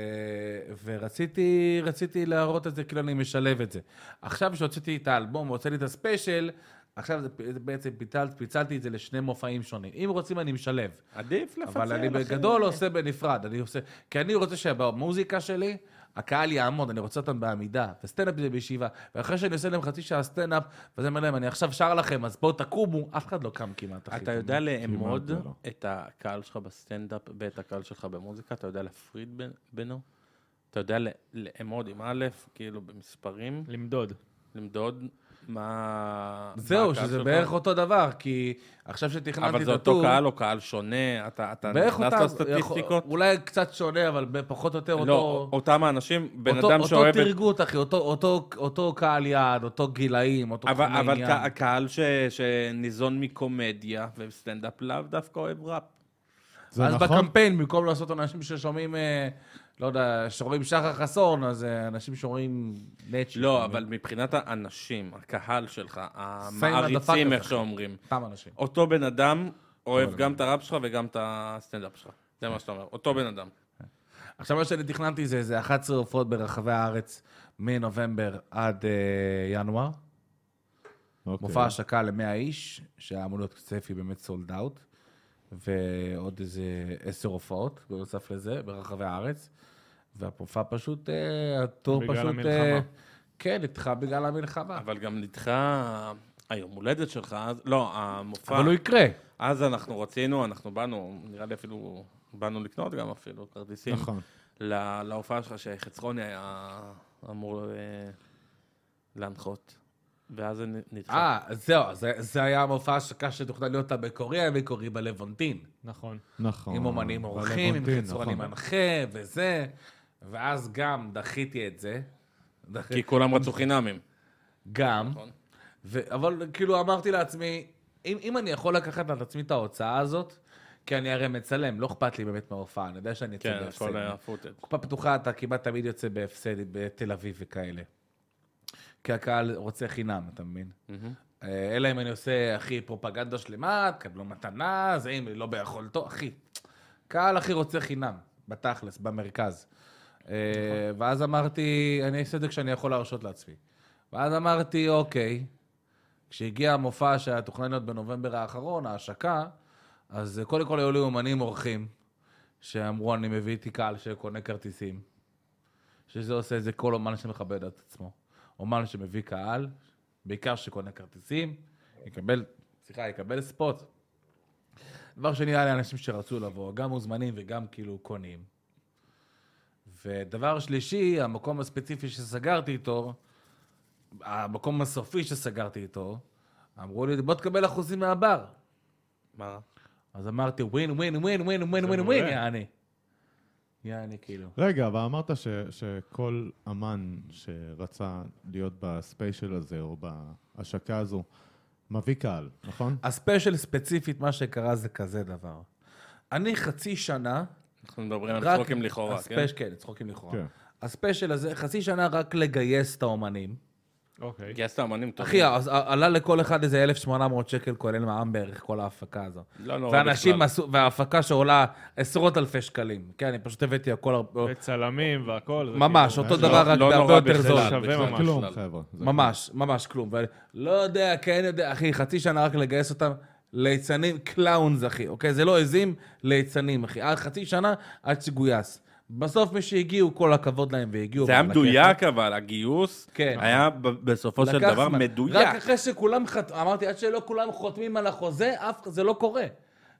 [SPEAKER 3] ורציתי רציתי להראות את זה, כאילו אני משלב את זה. עכשיו שהוצאתי את האלבום והוצאתי את הספיישל, עכשיו זה פ- בעצם פיצל, פיצלתי את זה לשני מופעים שונים. אם רוצים אני משלב.
[SPEAKER 4] עדיף לפצל.
[SPEAKER 3] אבל אני
[SPEAKER 4] אחי.
[SPEAKER 3] בגדול עושה בנפרד, אני עושה... כי אני רוצה שבמוזיקה שלי, הקהל יעמוד, אני רוצה אותם בעמידה, וסטנדאפ זה בישיבה, ואחרי שאני עושה להם חצי שעה סטנדאפ, ואז אני אומר להם, אני עכשיו שר לכם, אז בואו תקומו, אף אחד לא קם כמעט, אחי.
[SPEAKER 4] אתה יודע לאמוד
[SPEAKER 1] כמעט לא.
[SPEAKER 4] את הקהל שלך בסטנדאפ ואת הקהל שלך במוזיקה? אתה יודע להפריד בין- בינו? אתה יודע ל- לאמוד עם א', כאילו במספרים,
[SPEAKER 2] למדוד.
[SPEAKER 4] למדוד מה... מה
[SPEAKER 3] זהו,
[SPEAKER 4] הקהל
[SPEAKER 3] שזה
[SPEAKER 4] שלך?
[SPEAKER 3] בערך אותו דבר, כי עכשיו שתכננתי את הטור...
[SPEAKER 4] אבל זה אותו קהל או קהל שונה? אתה אתה
[SPEAKER 3] בערך
[SPEAKER 4] נכנס
[SPEAKER 3] אותם,
[SPEAKER 4] לסטטיסטיקות?
[SPEAKER 3] יכול- אולי קצת שונה, אבל ב- פחות או יותר
[SPEAKER 4] לא,
[SPEAKER 3] אותו...
[SPEAKER 4] אותם האנשים, בן
[SPEAKER 3] אותו-
[SPEAKER 4] אדם שאוהב...
[SPEAKER 3] אותו
[SPEAKER 4] את-
[SPEAKER 3] תרגות, אחי, אותו- אותו- אותו קהל יעד, אותו גילאים, אותו
[SPEAKER 4] אבל,
[SPEAKER 3] תחומי
[SPEAKER 4] אבל
[SPEAKER 3] עניין.
[SPEAKER 4] ק- הקהל ש, שניזון מקומדיה וסטנדאפ לאו דווקא אוהב ראפ.
[SPEAKER 1] זה
[SPEAKER 3] אז
[SPEAKER 1] נכון?
[SPEAKER 3] בקמפיין, במקום לעשות אנשים ששומעים, אה, לא יודע, שרואים שחר חסון, אז אה, אנשים שרואים נצ'י.
[SPEAKER 4] לא, אבל מבחינת האנשים, הקהל שלך,
[SPEAKER 3] הדפק
[SPEAKER 4] המעריצים,
[SPEAKER 3] הזה.
[SPEAKER 4] איך שאומרים,
[SPEAKER 3] סתם אנשים.
[SPEAKER 4] אותו בן אדם אוהב גם את הראפ שלך וגם את הסטנדאפ שלך. זה מה שאתה אומר, אותו בן אדם.
[SPEAKER 3] עכשיו, מה שאני תכננתי זה איזה 11 הופעות ברחבי הארץ, מנובמבר עד אה, ינואר.
[SPEAKER 1] אוקיי.
[SPEAKER 3] מופע השקה ל-100 איש, שהיה אמור להיות צפי באמת סולד אאוט, ועוד איזה עשר הופעות בנוסף לזה, ברחבי הארץ. והמופע פשוט, אה, הטור
[SPEAKER 2] בגלל
[SPEAKER 3] פשוט... אה,
[SPEAKER 2] המלחמה.
[SPEAKER 3] כן, נדחה בגלל המלחמה.
[SPEAKER 4] אבל גם נדחה היום הולדת שלך, אז- לא, המופע.
[SPEAKER 3] אבל הוא יקרה.
[SPEAKER 4] אז אנחנו רצינו, אנחנו באנו, נראה לי אפילו, באנו לקנות גם אפילו כרטיסים.
[SPEAKER 1] נכון.
[SPEAKER 4] לה- להופעה שלך שחצרוני היה אמור אה, להנחות. ואז זה נ- נדחה.
[SPEAKER 3] אה, זהו, זה- זה היה המופע השקה שתוכנן להיות המקורי, המקורי בלוונטין.
[SPEAKER 2] נכון.
[SPEAKER 1] נכון.
[SPEAKER 3] עם אומנים
[SPEAKER 1] אבל
[SPEAKER 3] אורחים, עם
[SPEAKER 1] הבנתי,
[SPEAKER 3] חיצור אני
[SPEAKER 1] נכון.
[SPEAKER 3] מנחה וזה, ואז גם דחיתי את זה. דחיתי-
[SPEAKER 4] כי כולם רצו חינמים.
[SPEAKER 3] גם.
[SPEAKER 4] נכון.
[SPEAKER 3] ו- אבל כאילו אמרתי לעצמי, אם, אם אני יכול לקחת על עצמי את ההוצאה הזאת, כי אני הרי מצלם, לא אכפת לי באמת מההופעה, אני יודע שאני אצא
[SPEAKER 4] כן,
[SPEAKER 3] בהפסד.
[SPEAKER 4] הכל היה פוטד.
[SPEAKER 3] קופה פתוחה, אתה כמעט תמיד יוצא בהפסד בתל אביב וכאלה. כי הקהל רוצה חינם, אתה מבין? אה, אלא אם אני עושה, אחי, פרופגנדה שלמה, תקבלו מתנה, זה אם לא ביכולתו, אחי. קהל אחי רוצה חינם, בתכלס, במרכז. אה, ואז אמרתי, אני אעשה את זה כשאני יכול להרשות לעצמי. ואז אמרתי, אוקיי, כשהגיע המופע שהיה תוכנן להיות בנובמבר האחרון, ההשקה, אז אה, קודם כל היו לי אומנים אורחים, שאמרו, אני מביא איתי קהל שקונה כרטיסים. שזה עושה את זה כל אומן שמכבד את עצמו. אומן שמביא קהל, בעיקר שקונה כרטיסים, יקבל, סליחה, יקבל ספוט. דבר שני, היה לאנשים שרצו לבוא, גם מוזמנים וגם כאילו קונים. ודבר שלישי, המקום הספציפי שסגרתי איתו, המקום הסופי שסגרתי איתו, אמרו לי, בוא תקבל אחוזים מהבר.
[SPEAKER 4] מה?
[SPEAKER 3] אז אמרתי, ווין, ווין, ווין, ווין, ווין, ווין, ווין, יעני. יעני, כאילו.
[SPEAKER 1] רגע, אבל אמרת ש, שכל אמן שרצה להיות בספיישל הזה, או בהשקה הזו, מביא קהל, נכון?
[SPEAKER 3] אה, הספיישל ספציפית, מה שקרה זה כזה דבר. אני חצי שנה,
[SPEAKER 4] אנחנו מדברים על
[SPEAKER 3] רק-
[SPEAKER 4] צחוקים לכאורה, כן?
[SPEAKER 3] הספייש, כן, צחוקים לכאורה.
[SPEAKER 1] כן.
[SPEAKER 3] הספיישל הזה, חצי שנה רק לגייס את האומנים.
[SPEAKER 2] אוקיי.
[SPEAKER 4] גייסת אמנים טובים.
[SPEAKER 3] אחי, אז ע- עלה לכל אחד איזה 1,800 שקל, כולל מע"מ בערך, כל ההפקה הזו.
[SPEAKER 4] לא נורא
[SPEAKER 3] ואנשים
[SPEAKER 4] בכלל.
[SPEAKER 3] עשו, וההפקה שעולה עשרות אלפי שקלים. כן, אני פשוט הבאתי הכל הרבה...
[SPEAKER 2] וצלמים והכל. זה
[SPEAKER 3] ממש,
[SPEAKER 2] כאילו-
[SPEAKER 3] אותו
[SPEAKER 1] לא-
[SPEAKER 3] דבר, רק
[SPEAKER 4] לא
[SPEAKER 3] בהרבה
[SPEAKER 4] נורא
[SPEAKER 3] יותר
[SPEAKER 4] בכלל,
[SPEAKER 3] זול.
[SPEAKER 2] שווה
[SPEAKER 4] בכלל.
[SPEAKER 2] ממש.
[SPEAKER 1] כלום,
[SPEAKER 4] בכלל.
[SPEAKER 1] חבר'ה. זה
[SPEAKER 3] ממש,
[SPEAKER 4] נכון.
[SPEAKER 3] ממש כלום. ואני לא יודע, כן יודע, אחי, חצי שנה רק לגייס אותם ליצנים קלאונס, אחי, אוקיי? זה לא עזים, ליצנים, אחי. עד חצי שנה עד שגויס. בסוף מי שהגיעו, כל הכבוד להם והגיעו.
[SPEAKER 4] זה היה
[SPEAKER 3] אבל
[SPEAKER 4] מדויק אבל, הגיוס
[SPEAKER 3] כן.
[SPEAKER 4] היה ב- בסופו
[SPEAKER 3] לקח
[SPEAKER 4] של דבר
[SPEAKER 3] זמן.
[SPEAKER 4] מדויק.
[SPEAKER 3] רק אחרי שכולם חת... אמרתי, עד שלא כולם חותמים על החוזה, אף זה לא קורה.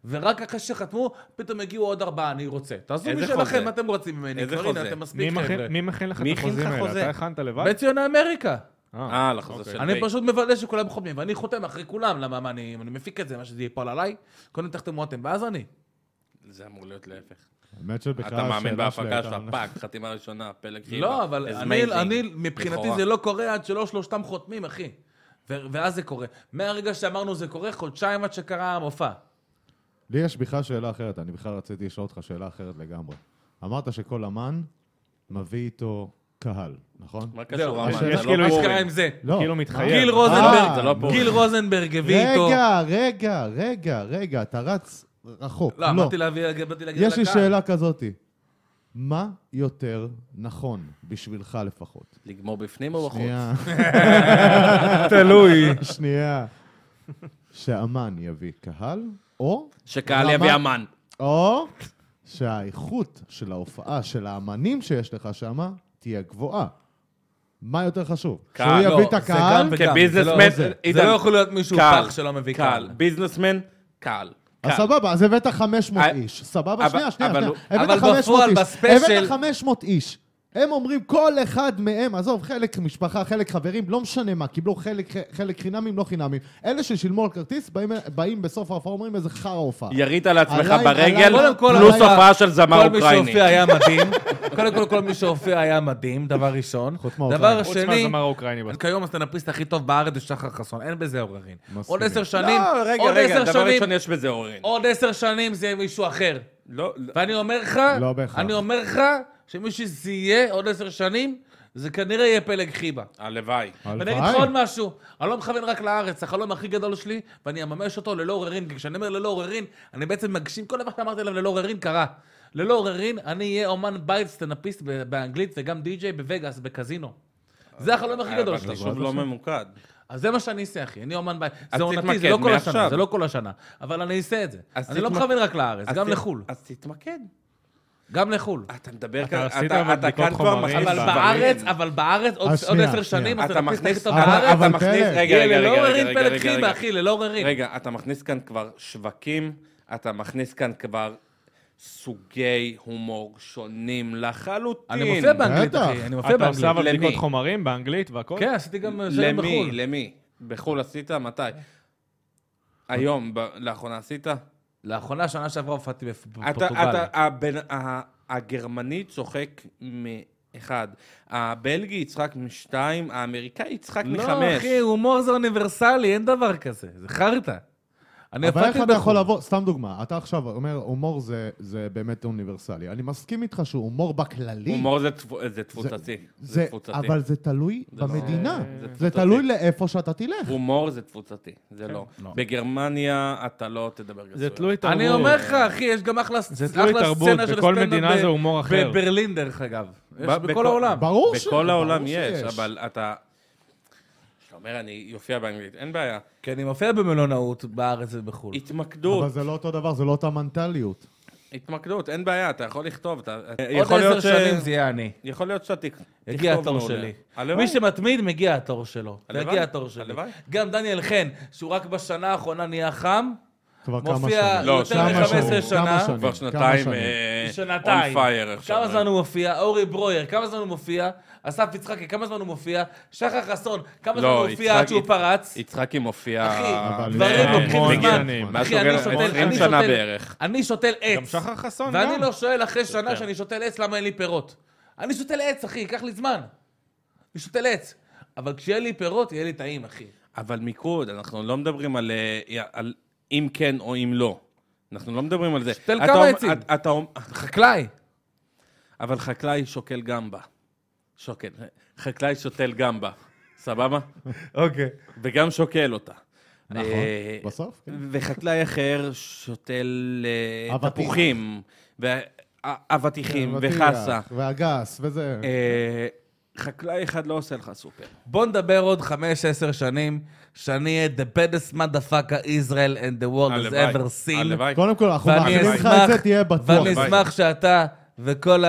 [SPEAKER 3] ורק אחרי שחתמו, פתאום הגיעו עוד ארבעה, אני רוצה. תעשו
[SPEAKER 4] איזה
[SPEAKER 3] משלכם,
[SPEAKER 4] חוזה?
[SPEAKER 3] מה אתם רוצים ממני?
[SPEAKER 4] איזה
[SPEAKER 3] כבר הנה,
[SPEAKER 4] חוזה?
[SPEAKER 3] אתם
[SPEAKER 2] מי
[SPEAKER 3] מספיק
[SPEAKER 2] מכין-
[SPEAKER 3] חבר'ה.
[SPEAKER 2] מי מכין לך
[SPEAKER 4] מי
[SPEAKER 2] את
[SPEAKER 4] הכין לך
[SPEAKER 2] החוזים האלה?
[SPEAKER 4] חוזה?
[SPEAKER 2] אתה הכנת לבד?
[SPEAKER 3] בית ציוני אמריקה.
[SPEAKER 4] אה, על החוזה של
[SPEAKER 3] אני
[SPEAKER 4] פייק.
[SPEAKER 3] פשוט מוודא שכולם חותמים, ואני חותם אחרי כולם, למה מה, אני אני מפיק את זה, מה שזה ייפול עליי, קודם תחתמו אתם, ואז אני.
[SPEAKER 4] זה אמור להיות להפך.
[SPEAKER 1] האמת שבכלל
[SPEAKER 4] אתה מאמין
[SPEAKER 1] השאלה שלי
[SPEAKER 4] בהפקה
[SPEAKER 1] הייתה- נכון.
[SPEAKER 4] שלך, פאק, חתימה ראשונה, פלג חיבה.
[SPEAKER 3] לא, אבל
[SPEAKER 4] It's
[SPEAKER 3] אני-
[SPEAKER 4] amazing.
[SPEAKER 3] אני, מבחינתי
[SPEAKER 4] לכאורה.
[SPEAKER 3] זה לא קורה עד שלא שלושתם חותמים, אחי. ו- ואז זה קורה. מהרגע שאמרנו זה קורה, חודשיים עד שקרה המופע.
[SPEAKER 1] לי יש בכלל שאלה אחרת, אני בכלל רציתי לשאול אותך שאלה אחרת לגמרי. אמרת שכל אמן מביא איתו קהל, נכון?
[SPEAKER 4] מה
[SPEAKER 3] זהו,
[SPEAKER 4] קשור, אמן?
[SPEAKER 1] יש
[SPEAKER 4] זה לא
[SPEAKER 2] כאילו-
[SPEAKER 3] מה
[SPEAKER 4] פורים.
[SPEAKER 3] שקרה עם זה?
[SPEAKER 1] לא.
[SPEAKER 2] כאילו מתחייב.
[SPEAKER 3] גיל
[SPEAKER 1] אה,
[SPEAKER 4] זה לא
[SPEAKER 3] רוזנברג,
[SPEAKER 4] פורים.
[SPEAKER 3] גיל רוזנברג הביא איתו...
[SPEAKER 1] רגע, רגע, רגע, רגע, אתה רץ רחוק.
[SPEAKER 3] לא, אמרתי להביא, באתי להגיד
[SPEAKER 1] יש לי
[SPEAKER 3] לקהל.
[SPEAKER 1] שאלה כזאתי. מה יותר נכון, בשבילך לפחות?
[SPEAKER 4] לגמור בפנים
[SPEAKER 3] לא
[SPEAKER 4] או בחוץ?
[SPEAKER 3] [laughs]
[SPEAKER 1] שנייה,
[SPEAKER 2] תלוי.
[SPEAKER 1] שנייה. שאמן יביא קהל, או,
[SPEAKER 4] שקהל
[SPEAKER 1] למה?
[SPEAKER 4] יביא אמן.
[SPEAKER 1] או שהאיכות של ההופעה של האמנים שיש לך שמה תהיה גבוהה. מה יותר חשוב? שהוא
[SPEAKER 4] קהל,
[SPEAKER 1] יביא
[SPEAKER 3] לא,
[SPEAKER 1] את
[SPEAKER 3] זה
[SPEAKER 1] הקהל?
[SPEAKER 3] גם וגם,
[SPEAKER 4] כביזנסמן,
[SPEAKER 3] זה לא- זה
[SPEAKER 4] עידן,
[SPEAKER 3] לא יכול להיות מישהו
[SPEAKER 4] קהל,
[SPEAKER 3] פח שלא מביא
[SPEAKER 4] קהל.
[SPEAKER 3] קהל.
[SPEAKER 4] ביזנסמן, קהל.
[SPEAKER 1] אז
[SPEAKER 4] קהל.
[SPEAKER 1] סבבה, אז הבאת 500
[SPEAKER 4] אבל-
[SPEAKER 1] איש. סבבה, שנייה,
[SPEAKER 4] אבל-
[SPEAKER 1] שנייה.
[SPEAKER 4] אבל-
[SPEAKER 1] שנייה. הבאת
[SPEAKER 3] אבל
[SPEAKER 1] 500
[SPEAKER 3] בפועל,
[SPEAKER 1] איש.
[SPEAKER 3] בספיישל-
[SPEAKER 1] הבאת 500 איש. הם אומרים, כל אחד מהם, עזוב, חלק משפחה, חלק חברים, לא משנה מה, קיבלו חלק, חלק חינמים, לא חינמים. אלה ששילמו על כרטיס, באים, באים בסוף ההופעה, אומרים, איזה חרא הופעה.
[SPEAKER 4] ירית על עצמך
[SPEAKER 1] עליי-
[SPEAKER 4] ברגל,
[SPEAKER 1] עליי-
[SPEAKER 3] קודם כל,
[SPEAKER 4] פלוס
[SPEAKER 3] היה-
[SPEAKER 4] הופעה של זמר
[SPEAKER 3] כל מי
[SPEAKER 4] אוקראיני.
[SPEAKER 3] שהופיע היה מדהים. [laughs] קודם כל, כל מי שהופיע היה מדהים, דבר ראשון.
[SPEAKER 1] חוץ
[SPEAKER 3] דבר
[SPEAKER 1] מהאוקראיני.
[SPEAKER 2] חוץ
[SPEAKER 3] שני,
[SPEAKER 2] מהזמר האוקראיני.
[SPEAKER 3] כיום הסטנדאפיסט הכי טוב בארץ זה שחר חסון, אין בזה עוררין. עוד עשר שנים,
[SPEAKER 4] לא, רגע,
[SPEAKER 3] עוד
[SPEAKER 4] רגע,
[SPEAKER 3] עשר
[SPEAKER 4] דבר
[SPEAKER 3] שנים,
[SPEAKER 4] ראשון יש בזה אורן.
[SPEAKER 3] עוד עשר שנים זה יהיה מישהו אחר.
[SPEAKER 4] לא, לא,
[SPEAKER 3] ואני אומר לך,
[SPEAKER 1] לא בהכרח.
[SPEAKER 3] אני אומר לך, שמי שזה יהיה עוד עשר שנים, זה כנראה יהיה פלג חיבה.
[SPEAKER 4] הלוואי.
[SPEAKER 3] ואני אגיד לך עוד משהו, אני לא מכוון רק לארץ, החלום הכי גדול שלי, ואני אממש אותו ללא עוררין, כי כשאני אומר ללא עוררין, אני בעצם מגשים, כל דבר שאמרתי עליו ללא עוררין קרה. ללא עוררין, אני אהיה אומן בית סטנאפיסט ב- באנגלית וגם די-ג'יי בווגאס, בקזינו. זה החלום הכי גדול
[SPEAKER 4] אבל
[SPEAKER 3] שלי.
[SPEAKER 4] אתה שוב לא ממוקד.
[SPEAKER 3] אז זה מה שאני אעשה, אחי. אני אומן בית.
[SPEAKER 4] אז
[SPEAKER 3] זה עונתי, זה
[SPEAKER 4] תתמקד
[SPEAKER 3] לא כל
[SPEAKER 4] מעכשיו.
[SPEAKER 3] השנה, זה לא כל השנה. אבל אני אעשה את זה.
[SPEAKER 4] אז
[SPEAKER 3] אני לא
[SPEAKER 4] תתמק-
[SPEAKER 3] מכוון רק לארץ,
[SPEAKER 4] אז
[SPEAKER 3] גם
[SPEAKER 4] ת-
[SPEAKER 3] לחו"ל.
[SPEAKER 4] אז תתמקד.
[SPEAKER 3] גם לחו"ל.
[SPEAKER 4] אתה מדבר
[SPEAKER 2] אתה
[SPEAKER 4] כאן,
[SPEAKER 2] עשית
[SPEAKER 4] אתה-
[SPEAKER 2] אבל
[SPEAKER 4] אתה
[SPEAKER 2] בדיקות
[SPEAKER 4] כאן כבר
[SPEAKER 2] חומרים,
[SPEAKER 4] מכניס
[SPEAKER 3] אבל
[SPEAKER 4] דברים.
[SPEAKER 3] בארץ, אבל בארץ, עוד
[SPEAKER 1] אז
[SPEAKER 3] עוד
[SPEAKER 1] שנייה,
[SPEAKER 3] עשר שנים,
[SPEAKER 1] שנייה.
[SPEAKER 3] אתה
[SPEAKER 4] אתה
[SPEAKER 3] מכניס
[SPEAKER 4] מכניס,
[SPEAKER 3] את
[SPEAKER 4] אתה
[SPEAKER 3] הכתוב בארץ.
[SPEAKER 4] אתה
[SPEAKER 1] אבל
[SPEAKER 4] מכניס,
[SPEAKER 1] פלא.
[SPEAKER 4] רגע, רגע,
[SPEAKER 3] ללא
[SPEAKER 4] רגע,
[SPEAKER 3] עוררין
[SPEAKER 4] רגע,
[SPEAKER 3] לא פלט
[SPEAKER 4] רגע,
[SPEAKER 3] חיבה,
[SPEAKER 4] רגע.
[SPEAKER 3] אחי, ללא עוררין.
[SPEAKER 4] רגע, אתה מכניס כאן כבר שווקים, אתה מכניס כאן כבר סוגי הומור שונים לחלוטין.
[SPEAKER 3] אני מופיע באנגלית,
[SPEAKER 1] בטח.
[SPEAKER 3] אחי. אני מופיע
[SPEAKER 2] אתה עושה
[SPEAKER 3] באנגלית.
[SPEAKER 2] אבל
[SPEAKER 4] למי?
[SPEAKER 2] בדיקות חומרים באנגלית והכל?
[SPEAKER 3] כן, עשיתי גם סרט
[SPEAKER 4] למי?
[SPEAKER 3] בחו"ל. כן.
[SPEAKER 4] למי? בחו"ל עשית? מתי? היום, ב- לאחרונה עשית?
[SPEAKER 3] לאחרונה, שנה שעברה, הופעתי
[SPEAKER 4] אתה,
[SPEAKER 3] בפורטוגל.
[SPEAKER 4] אתה, הבן, ה- הגרמני צוחק מאחד, הבלגי יצחק משתיים, האמריקאי יצחק
[SPEAKER 3] לא,
[SPEAKER 4] מחמש.
[SPEAKER 3] אחי, הומור זה אוניברסלי, אין דבר כזה. זה חרטא. אני
[SPEAKER 1] אבל איך
[SPEAKER 3] הופעתי
[SPEAKER 1] אתה יכול
[SPEAKER 3] בחו"ל.
[SPEAKER 1] לבוא, סתם דוגמה, אתה עכשיו אומר, הומור זה- זה באמת אוניברסלי. אני מסכים איתך שהוא הומור בכללי.
[SPEAKER 4] הומור זה תפו- זה תפוצצי.
[SPEAKER 1] זה-
[SPEAKER 4] זה תפוצתי.
[SPEAKER 1] אבל זה תלוי
[SPEAKER 4] זה לא-
[SPEAKER 1] במדינה.
[SPEAKER 4] זה
[SPEAKER 1] זה
[SPEAKER 4] תפוצתי.
[SPEAKER 1] תלוי לאיפה שאתה תלך.
[SPEAKER 4] הומור זה תפוצתי, זה לא.
[SPEAKER 1] כן,
[SPEAKER 3] לא.
[SPEAKER 4] בגרמניה אתה לא תדבר גסויות.
[SPEAKER 2] זה תלוי תרבות.
[SPEAKER 3] אני אומר לך, אחי, יש גם אחלה ס-
[SPEAKER 2] זה
[SPEAKER 3] אחלה
[SPEAKER 2] תלוי תרבות,
[SPEAKER 3] סצנה של
[SPEAKER 2] בכל
[SPEAKER 3] סטנדאפ
[SPEAKER 2] מדינה
[SPEAKER 3] ב-
[SPEAKER 2] זה הומור אחר.
[SPEAKER 3] בברלין, דרך אגב. יש
[SPEAKER 4] ב-
[SPEAKER 3] בכל
[SPEAKER 4] בכל-
[SPEAKER 3] העולם.
[SPEAKER 1] ברור ש...
[SPEAKER 4] בכל העולם
[SPEAKER 1] ברור
[SPEAKER 4] יש,
[SPEAKER 1] שיש.
[SPEAKER 4] אבל אתה... כשאתה אומר, אני אופיע באנגלית, אין בעיה.
[SPEAKER 3] כי אני מופיע במלונאות בארץ ובחו"ל.
[SPEAKER 1] אבל
[SPEAKER 4] התמקדות,
[SPEAKER 1] זה לא אותו דבר, זה לא אותה מנטליות.
[SPEAKER 4] התמקדות, אין בעיה, אתה יכול לכתוב. אתה-
[SPEAKER 3] עוד
[SPEAKER 4] יכול
[SPEAKER 3] עשר
[SPEAKER 4] להיות ש-
[SPEAKER 3] שנים זה יהיה אני.
[SPEAKER 4] יכול להיות שאתה תכתוב
[SPEAKER 3] יגיע התור שלי.
[SPEAKER 4] הלוואי.
[SPEAKER 3] מי שמתמיד, מגיע התור שלו.
[SPEAKER 4] הלוואי,
[SPEAKER 3] יגיע התור שלי.
[SPEAKER 4] הלוואי.
[SPEAKER 3] גם דניאל חן, שהוא רק בשנה האחרונה נהיה חם,
[SPEAKER 1] כבר כמה שנים.
[SPEAKER 3] מופיע
[SPEAKER 4] לא,
[SPEAKER 3] יותר
[SPEAKER 4] כמה
[SPEAKER 3] מ-15
[SPEAKER 4] שנים,
[SPEAKER 3] שנה.
[SPEAKER 1] שנים.
[SPEAKER 4] כבר
[SPEAKER 1] כמה
[SPEAKER 4] שנתיים
[SPEAKER 1] שנים?
[SPEAKER 4] אה,
[SPEAKER 3] שנתיים.
[SPEAKER 4] on fire עכשיו.
[SPEAKER 3] כמה זמן הוא מופיע? אורי ברויר, כמה זמן הוא מופיע? אסף יצחקי, כמה זמן הוא מופיע? שחר חסון, כמה
[SPEAKER 4] לא,
[SPEAKER 3] זמן הוא מופיע עד
[SPEAKER 4] יצחק-
[SPEAKER 3] שהוא פרץ?
[SPEAKER 4] יצחקי מופיע...
[SPEAKER 3] אחי,
[SPEAKER 1] אבל-
[SPEAKER 3] דברים
[SPEAKER 1] אה,
[SPEAKER 3] לוקחים
[SPEAKER 2] המון
[SPEAKER 3] זמן.
[SPEAKER 2] שנים.
[SPEAKER 4] מאז
[SPEAKER 3] אחי, אני
[SPEAKER 4] שהוא
[SPEAKER 3] שותל,
[SPEAKER 4] גר- 20
[SPEAKER 3] אני
[SPEAKER 4] שנה
[SPEAKER 3] שותל,
[SPEAKER 4] בערך.
[SPEAKER 3] אני שותל
[SPEAKER 2] גם
[SPEAKER 3] עץ.
[SPEAKER 2] שחר חסון גם.
[SPEAKER 3] ואני לא שואל אחרי שנה שאני שותל עץ למה אין לי פירות. אני שותל עץ, אחי, ייקח לי זמן. אני שותל עץ. אבל כשיהיה לי פירות, יהיה לי טעים, אחי.
[SPEAKER 4] אבל מיקוד, אנחנו לא מדברים על, אה, על אם כן או אם לא. אנחנו לא מדברים על זה.
[SPEAKER 3] שתל
[SPEAKER 4] אתה
[SPEAKER 3] כמה
[SPEAKER 4] אומר-
[SPEAKER 3] עצים.
[SPEAKER 4] אתה- אתה אומר-
[SPEAKER 3] חקלאי.
[SPEAKER 4] אבל חקלאי שוקל גמבה. שוקל. חקלאי שותל גמבה, סבבה?
[SPEAKER 3] אוקיי.
[SPEAKER 4] וגם שוקל אותה.
[SPEAKER 1] נכון,
[SPEAKER 4] אה,
[SPEAKER 1] בסוף, כן.
[SPEAKER 4] וחקלאי אחר שותל אה,
[SPEAKER 1] אבטיח. כן,
[SPEAKER 4] תפוחים, ו- אה, אבטיחים
[SPEAKER 1] ואבטיח,
[SPEAKER 4] וחסה.
[SPEAKER 1] והגס, וזה...
[SPEAKER 4] אה, חקלאי אחד לא עושה לך סופר.
[SPEAKER 3] בוא נדבר עוד 5-10 שנים, שאני אהיה the baddest motherfucker Israel and the world has
[SPEAKER 4] הלוואי.
[SPEAKER 3] ever seen.
[SPEAKER 4] הלוואי.
[SPEAKER 1] קודם כל, אנחנו
[SPEAKER 3] ואני
[SPEAKER 1] מאחלים לך את
[SPEAKER 3] אשמח-
[SPEAKER 1] זה, תהיה בטוח.
[SPEAKER 3] ואני אשמח שאתה וכל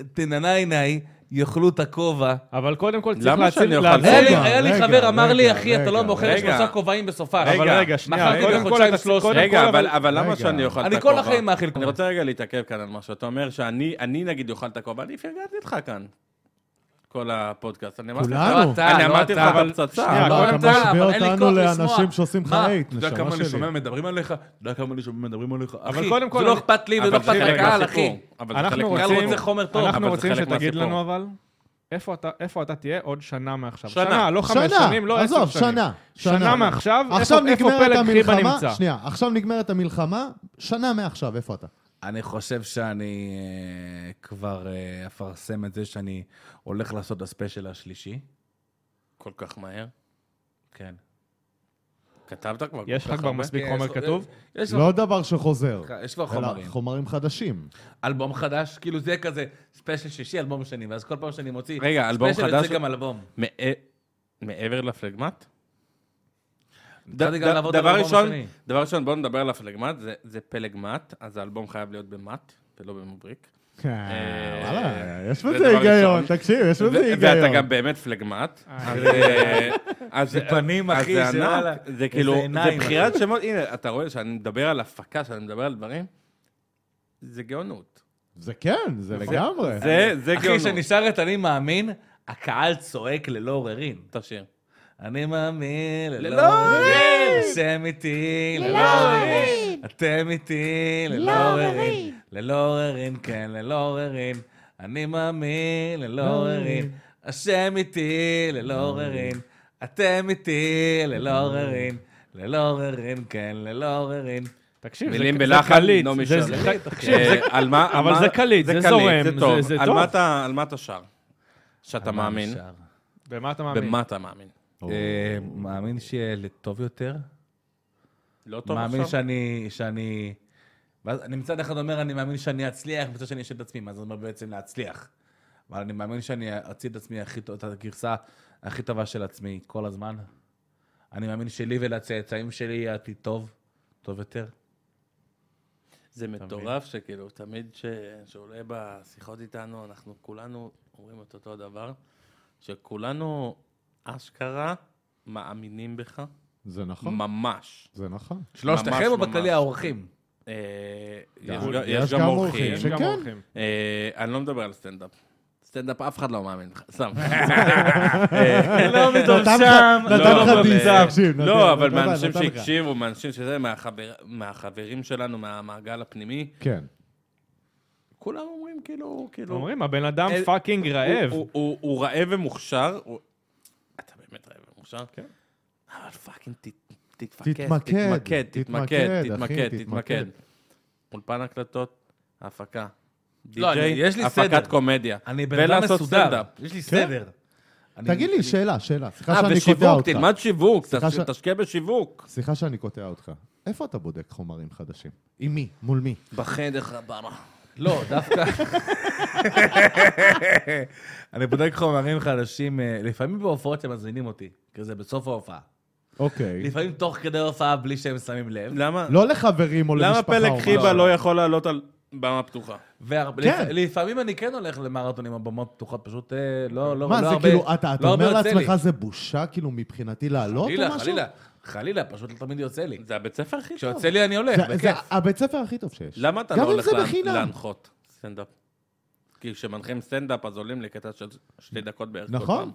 [SPEAKER 3] התננייני יאכלו את הכובע.
[SPEAKER 2] אבל קודם כל צריך
[SPEAKER 4] למה
[SPEAKER 2] להציל...
[SPEAKER 4] שאני אוכל
[SPEAKER 2] להציל-
[SPEAKER 3] היה לי-
[SPEAKER 1] רגע,
[SPEAKER 3] היה לי
[SPEAKER 1] רגע,
[SPEAKER 3] חבר אמר לי,
[SPEAKER 1] רגע,
[SPEAKER 3] אחי, אתה לא
[SPEAKER 1] רגע,
[SPEAKER 3] מוכר
[SPEAKER 4] רגע.
[SPEAKER 3] שלושה כובעים בסופה.
[SPEAKER 2] אבל
[SPEAKER 4] רגע,
[SPEAKER 2] רגע, שנייה.
[SPEAKER 3] מכרתי
[SPEAKER 2] קודם כל
[SPEAKER 3] בחודשיים
[SPEAKER 2] אתה-
[SPEAKER 3] 13.
[SPEAKER 2] קודם כל,
[SPEAKER 4] רגע, אבל, אבל למה
[SPEAKER 1] רגע.
[SPEAKER 4] שאני אוכל את
[SPEAKER 3] אני
[SPEAKER 4] הכובע?
[SPEAKER 3] כל החיים מאכיל כובע.
[SPEAKER 4] אני רוצה רגע להתעכב כאן על משהו. אתה אומר שאני, אני נגיד אוכל את הכובע, אני פרגנתי לך כאן. כל הפודקאסט. אני אמרתי לך-
[SPEAKER 1] כולנו.
[SPEAKER 3] לא אתה,
[SPEAKER 4] אני
[SPEAKER 3] לא
[SPEAKER 4] אמרתי לך
[SPEAKER 3] אתה.
[SPEAKER 4] את הפצצה.
[SPEAKER 1] שנייה,
[SPEAKER 3] לא,
[SPEAKER 1] אה, אתה
[SPEAKER 3] אתה, אבל אין לי
[SPEAKER 1] משווה
[SPEAKER 3] כוח
[SPEAKER 1] אותנו
[SPEAKER 3] לשמוע.
[SPEAKER 1] לאנשים שעושים
[SPEAKER 3] מה?
[SPEAKER 1] חרית,
[SPEAKER 3] אתה יודע
[SPEAKER 1] נשמה
[SPEAKER 3] כמה אני
[SPEAKER 1] שלי.
[SPEAKER 3] שומע מדברים עליך? אתה יודע כמה אני שומע מדברים עליך? אחי,
[SPEAKER 2] אבל קודם כל...
[SPEAKER 3] זה לא אכפת לי
[SPEAKER 4] אבל
[SPEAKER 3] ולא
[SPEAKER 4] זה
[SPEAKER 3] אכפת
[SPEAKER 4] חלק
[SPEAKER 3] לקהל,
[SPEAKER 4] מהסיפור.
[SPEAKER 3] אחי.
[SPEAKER 4] אבל זה חלק
[SPEAKER 2] אנחנו
[SPEAKER 3] מהסיפור.
[SPEAKER 2] רוצים...
[SPEAKER 3] זה חומר טוב.
[SPEAKER 4] אבל
[SPEAKER 2] אנחנו
[SPEAKER 4] זה
[SPEAKER 2] רוצים
[SPEAKER 4] חלק
[SPEAKER 2] שתגיד
[SPEAKER 4] מהסיפור.
[SPEAKER 2] לנו אבל... איפה אתה, איפה אתה תהיה עוד שנה מעכשיו?
[SPEAKER 4] שנה.
[SPEAKER 2] לא חמש
[SPEAKER 1] שנה,
[SPEAKER 2] שנים, לא עשר שנים.
[SPEAKER 1] עזוב, שנה.
[SPEAKER 2] שנה מעכשיו,
[SPEAKER 1] עכשיו
[SPEAKER 2] איפה- איפה
[SPEAKER 1] נגמרת
[SPEAKER 2] פלג חיבה
[SPEAKER 1] המלחמה,
[SPEAKER 2] נמצא?
[SPEAKER 1] שנייה, עכשיו נגמרת המלחמה, שנה מעכשיו, איפה אתה?
[SPEAKER 3] אני חושב שאני אה, כבר אה, אפרסם את זה שאני הולך לעשות את הספיישל השלישי.
[SPEAKER 4] כל כך מהר.
[SPEAKER 3] כן.
[SPEAKER 4] כתבת כבר
[SPEAKER 2] יש
[SPEAKER 4] כל
[SPEAKER 2] לך
[SPEAKER 4] כך
[SPEAKER 2] כבר
[SPEAKER 4] הרבה?
[SPEAKER 2] מספיק
[SPEAKER 3] כן,
[SPEAKER 2] חומר
[SPEAKER 3] יש-
[SPEAKER 2] כתוב?
[SPEAKER 3] יש כבר-
[SPEAKER 1] לא דבר שחוזר.
[SPEAKER 3] יש כבר
[SPEAKER 1] אלא
[SPEAKER 3] חומרים.
[SPEAKER 1] חומרים חדשים.
[SPEAKER 3] אלבום חדש, כאילו זה יהיה כזה ספיישל שישי, אלבום שני, ואז כל פעם שאני מוציא...
[SPEAKER 4] רגע, אלבום
[SPEAKER 3] ספיישל
[SPEAKER 4] חדש-
[SPEAKER 3] יוצא גם אלבום.
[SPEAKER 4] מע- מעבר לפלגמט?
[SPEAKER 3] התחלתי גם
[SPEAKER 4] ד-
[SPEAKER 3] לעבוד על
[SPEAKER 4] דבר
[SPEAKER 3] האלבום
[SPEAKER 4] ראשון-
[SPEAKER 3] השני.
[SPEAKER 4] דבר ראשון, בואו נדבר על הפלגמט, זה- זה פלג מט, אז האלבום חייב להיות במט, ולא במבריק.
[SPEAKER 1] אה, וואלה, יש
[SPEAKER 4] זה
[SPEAKER 1] בזה
[SPEAKER 4] דבר
[SPEAKER 1] היגיון,
[SPEAKER 4] ראשון.
[SPEAKER 1] תקשיב, יש בזה
[SPEAKER 4] ו-
[SPEAKER 1] היגיון.
[SPEAKER 4] ואתה גם באמת פלגמט. אז, אה, אז-
[SPEAKER 3] אה, זה פנים,
[SPEAKER 4] אז
[SPEAKER 3] אחי,
[SPEAKER 4] זה
[SPEAKER 3] של
[SPEAKER 4] ענק.
[SPEAKER 3] וואלה.
[SPEAKER 4] זה כאילו,
[SPEAKER 3] איזה
[SPEAKER 4] זה
[SPEAKER 3] עיניים,
[SPEAKER 4] בחירת שמות, הנה, אתה רואה, שאני מדבר על הפקה, שאני מדבר על דברים, זה גאונות.
[SPEAKER 1] זה כן, זה לגמרי.
[SPEAKER 4] זה זה
[SPEAKER 3] אחי,
[SPEAKER 4] גאונות.
[SPEAKER 3] שנשאר את אני מאמין, הקהל צועק ללא עוררין.
[SPEAKER 4] תשאיר.
[SPEAKER 3] אני מאמין
[SPEAKER 4] ללא
[SPEAKER 3] ללא עוררין, השם איתי, ללא עוררין, אתם איתי, ללא עוררין, ללא עוררין, כן, ללא עוררין, אני מאמין ללא עוררין, השם איתי, ללא עוררין, אתם איתי, ללא עוררין, ללא עוררין, כן, ללא עוררין.
[SPEAKER 2] תקשיב, זה-
[SPEAKER 4] מילים
[SPEAKER 2] זה
[SPEAKER 4] בלחן,
[SPEAKER 2] קליט.
[SPEAKER 4] נעמי
[SPEAKER 2] זה-
[SPEAKER 4] שלום.
[SPEAKER 2] זה- תקשיב, זה-
[SPEAKER 4] לא אה, [laughs] על מה-
[SPEAKER 2] אבל
[SPEAKER 4] מה-
[SPEAKER 2] זה קליט, זה זורם, זה-
[SPEAKER 4] טוב.
[SPEAKER 2] זה
[SPEAKER 4] על
[SPEAKER 2] טוב.
[SPEAKER 4] מה אתה- על מה אתה שר? שאתה מאמין.
[SPEAKER 3] שר.
[SPEAKER 2] במה אתה מאמין?
[SPEAKER 4] במה אתה מאמין?
[SPEAKER 3] אה, מאמין שיהיה טוב יותר.
[SPEAKER 4] לא טוב
[SPEAKER 3] מאמין
[SPEAKER 4] עכשיו?
[SPEAKER 3] שאני, שאני... ואז אני מצד אחד אומר, אני מאמין שאני אצליח, מצד שני אשת את עצמי, מה זה אומר בעצם להצליח? אבל אני מאמין שאני אציל את עצמי הכי טוב, את הגרסה הכי טובה של עצמי כל הזמן. אני מאמין שלי ולצאצאים שלי יהיה עתיד טוב, טוב יותר.
[SPEAKER 4] זה מטורף שכאילו, תמיד ש- שעולה בשיחות איתנו, אנחנו כולנו אומרים את אותו דבר, שכולנו אשכרה מאמינים בך,
[SPEAKER 1] זה נכון,
[SPEAKER 4] ממש.
[SPEAKER 1] זה נכון.
[SPEAKER 3] שלושתכם או בכללי
[SPEAKER 4] ממש.
[SPEAKER 3] האורחים?
[SPEAKER 4] אה, יש
[SPEAKER 1] גם-
[SPEAKER 4] גם- יש גם אורחים.
[SPEAKER 2] יש
[SPEAKER 1] שכן.
[SPEAKER 2] גם אורחים.
[SPEAKER 4] אה, אני לא מדבר על סטנדאפ. סטנדאפ אף אחד לא מאמין לך, [laughs] סתם. אה,
[SPEAKER 3] לא פתאום
[SPEAKER 1] נתן לך-
[SPEAKER 3] שם.
[SPEAKER 1] נתן
[SPEAKER 4] לא,
[SPEAKER 1] לך
[SPEAKER 4] אבל-
[SPEAKER 1] דיסה, תקשיב, נתן-
[SPEAKER 4] לא, אבל
[SPEAKER 1] נתן-
[SPEAKER 4] מאנשים
[SPEAKER 1] נתן לך.
[SPEAKER 4] שהקשיבו, מאנשים שזה, מהחבר- מהחברים שלנו, מהמעגל הפנימי,
[SPEAKER 1] כן.
[SPEAKER 4] כולם אומרים כאילו, כאילו...
[SPEAKER 2] אומרים, הבן אדם
[SPEAKER 4] אה,
[SPEAKER 2] פאקינג רעב.
[SPEAKER 4] הוא- הוא- הוא רעב ומוכשר. הוא- אתה באמת רעב ומוכשר?
[SPEAKER 2] כן.
[SPEAKER 4] אבל פאקינג ת- תתפקס,
[SPEAKER 1] תתמקד,
[SPEAKER 4] תתמקד,
[SPEAKER 1] תתמקד,
[SPEAKER 4] תתמקד,
[SPEAKER 1] אחי,
[SPEAKER 4] תתמקד,
[SPEAKER 1] תתמקד.
[SPEAKER 4] תתמקד. אולפן הקלטות, הפקה.
[SPEAKER 3] לא, אני- יש לי
[SPEAKER 4] די.ג'יי,
[SPEAKER 3] סדר.
[SPEAKER 4] הפקת קומדיה.
[SPEAKER 3] אני בן אדם
[SPEAKER 4] ולעשות
[SPEAKER 3] מסודר,
[SPEAKER 4] סטנדאפ.
[SPEAKER 3] יש לי סדר. אני-
[SPEAKER 1] כן. תגיד לי, שאלה, שאלה. סליחה
[SPEAKER 4] אה,
[SPEAKER 1] שאני קוטע
[SPEAKER 4] ושיווק,
[SPEAKER 1] אותך.
[SPEAKER 4] תלמד שיווק,
[SPEAKER 1] סליחה
[SPEAKER 4] תש-
[SPEAKER 1] ש-
[SPEAKER 4] תשקיע בשיווק.
[SPEAKER 1] סליחה שאני קוטע אותך. איפה אתה בודק חומרים חדשים? עם מי? מול מי?
[SPEAKER 4] בחדר חברה.
[SPEAKER 3] לא, דווקא... [laughs] אני בודק חומרים חדשים, אה, לפעמים בהופעות הם מזמינים אותי, כזה בסוף ההופעה.
[SPEAKER 1] אוקיי.
[SPEAKER 3] לפעמים תוך כדי הופעה בלי שהם שמים לב.
[SPEAKER 4] למה
[SPEAKER 1] לא לחברים או
[SPEAKER 4] למה
[SPEAKER 1] למשפחה. או
[SPEAKER 4] פלג
[SPEAKER 1] משהו.
[SPEAKER 4] חיבה לא יכול לעלות על במה פתוחה?
[SPEAKER 1] כן.
[SPEAKER 3] ולפעמים אני כן הולך למרתונים, הבמות פתוחות, פשוט אה, לא לא-
[SPEAKER 1] מה,
[SPEAKER 3] לא
[SPEAKER 1] זה
[SPEAKER 3] הרבה-
[SPEAKER 1] כאילו, אתה אתה
[SPEAKER 3] לא הרבה
[SPEAKER 1] אומר
[SPEAKER 3] יוצא לי.
[SPEAKER 1] לעצמך, זה בושה כאילו מבחינתי לעלות או
[SPEAKER 3] חלילה,
[SPEAKER 1] משהו?
[SPEAKER 3] חלילה, חלילה, פשוט לא תמיד יוצא לי.
[SPEAKER 4] זה הבית ספר הכי טוב.
[SPEAKER 3] כשיוצא לי אני הולך,
[SPEAKER 1] זה- זה
[SPEAKER 3] בכיף.
[SPEAKER 1] הבית ספר הכי טוב שיש.
[SPEAKER 4] למה אתה
[SPEAKER 1] גם
[SPEAKER 4] לא
[SPEAKER 1] אם
[SPEAKER 4] הולך
[SPEAKER 1] זה
[SPEAKER 4] לה-
[SPEAKER 1] בחינם.
[SPEAKER 4] להנחות סטנדאפ? כי כשמנחים סטנדאפ, אז עולים לקטע של שתי דקות בערך. כל
[SPEAKER 1] נכון.
[SPEAKER 4] פעם.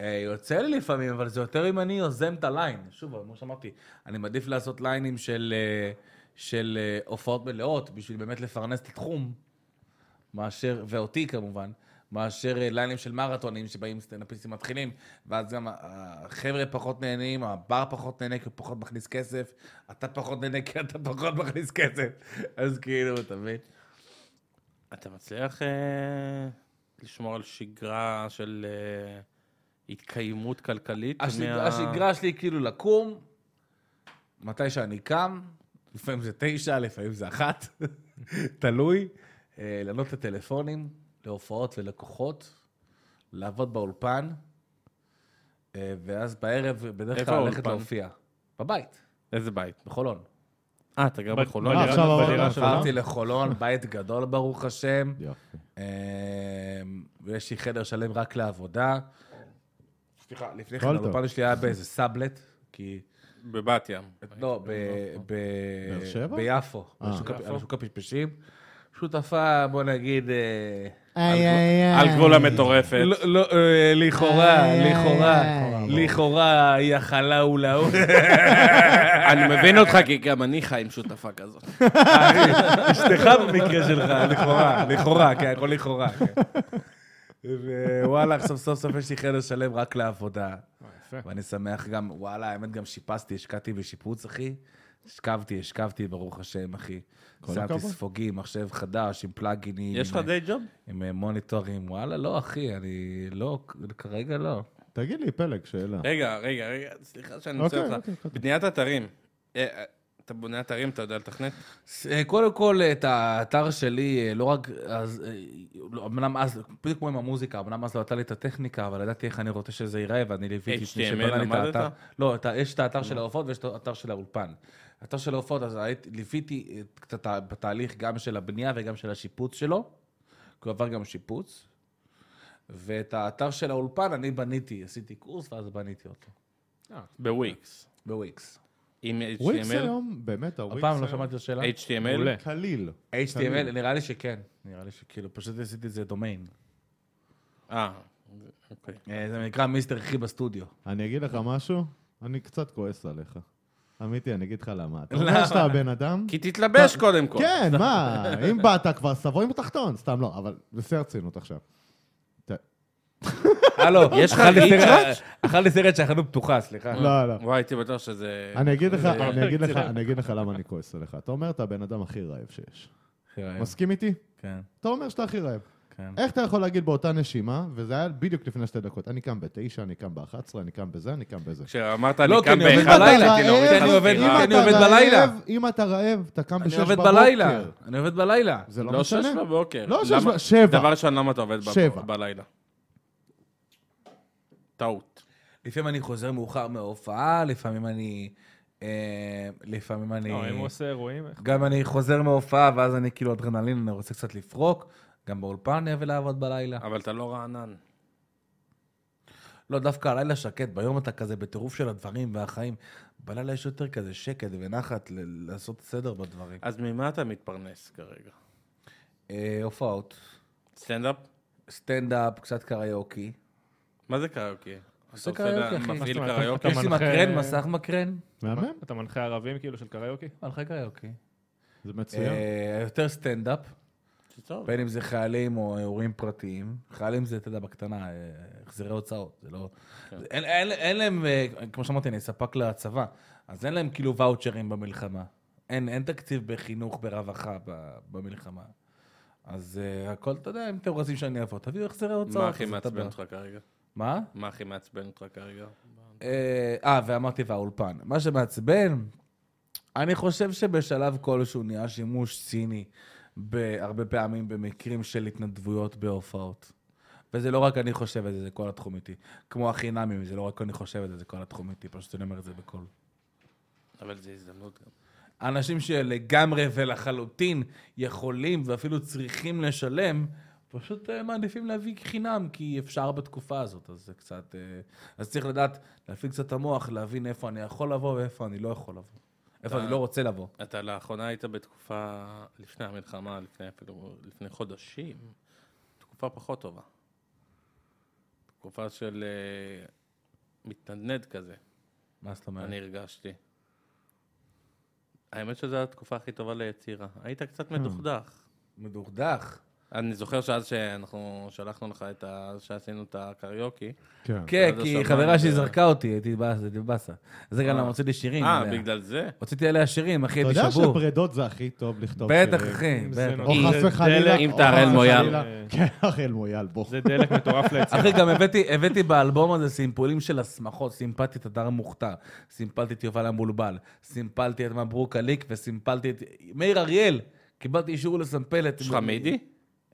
[SPEAKER 3] אה, יוצא לי לפעמים, אבל זה יותר אם אני יוזם את הליין. שוב, כמו שאמרתי, אני מעדיף לעשות ליינים של, אה, של אה, הופעות מלאות, בשביל באמת לפרנס את התחום, מאשר, ואותי כמובן, מאשר אה, ליינים של מרתונים שבאים סטנדאפיסטים מתחילים, ואז גם ה- החבר'ה פחות נהנים, הבר פחות נהנה כי הוא פחות מכניס כסף, אתה פחות נהנה כי אתה פחות מכניס כסף. אז כאילו, אתה מבין?
[SPEAKER 4] אתה מצליח אה, לשמור על שגרה של אה, התקיימות כלכלית?
[SPEAKER 3] השג...
[SPEAKER 4] מה-
[SPEAKER 3] השגרה שלי היא כאילו לקום, מתי שאני קם, לפעמים זה תשע, לפעמים זה אחת, [laughs] תלוי, אה, לענות לטלפונים, להופעות ולקוחות, לעבוד באולפן, אה, ואז בערב בדרך
[SPEAKER 4] איפה
[SPEAKER 3] כלל ללכת
[SPEAKER 4] האולפן?
[SPEAKER 3] להופיע. בבית,
[SPEAKER 4] איזה בית?
[SPEAKER 3] בחולון.
[SPEAKER 4] אה, אתה גר
[SPEAKER 2] ב-
[SPEAKER 4] בחולון?
[SPEAKER 1] אה,
[SPEAKER 2] בדירה-
[SPEAKER 1] עכשיו אמרת.
[SPEAKER 2] בדירה שלך.
[SPEAKER 3] עברתי [laughs] לחולון, בית גדול ברוך השם,
[SPEAKER 1] יופי.
[SPEAKER 3] אה, ויש לי חדר שלם רק לעבודה. סליחה, לפני כן
[SPEAKER 1] הכל
[SPEAKER 3] האולפן
[SPEAKER 1] טוב.
[SPEAKER 3] שלי היה באיזה סאבלט, כי...
[SPEAKER 4] בבת ים.
[SPEAKER 3] לא, ב... ב...
[SPEAKER 1] באר שבע?
[SPEAKER 3] ביפו,
[SPEAKER 1] אה.
[SPEAKER 3] בשוק הפ- על שוק הפשפשים. שותפה, בוא נגיד, אה,
[SPEAKER 1] איי, איי,
[SPEAKER 4] על
[SPEAKER 1] איי.
[SPEAKER 4] גבול המטורפת.
[SPEAKER 3] לא, לא, אה, לכאורה,
[SPEAKER 1] איי,
[SPEAKER 3] לכאורה,
[SPEAKER 1] איי.
[SPEAKER 3] לכאורה היא אכלה
[SPEAKER 1] [laughs]
[SPEAKER 3] אולהו.
[SPEAKER 4] אני מבין אותך, כי גם אני חי עם שותפה כזאת.
[SPEAKER 3] אשתך במקרה שלך, לכאורה, לכאורה, כן, הכל לכאורה. כן.
[SPEAKER 1] [laughs]
[SPEAKER 3] ווואלה, סוף סוף סוף יש לי חדר שלם רק לעבודה. ואני שמח גם, וואלה, האמת גם שיפצתי, השקעתי בשיפוץ, אחי. השכבתי, השכבתי, ברוך השם, אחי.
[SPEAKER 1] כל
[SPEAKER 3] שמתי
[SPEAKER 1] הכבוד.
[SPEAKER 3] ספוגים, מחשב חדש, עם פלאגינים.
[SPEAKER 4] [laughs] יש לך
[SPEAKER 3] עם-
[SPEAKER 4] די ג'וב?
[SPEAKER 3] עם אה, מוניטורים. וואלה, לא, אחי, אני לא, כרגע לא.
[SPEAKER 1] תגיד לי, פלג, שאלה.
[SPEAKER 4] רגע, רגע, רגע, סליחה שאני
[SPEAKER 1] אוקיי,
[SPEAKER 4] עושה אותך.
[SPEAKER 1] אוקיי, אוקיי.
[SPEAKER 4] בניית אתרים. אה, אה, אתה בונה אתרים, אתה יודע לתכנת?
[SPEAKER 3] ס- אה, קודם כל, את האתר שלי, אה, לא רק, אז, אה, לא, אמנם אז, בדיוק כמו עם המוזיקה, אמנם אז לא הייתה לי את הטכניקה, אבל ידעתי איך אני רוצה שזה ייראה, ואני ליוויתי את מי
[SPEAKER 4] HTML
[SPEAKER 3] שבנה לי את
[SPEAKER 4] למדת?
[SPEAKER 3] האתר. לא, את ה- יש את האתר של ההופעות ויש את האתר של האולפן. האתר של ההופעות, אז הייתי- ליוויתי את- את הת- בתהליך גם של הבנייה וגם של השיפוץ שלו, כי הוא עבר גם שיפוץ. ואת האתר של האולפן אני בניתי, עשיתי קורס ואז בניתי אותו,
[SPEAKER 4] בוויקס.
[SPEAKER 3] בוויקס.
[SPEAKER 4] עם
[SPEAKER 1] וויקס
[SPEAKER 4] HTML?
[SPEAKER 1] היום, באמת, הוויקס
[SPEAKER 3] הפעם לא
[SPEAKER 1] היום.
[SPEAKER 3] שמעתי את השאלה.
[SPEAKER 4] HTML?
[SPEAKER 1] קליל.
[SPEAKER 3] HTML, נראה לי שכן. נראה לי שכאילו, פשוט עשיתי את זה דומיין.
[SPEAKER 4] אה, אוקיי.
[SPEAKER 3] אה, זה נקרא מיסטר חי בסטודיו.
[SPEAKER 1] אני אגיד לך משהו, אני קצת כועס עליך. אמיתי, אני אגיד לך למה. אתה אומר שאתה הבן אדם?
[SPEAKER 4] כי תתלבש קודם כל.
[SPEAKER 1] כן, מה, אם באת כבר סבוי בתחתון, סתם לא, אבל בשיא הרצינות עכשיו.
[SPEAKER 3] [laughs] הלו,
[SPEAKER 4] יש לך
[SPEAKER 3] אכלתי סרט-
[SPEAKER 4] ריצ'ראץ'?
[SPEAKER 3] אכלתי סרט שהחנות פתוחה, סליחה.
[SPEAKER 1] לא, לא.
[SPEAKER 4] אה, וואי, הייתי בטוח שזה...
[SPEAKER 3] אה,
[SPEAKER 1] אני אגיד לך,
[SPEAKER 4] זה-
[SPEAKER 1] אני אגיד לך, אני אגיד לך למה אני כועס עליך. אתה אומר, אתה הבן אדם הכי רעב שיש.
[SPEAKER 3] הכי רעב.
[SPEAKER 1] מסכים איתי?
[SPEAKER 3] כן,
[SPEAKER 1] אתה אומר שאתה הכי רעב.
[SPEAKER 3] אה. כן.
[SPEAKER 1] איך אתה יכול להגיד באותה נשימה, וזה היה בדיוק לפני שתי דקות, אני קם בתשע, אני קם באחת עשרה, אני קם בזה, אני קם בזה.
[SPEAKER 4] כשאמרת
[SPEAKER 3] לא,
[SPEAKER 4] לי
[SPEAKER 3] כי
[SPEAKER 4] קם
[SPEAKER 3] אני עובד
[SPEAKER 4] באחד
[SPEAKER 3] בלילה,
[SPEAKER 4] הייתי נוריד
[SPEAKER 1] אה,
[SPEAKER 3] כי
[SPEAKER 4] לך
[SPEAKER 3] אני עובד-
[SPEAKER 4] סטירה.
[SPEAKER 1] אם
[SPEAKER 3] אני
[SPEAKER 1] אתה
[SPEAKER 3] עובד
[SPEAKER 1] רעב-
[SPEAKER 3] בלילה.
[SPEAKER 1] אם אתה רעב, אתה קם
[SPEAKER 3] אני
[SPEAKER 1] בשש
[SPEAKER 3] עובד
[SPEAKER 1] בבוקר.
[SPEAKER 3] בלילה, אני עובד בלילה.
[SPEAKER 1] זה לא
[SPEAKER 4] לא שש
[SPEAKER 1] משנה.
[SPEAKER 4] בבוקר.
[SPEAKER 1] לא שש
[SPEAKER 4] למה-
[SPEAKER 1] בבוקר, שבע.
[SPEAKER 4] דבר ראשון, למה אתה עובד בב-
[SPEAKER 1] שבע.
[SPEAKER 4] בלילה? טעות.
[SPEAKER 3] לפעמים אני חוזר מאוחר מההופעה, לפעמים אני... אה, לפעמים אני...
[SPEAKER 2] לא, אם
[SPEAKER 4] אה.
[SPEAKER 2] הוא עושה אירועים, איך-
[SPEAKER 3] גם אני חוזר מההופעה, ואז אני כאילו אדרנלין, אני רוצה קצת לפרוק. גם באולפן אני אוהב לעבוד בלילה.
[SPEAKER 4] אבל אתה לא רענן.
[SPEAKER 3] לא, דווקא הלילה שקט, ביום אתה כזה בטירוף של הדברים והחיים. בלילה יש יותר כזה שקט ונחת ל- לעשות סדר בדברים.
[SPEAKER 4] אז ממה אתה מתפרנס כרגע?
[SPEAKER 3] אה, הופעות,
[SPEAKER 4] סטנדאפ?
[SPEAKER 3] סטנדאפ, קצת קריוקי.
[SPEAKER 4] מה זה קריוקי?
[SPEAKER 3] עושה
[SPEAKER 4] אתה עושה
[SPEAKER 3] קריוקי, אחי.
[SPEAKER 4] מפעיל
[SPEAKER 2] מה זאת אומרת? אתה
[SPEAKER 4] קריוקי?
[SPEAKER 3] יש לי
[SPEAKER 2] מנחה-
[SPEAKER 3] מקרן, מסך מקרן.
[SPEAKER 1] מהמם,
[SPEAKER 2] אתה מנחה ערבים כאילו של קריוקי?
[SPEAKER 3] הלכה קריוקי.
[SPEAKER 1] זה מצוין.
[SPEAKER 3] אה, יותר סטנדאפ,
[SPEAKER 4] זה טוב.
[SPEAKER 3] בין אם זה חיילים או אירועים פרטיים. חיילים זה, אתה יודע, בקטנה, אה, החזרי הוצאות. זה לא...
[SPEAKER 4] כן.
[SPEAKER 3] אין- אין- אין להם, אה, כמו שאמרתי, אני ספק לצבא, אז אין להם כאילו ואוצ'רים במלחמה. אין אין תקציב בחינוך, ברווחה, ב- במלחמה. אז אה, הכל, אתה יודע, אם אתם רוצים שאני אבוא, תביאו החזרי הוצאות.
[SPEAKER 4] מה הכי
[SPEAKER 3] אז אתה
[SPEAKER 4] מעצבן
[SPEAKER 3] בא.
[SPEAKER 4] אותך כרגע?
[SPEAKER 3] מה?
[SPEAKER 4] מה הכי מעצבן אותך כרגע?
[SPEAKER 3] אה, אה, ואמרתי והאולפן. מה שמעצבן, אני חושב שבשלב כלשהו נהיה שימוש ציני בהרבה פעמים במקרים של התנדבויות בהופעות. וזה לא רק אני חושב את זה, זה כל התחום איתי. כמו החינמים, זה לא רק אני חושב את זה, זה כל התחום איתי, פשוט אני אומר את זה בקול.
[SPEAKER 4] אבל זו הזדמנות גם.
[SPEAKER 3] אנשים שלגמרי ולחלוטין יכולים ואפילו צריכים לשלם, פשוט אה, מעדיפים להביא חינם, כי אפשר בתקופה הזאת, אז זה קצת... אה, אז צריך לדעת להפעיל קצת את המוח, להבין איפה אני יכול לבוא ואיפה אני לא יכול לבוא. איפה אני לא רוצה לבוא.
[SPEAKER 4] אתה לאחרונה היית בתקופה לפני המלחמה, לפני אפילו, לפני חודשים, תקופה פחות טובה. תקופה של אה, מתנדנד כזה,
[SPEAKER 3] מה זאת אומרת?
[SPEAKER 4] אני הרגשתי. האמת שזו התקופה הכי טובה ליצירה. היית קצת מדוכדך.
[SPEAKER 3] מדוכדך.
[SPEAKER 4] אני זוכר שאז שאנחנו שלחנו לך את ה... שעשינו את הקריוקי.
[SPEAKER 1] כן.
[SPEAKER 3] כן,
[SPEAKER 4] עד
[SPEAKER 3] כי
[SPEAKER 4] השמיים
[SPEAKER 3] חברה שלי
[SPEAKER 4] זה-
[SPEAKER 3] זרקה אותי, הייתי באסה, הייתי באסה. זה גם למה הוצאתי לי שירים.
[SPEAKER 4] אה, אה,
[SPEAKER 3] עליה.
[SPEAKER 4] בגלל זה?
[SPEAKER 3] הוצאתי עליה שירים, אחי,
[SPEAKER 1] אתה
[SPEAKER 3] הייתי
[SPEAKER 1] יודע
[SPEAKER 3] שבור.
[SPEAKER 1] שפרדות זה הכי טוב לכתוב
[SPEAKER 3] בטח,
[SPEAKER 1] שירים.
[SPEAKER 3] אחי,
[SPEAKER 2] אם זה
[SPEAKER 3] בטח.
[SPEAKER 1] או
[SPEAKER 2] אם
[SPEAKER 1] חס
[SPEAKER 2] זה
[SPEAKER 1] וחלילה.
[SPEAKER 2] דלק-
[SPEAKER 4] אם
[SPEAKER 1] או
[SPEAKER 4] אתה
[SPEAKER 1] חס
[SPEAKER 4] הראל מויאל.
[SPEAKER 1] וחלילה- כן, אראל מויאל, בוא.
[SPEAKER 2] זה דלק מטורף ליצירה.
[SPEAKER 3] אחי, גם הבאתי, הבאתי באלבום הזה סימפולים של הסמכות, סימפלתי את הדר המוכתר, סימפלתי את יובל המבולבל, סימפלתי את מברוק הליק וסימפלתי את מאיר אריאל. קיבלתי אישור לסמפל את...
[SPEAKER 4] יש לך מידי?